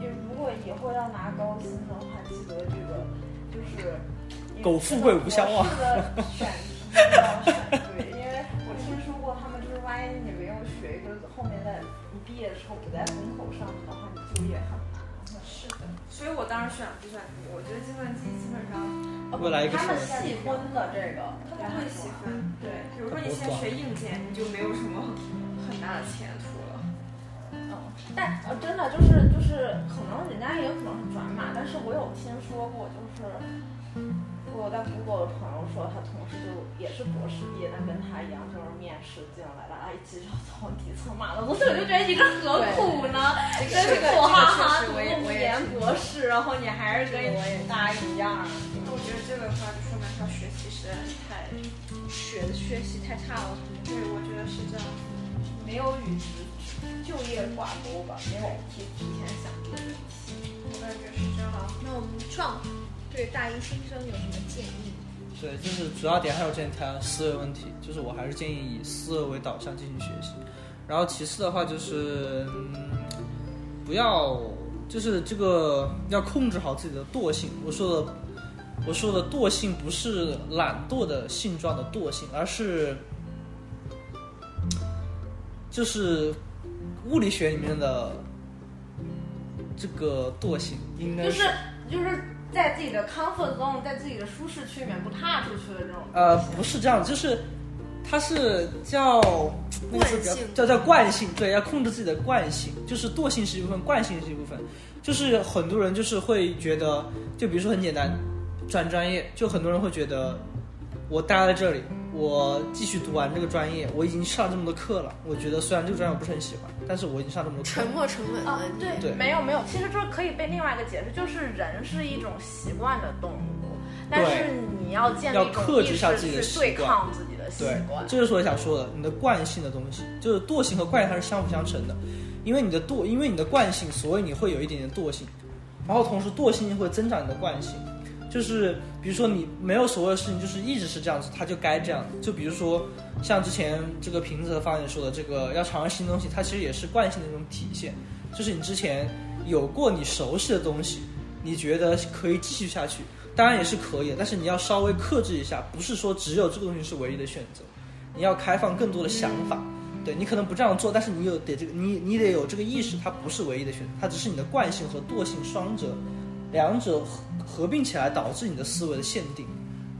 [SPEAKER 2] 你如果以后要拿高薪的话，记得这个就是
[SPEAKER 4] 苟富贵无相 忘。
[SPEAKER 2] 选题要选对，因为我听说过他们就是，万一你没有学一个，后面在你毕业的时候不在风口上的话，你就业很难。
[SPEAKER 5] 是的，所以我当时选了计算机。我觉得计算机基本上
[SPEAKER 4] 未来一个
[SPEAKER 2] 他们
[SPEAKER 4] 社
[SPEAKER 2] 细分的这个，
[SPEAKER 5] 他们会喜欢。对，比如说你
[SPEAKER 4] 我
[SPEAKER 5] 先
[SPEAKER 4] 懂
[SPEAKER 5] 学硬件，你就没有什么很大的前途了。
[SPEAKER 2] 嗯，但呃，真的就是就是，可能人家也有可能是转码，但是我有听说过，就是我有在 Google 的朋友说，他同事就也是博士毕业，但跟他一样，就是面试进来了，哎，其实从底层码的，我就觉得你这何苦呢？真是苦哈哈，读五年博士，然后你还是跟你大一样。
[SPEAKER 5] 那我觉得这个的话，就说明他学习实在是太……
[SPEAKER 3] 学的学习太差了。
[SPEAKER 5] 对，我觉得是这样。
[SPEAKER 2] 没有与就业挂钩吧，没有提提前想这个问题。
[SPEAKER 5] 我感觉是这样。
[SPEAKER 3] 那我们创对大一新生有什么建议？
[SPEAKER 4] 对，就是主要点还有之前谈思维问题，就是我还是建议以思维为导向进行学习。然后其次的话就是，嗯，不要就是这个要控制好自己的惰性。我说的我说的惰性不是懒惰的性状的惰性，而是就是物理学里面的这个惰性，应该
[SPEAKER 2] 就是就是在自己的 comfort zone，在自己的舒适区里面不踏出去的这种。
[SPEAKER 4] 呃，不是这样，就是它是叫那个字
[SPEAKER 1] 惯性
[SPEAKER 4] 比较叫叫惯性，对，要控制自己的惯性，就是惰性是一部分，惯性是一部分。就是很多人就是会觉得，就比如说很简单，转专业，就很多人会觉得，我待在这里，我继续读完这个专业，我已经上这么多课了，我觉得虽然这个专业我不是很喜欢，但是我已经上这么多课
[SPEAKER 1] 沉
[SPEAKER 4] 了。
[SPEAKER 1] 没成本的
[SPEAKER 2] 啊
[SPEAKER 1] 问，题。
[SPEAKER 2] 对，
[SPEAKER 4] 对
[SPEAKER 2] 没有没有，其实这可以被另外一个解释，就是人是一种习惯的动物，但是你要建立
[SPEAKER 4] 要
[SPEAKER 2] 一种
[SPEAKER 4] 克制
[SPEAKER 2] 意
[SPEAKER 4] 一下自
[SPEAKER 2] 识
[SPEAKER 4] 己的
[SPEAKER 2] 去
[SPEAKER 4] 习
[SPEAKER 2] 对
[SPEAKER 4] 惯
[SPEAKER 2] 抗自己的习
[SPEAKER 4] 对
[SPEAKER 2] 惯，。
[SPEAKER 4] 这就是我想说的，你的惯性的东西，就是惰性和惯性它是相辅相成的，因为你的惰，因为你的惯性，所以你会有一点点惰性，然后同时惰性会增长你的惯性，就是比如说你没有所谓的事情，就是一直是这样子，它就该这样。就比如说像之前这个瓶子和方也说的，这个要尝试新东西，它其实也是惯性的一种体现，就是你之前有过你熟悉的东西，你觉得可以继续下去，当然也是可以的，但是你要稍微克制一下，不是说只有这个东西是唯一的选择，你要开放更多的想法。对你可能不这样做，但是你有得这个，你你得有这个意识，它不是唯一的选择，它只是你的惯性和惰性双者，两者合合并起来导致你的思维的限定，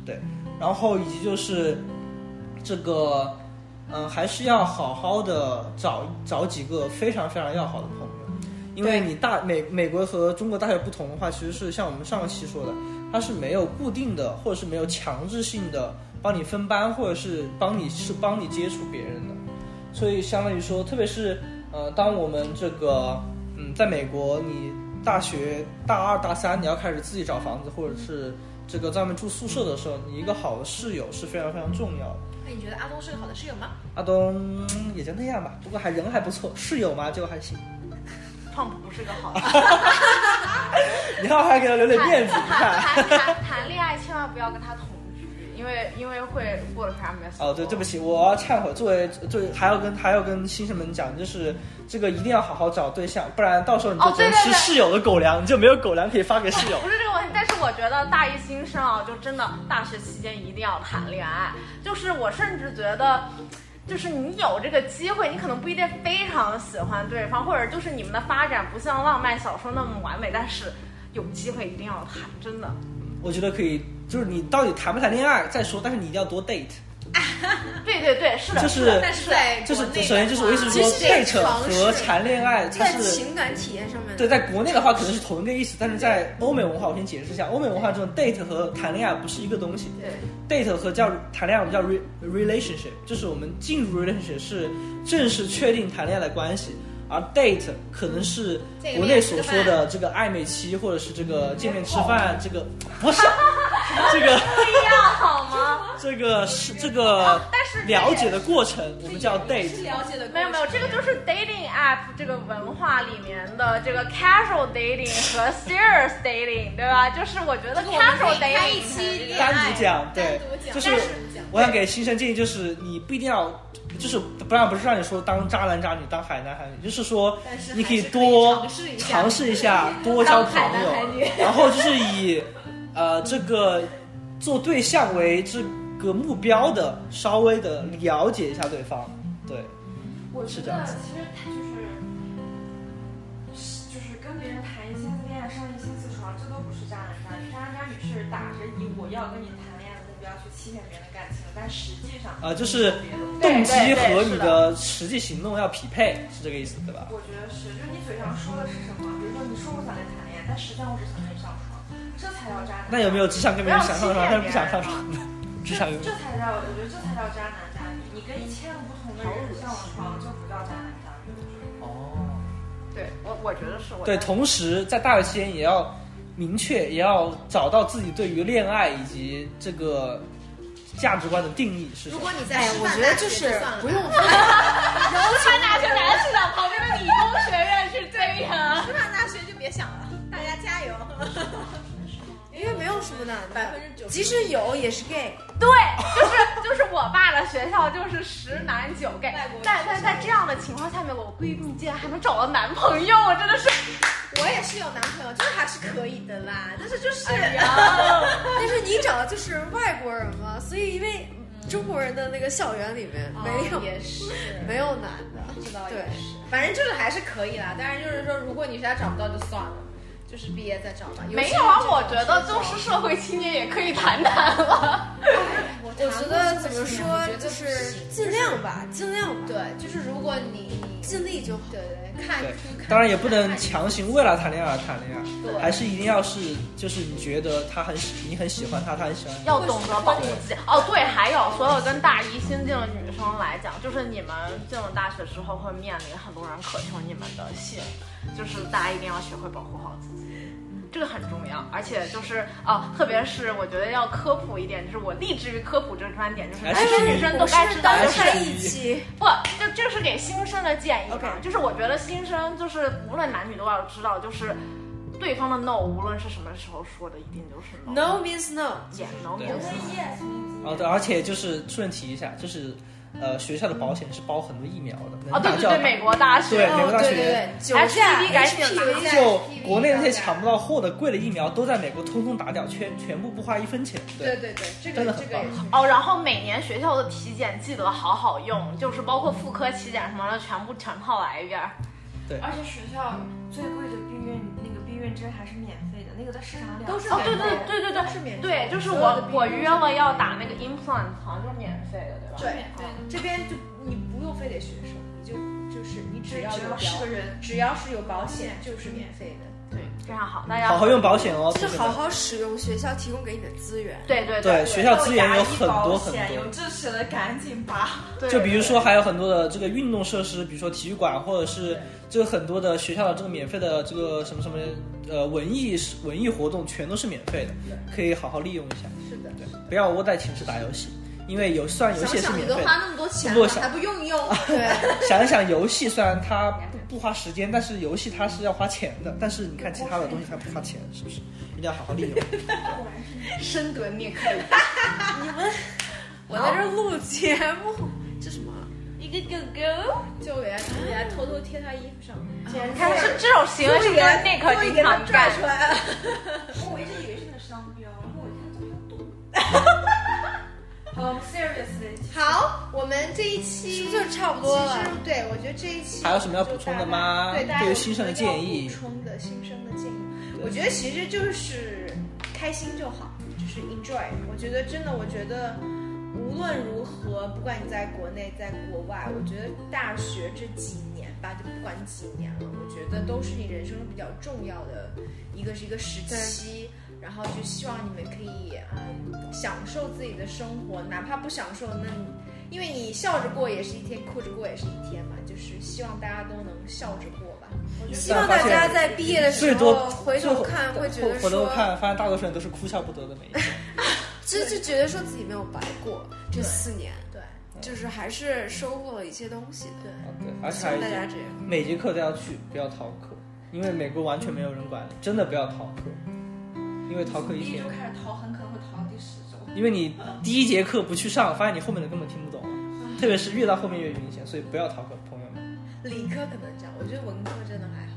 [SPEAKER 4] 对，然后以及就是这个，嗯、还是要好好的找找几个非常非常要好的朋友，因为你大美美国和中国大学不同的话，其实是像我们上期说的，它是没有固定的或者是没有强制性的帮你分班，或者是帮你是帮你接触别人的。所以相当于说，特别是呃，当我们这个嗯，在美国，你大学大二、大三你要开始自己找房子，或者是这个在外面住宿舍的时候，你一个好的室友是非常非常重要的。
[SPEAKER 1] 那你觉得阿东是个好的室友吗？
[SPEAKER 4] 阿东嗯也就那样吧，不过还人还不错，室友嘛就还行。
[SPEAKER 2] 胖不是个好的。
[SPEAKER 4] 你看还给他留点面子，你看。
[SPEAKER 2] 谈谈 谈恋爱千万不要跟他同居，因为因为会过得非常没死。
[SPEAKER 4] 哦，对，对不起，我要忏悔。作为作为还要跟还要跟新生们讲，就是这个一定要好好找对象，不然到时候你就
[SPEAKER 2] 哦
[SPEAKER 4] 只
[SPEAKER 2] 对
[SPEAKER 4] 能
[SPEAKER 2] 对
[SPEAKER 4] 吃
[SPEAKER 2] 对
[SPEAKER 4] 室友的狗粮，你就没有狗粮可以发给室友。
[SPEAKER 2] 不是这个问题，但是我觉得大一新生啊，就真的大学期间一定要谈恋爱。就是我甚至觉得，就是你有这个机会，你可能不一定非常喜欢对方，或者就是你们的发展不像浪漫小说那么完美，但是有机会一定要谈，真的。
[SPEAKER 4] 我觉得可以，就是你到底谈不谈恋爱再说，但是你一定要多 date，
[SPEAKER 2] 对对对，是的，
[SPEAKER 4] 就是是
[SPEAKER 10] 但是在
[SPEAKER 4] 就是
[SPEAKER 10] 国内的
[SPEAKER 4] 首先就是我意思是
[SPEAKER 1] 其
[SPEAKER 4] 说
[SPEAKER 1] 实这
[SPEAKER 4] date 和谈恋爱它
[SPEAKER 1] 在
[SPEAKER 4] 是。
[SPEAKER 1] 情感体验上面，
[SPEAKER 4] 对，在国内的话可能是同一个意思，但是在欧美文化，我先解释一下，欧美文化中 date 和谈恋爱不是一个东西。date 和叫谈恋爱，我们叫 re relationship，就是我们进入 relationship 是正式确定谈恋爱的关系，而 date 可能是国内所说的这个暧昧期，或者是这个见面吃饭，这个不是这个
[SPEAKER 2] 好吗？
[SPEAKER 4] 这个是这个
[SPEAKER 2] 但是
[SPEAKER 4] 了解的过程，我们叫
[SPEAKER 3] 也是
[SPEAKER 4] date。
[SPEAKER 3] 了解的过程，
[SPEAKER 2] 没有没有，这个就是 dating app 这个文化里面的这个 casual dating 和 serious dating，对吧？就是我觉得
[SPEAKER 3] 这个我们可
[SPEAKER 2] casual
[SPEAKER 3] 以开一
[SPEAKER 2] dating
[SPEAKER 3] 期恋
[SPEAKER 4] 单
[SPEAKER 3] 爱
[SPEAKER 4] 独讲，对
[SPEAKER 3] 单独，讲
[SPEAKER 4] 就是
[SPEAKER 3] 单独讲
[SPEAKER 4] 我想给新生建议，就是你不一定要，就是不让不是让你说当渣男渣女，当海男海女，就是说
[SPEAKER 3] 但是还是
[SPEAKER 4] 你
[SPEAKER 3] 可以
[SPEAKER 4] 多
[SPEAKER 3] 尝试一下
[SPEAKER 4] 尝试一 下，多交朋
[SPEAKER 3] 当海
[SPEAKER 4] 友
[SPEAKER 3] 男海女，
[SPEAKER 4] 然后就是以呃这个做对象为这个目标的，稍微的了解一下对方，对，
[SPEAKER 2] 我
[SPEAKER 4] 是
[SPEAKER 2] 觉
[SPEAKER 4] 这样
[SPEAKER 2] 得
[SPEAKER 4] 子
[SPEAKER 2] 其实他就是是就是跟别人谈一千次恋爱，上一千次床，这都不是渣男渣女。渣男渣女是打着以我要跟你谈恋爱的目标去欺骗别人的感情，但实际上
[SPEAKER 4] 啊就是
[SPEAKER 2] 别的目标
[SPEAKER 4] 动机
[SPEAKER 2] 对对
[SPEAKER 4] 和
[SPEAKER 2] 是
[SPEAKER 4] 你
[SPEAKER 2] 的
[SPEAKER 4] 的实际行动要匹配，是这个意思对吧？
[SPEAKER 2] 我觉得是，就是你嘴上说的是什么？比如说你说我想跟你谈恋爱，但实际上我只想跟你上床，这才叫渣男。
[SPEAKER 4] 那有没有只想跟别人想上床，但是不想上床的？只
[SPEAKER 2] 这
[SPEAKER 4] 想
[SPEAKER 2] 这才叫，我觉得这才叫渣男渣女。你跟一千个不同的人上床，就不叫渣男渣女。
[SPEAKER 4] 哦。
[SPEAKER 2] 对我，我觉得是我
[SPEAKER 4] 对，同时在大学期间也要明确，也要找到自己对于恋爱以及这个价值观的定义是什
[SPEAKER 3] 如
[SPEAKER 4] 么。
[SPEAKER 3] 果你在
[SPEAKER 1] 哎
[SPEAKER 3] 师，
[SPEAKER 1] 我
[SPEAKER 3] 范
[SPEAKER 1] 觉
[SPEAKER 3] 大
[SPEAKER 1] 得
[SPEAKER 3] 学
[SPEAKER 1] 就是
[SPEAKER 3] 算了
[SPEAKER 1] 不 用
[SPEAKER 2] 他哪去南市场旁边的理工学院是对的。
[SPEAKER 3] 师范大学就别想了，大家加油。
[SPEAKER 1] 因为没有什么难
[SPEAKER 3] 百
[SPEAKER 1] 的
[SPEAKER 3] 分之，九十
[SPEAKER 1] 即使有也是 gay。
[SPEAKER 2] 对，就是就是我爸的学校就是十男九 gay，
[SPEAKER 3] 外国人
[SPEAKER 2] 但但在这样的情况下面，我闺蜜竟然还能找到男朋友，我真的是，
[SPEAKER 3] 我也是有男朋友，这还是可以的 啦，但是就是、
[SPEAKER 2] 哎呀。
[SPEAKER 1] 但是你找的就是外国人嘛，所以因为中国人的那个校园里面
[SPEAKER 3] 啊
[SPEAKER 1] 没有
[SPEAKER 3] 也是
[SPEAKER 1] 没有男的，
[SPEAKER 3] 知道
[SPEAKER 1] 对
[SPEAKER 3] 也是，反正就是还是可以啦。当然就是说，如果你实在找不到就算了，就是毕业再找吧。
[SPEAKER 2] 没有啊，我觉得
[SPEAKER 3] 就
[SPEAKER 2] 就是社会青年也可以谈谈了。
[SPEAKER 3] 哎我
[SPEAKER 1] 我觉得怎么
[SPEAKER 3] 我
[SPEAKER 1] 说
[SPEAKER 3] 觉得不
[SPEAKER 1] 就是
[SPEAKER 3] 行
[SPEAKER 1] 尽量吧，尽量吧，
[SPEAKER 3] 对，就是如果你你
[SPEAKER 1] 尽力就好。
[SPEAKER 3] 对对看
[SPEAKER 4] 对
[SPEAKER 3] 出，看
[SPEAKER 4] 当然也不能
[SPEAKER 3] 看
[SPEAKER 4] 强行为了谈恋爱而谈恋
[SPEAKER 3] 对
[SPEAKER 4] 爱，还是一定要是就是你觉得他很喜，你很喜欢他，他很喜欢你。
[SPEAKER 2] 要懂得保护自己。哦，对，还有所有跟大一新进的女生来讲，就是你们进了大学之后会面临很多人渴求你们的性，就是大家一定要学会保护好自己。这个很重要，而且就是哦，特别是我觉得要科普一点，就是我立志于科普这个观点，哎就是男生女生都该知道，
[SPEAKER 1] 我
[SPEAKER 2] 就是是
[SPEAKER 1] 单身一期，
[SPEAKER 2] 不，就这是给新生的建议嘛
[SPEAKER 1] OK
[SPEAKER 2] 就是我觉得新生就是无论男女都要知道，就是对方的 no 无论是什么时候说的，一定都是 no。
[SPEAKER 1] No means no，
[SPEAKER 2] 也 no
[SPEAKER 4] 对
[SPEAKER 5] 我
[SPEAKER 2] 面
[SPEAKER 5] 跟
[SPEAKER 2] 试
[SPEAKER 5] yes
[SPEAKER 4] 哦，对，而且就是顺提一下，就是呃，学校的保险是包很多疫苗的，能
[SPEAKER 2] 哦，对
[SPEAKER 4] 打
[SPEAKER 2] 对
[SPEAKER 4] 叫
[SPEAKER 2] 对，美国大学
[SPEAKER 4] 对美国大
[SPEAKER 1] 哦对
[SPEAKER 4] 学
[SPEAKER 1] 对对，酒驾
[SPEAKER 2] HPV 感染者
[SPEAKER 3] 对
[SPEAKER 4] 就
[SPEAKER 3] HPV
[SPEAKER 4] 国内那些抢不到货的贵的疫苗都在美国通通打掉，全全部不花一分钱。
[SPEAKER 3] 对，对对，这
[SPEAKER 4] 真
[SPEAKER 3] 个
[SPEAKER 4] 的
[SPEAKER 3] 这
[SPEAKER 4] 很
[SPEAKER 3] 个也
[SPEAKER 4] 棒
[SPEAKER 3] 是
[SPEAKER 2] 哦，然后每年学校的体检记得好好用，就是包括妇科体检什么的，全部全套来一遍儿。
[SPEAKER 5] 而且学校最贵的避孕那个避孕针还是免费的，那个在市场两
[SPEAKER 3] 都是
[SPEAKER 2] 哦，
[SPEAKER 5] 千
[SPEAKER 2] 对
[SPEAKER 5] 多
[SPEAKER 2] 对对对对
[SPEAKER 3] 都是免费
[SPEAKER 2] 对，
[SPEAKER 3] 的
[SPEAKER 2] 就是
[SPEAKER 3] 所有的
[SPEAKER 2] 我
[SPEAKER 3] 病
[SPEAKER 2] 我约了要打那个 implant，好像就是免费的，对吧？嗯
[SPEAKER 3] 对
[SPEAKER 5] 免费的，
[SPEAKER 3] 这边就你不用非得学生，你就就是你只要
[SPEAKER 5] 只
[SPEAKER 3] 有
[SPEAKER 5] 要是
[SPEAKER 3] 标
[SPEAKER 5] 个，人，
[SPEAKER 3] 只要是有保险就是免费的。
[SPEAKER 2] 对，非常好，大家
[SPEAKER 4] 好好用保险哦，
[SPEAKER 1] 就是
[SPEAKER 4] 同学
[SPEAKER 1] 好
[SPEAKER 4] 们
[SPEAKER 1] 好使用学校提供给你的资源。
[SPEAKER 2] 对对
[SPEAKER 4] 对学校资源有很多
[SPEAKER 5] 有
[SPEAKER 4] 很
[SPEAKER 5] 牙医保险有
[SPEAKER 4] 多，
[SPEAKER 5] 智齿的赶紧拔。
[SPEAKER 2] 对
[SPEAKER 4] 就比如说还有很多的这个运动设施，比如说体育馆或者是这个很多的学校的这个免费的这个什么什么呃文艺文艺活动全都是免费的，可以好好利用一下，
[SPEAKER 3] 是的，对。
[SPEAKER 4] 不要窝在寝室打游戏，因为游虽然游
[SPEAKER 6] 想
[SPEAKER 4] 戏也是
[SPEAKER 6] 想你
[SPEAKER 4] 免
[SPEAKER 6] 都
[SPEAKER 4] 费的啊
[SPEAKER 6] 花，那么多钱
[SPEAKER 4] 不
[SPEAKER 6] 了，
[SPEAKER 4] 想
[SPEAKER 6] 还不用用，
[SPEAKER 4] 想一想，游戏虽然它不不花时间，但是游戏它是要花钱的。但是你看其他的东西它不花钱，是不是？一定要好好利用。
[SPEAKER 2] 深蹲你也可以。
[SPEAKER 1] 你们，我在这录节目，这什么？
[SPEAKER 5] 一个狗狗，
[SPEAKER 3] 就给他给他偷偷贴他衣服上，
[SPEAKER 2] 你看这这种行为哎是跟 Nick 经常干
[SPEAKER 3] 拽出来 了。
[SPEAKER 5] 我一直以为是你的商标，然后我一看这么多。好了，我们 seriously，其实
[SPEAKER 3] 好，我们这一期
[SPEAKER 1] 就差不多了
[SPEAKER 3] 其实对，我觉得这一期
[SPEAKER 4] 还有什么要补充的吗
[SPEAKER 3] 就大家
[SPEAKER 4] 对
[SPEAKER 3] 对
[SPEAKER 4] 于新生的建议
[SPEAKER 3] 大家有什么要补充的新生的建议，我觉得其实就是开心就好，就是 enjoy。我觉得真的，我觉得无论如何，不管你在国内在国外，我觉得大学这几年吧，就不管几年了，我觉得都是你人生中比较重要的一个是一个时期。然后就希望你们可以嗯享受自己的生活，哪怕不享受，那你因为你笑着过也是一天，哭着过也是一天嘛，就是希望大家都能笑着过吧。
[SPEAKER 1] 希望大家在毕业的时
[SPEAKER 4] 最多
[SPEAKER 1] 候回头看，会觉得
[SPEAKER 4] 回头
[SPEAKER 1] 说，
[SPEAKER 4] 看，发现大多数人都是哭笑不得的每一天。
[SPEAKER 1] 这就觉得说自己没有白过这四年，
[SPEAKER 3] 对
[SPEAKER 1] 就是还是收获了一些东西的。
[SPEAKER 3] 对，
[SPEAKER 4] 好的而且
[SPEAKER 1] 希
[SPEAKER 4] 还有
[SPEAKER 1] 望
[SPEAKER 4] 一
[SPEAKER 1] 大家
[SPEAKER 4] 点
[SPEAKER 1] 这样。
[SPEAKER 4] 每节课都要去，不要逃课，因为美国完全没有人管，真的不要逃课，因为逃课一
[SPEAKER 5] 第一
[SPEAKER 4] 天
[SPEAKER 5] 周，开始逃，很可能会逃第十周。
[SPEAKER 4] 因为你第一节课不去上，发现你后面的根本听不懂，特别是越到后面越明显，所以不要逃课，朋友们。
[SPEAKER 3] 理科可能这样，我觉得文科真的还好。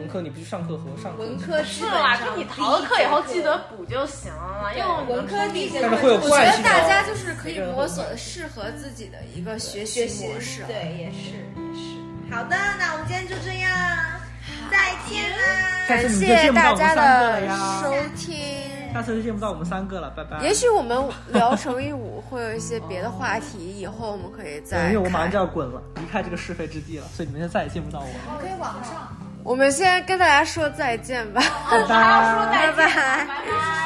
[SPEAKER 4] 文科你不去上课和上课，
[SPEAKER 3] 文科基
[SPEAKER 2] 是
[SPEAKER 3] 本
[SPEAKER 2] 啦，
[SPEAKER 3] 上
[SPEAKER 2] 就你逃了课以后记得
[SPEAKER 3] 第
[SPEAKER 2] 补就行了，
[SPEAKER 3] 一节课，
[SPEAKER 2] 因为我
[SPEAKER 3] 对文
[SPEAKER 2] 们
[SPEAKER 3] 科第一节
[SPEAKER 4] 但
[SPEAKER 3] 课
[SPEAKER 4] 是会有
[SPEAKER 1] 我觉
[SPEAKER 3] 就
[SPEAKER 4] 惯
[SPEAKER 1] 得
[SPEAKER 4] 性
[SPEAKER 1] 大
[SPEAKER 4] 哦
[SPEAKER 1] 家就是可以
[SPEAKER 4] 每个人
[SPEAKER 1] 摸
[SPEAKER 4] 都
[SPEAKER 1] 索
[SPEAKER 4] 会
[SPEAKER 1] 适合自己的一个学
[SPEAKER 3] 学
[SPEAKER 1] 习
[SPEAKER 3] 习
[SPEAKER 1] 模
[SPEAKER 4] 啊
[SPEAKER 1] 式。
[SPEAKER 3] 对，也是也是。好的，那我们今天就这样，再见啦。
[SPEAKER 4] 下
[SPEAKER 1] 感
[SPEAKER 4] 次你就
[SPEAKER 1] 谢
[SPEAKER 4] 见不到
[SPEAKER 1] 大
[SPEAKER 4] 我们
[SPEAKER 1] 家
[SPEAKER 4] 三个了
[SPEAKER 1] 的
[SPEAKER 4] 呀。
[SPEAKER 1] 收听。
[SPEAKER 4] 下次就见不到我们三个了，拜拜。
[SPEAKER 1] 也许我们聊成一舞会有一些别的话题，以后我们可以
[SPEAKER 4] 对，
[SPEAKER 1] 再。
[SPEAKER 4] 因为我马上就要滚了，离开这个是非之地了，所以你们就再也见不到我了。
[SPEAKER 3] 可以网上。
[SPEAKER 1] 我们先跟大家说再见吧，
[SPEAKER 4] 拜拜。
[SPEAKER 1] 拜拜。
[SPEAKER 2] 拜拜。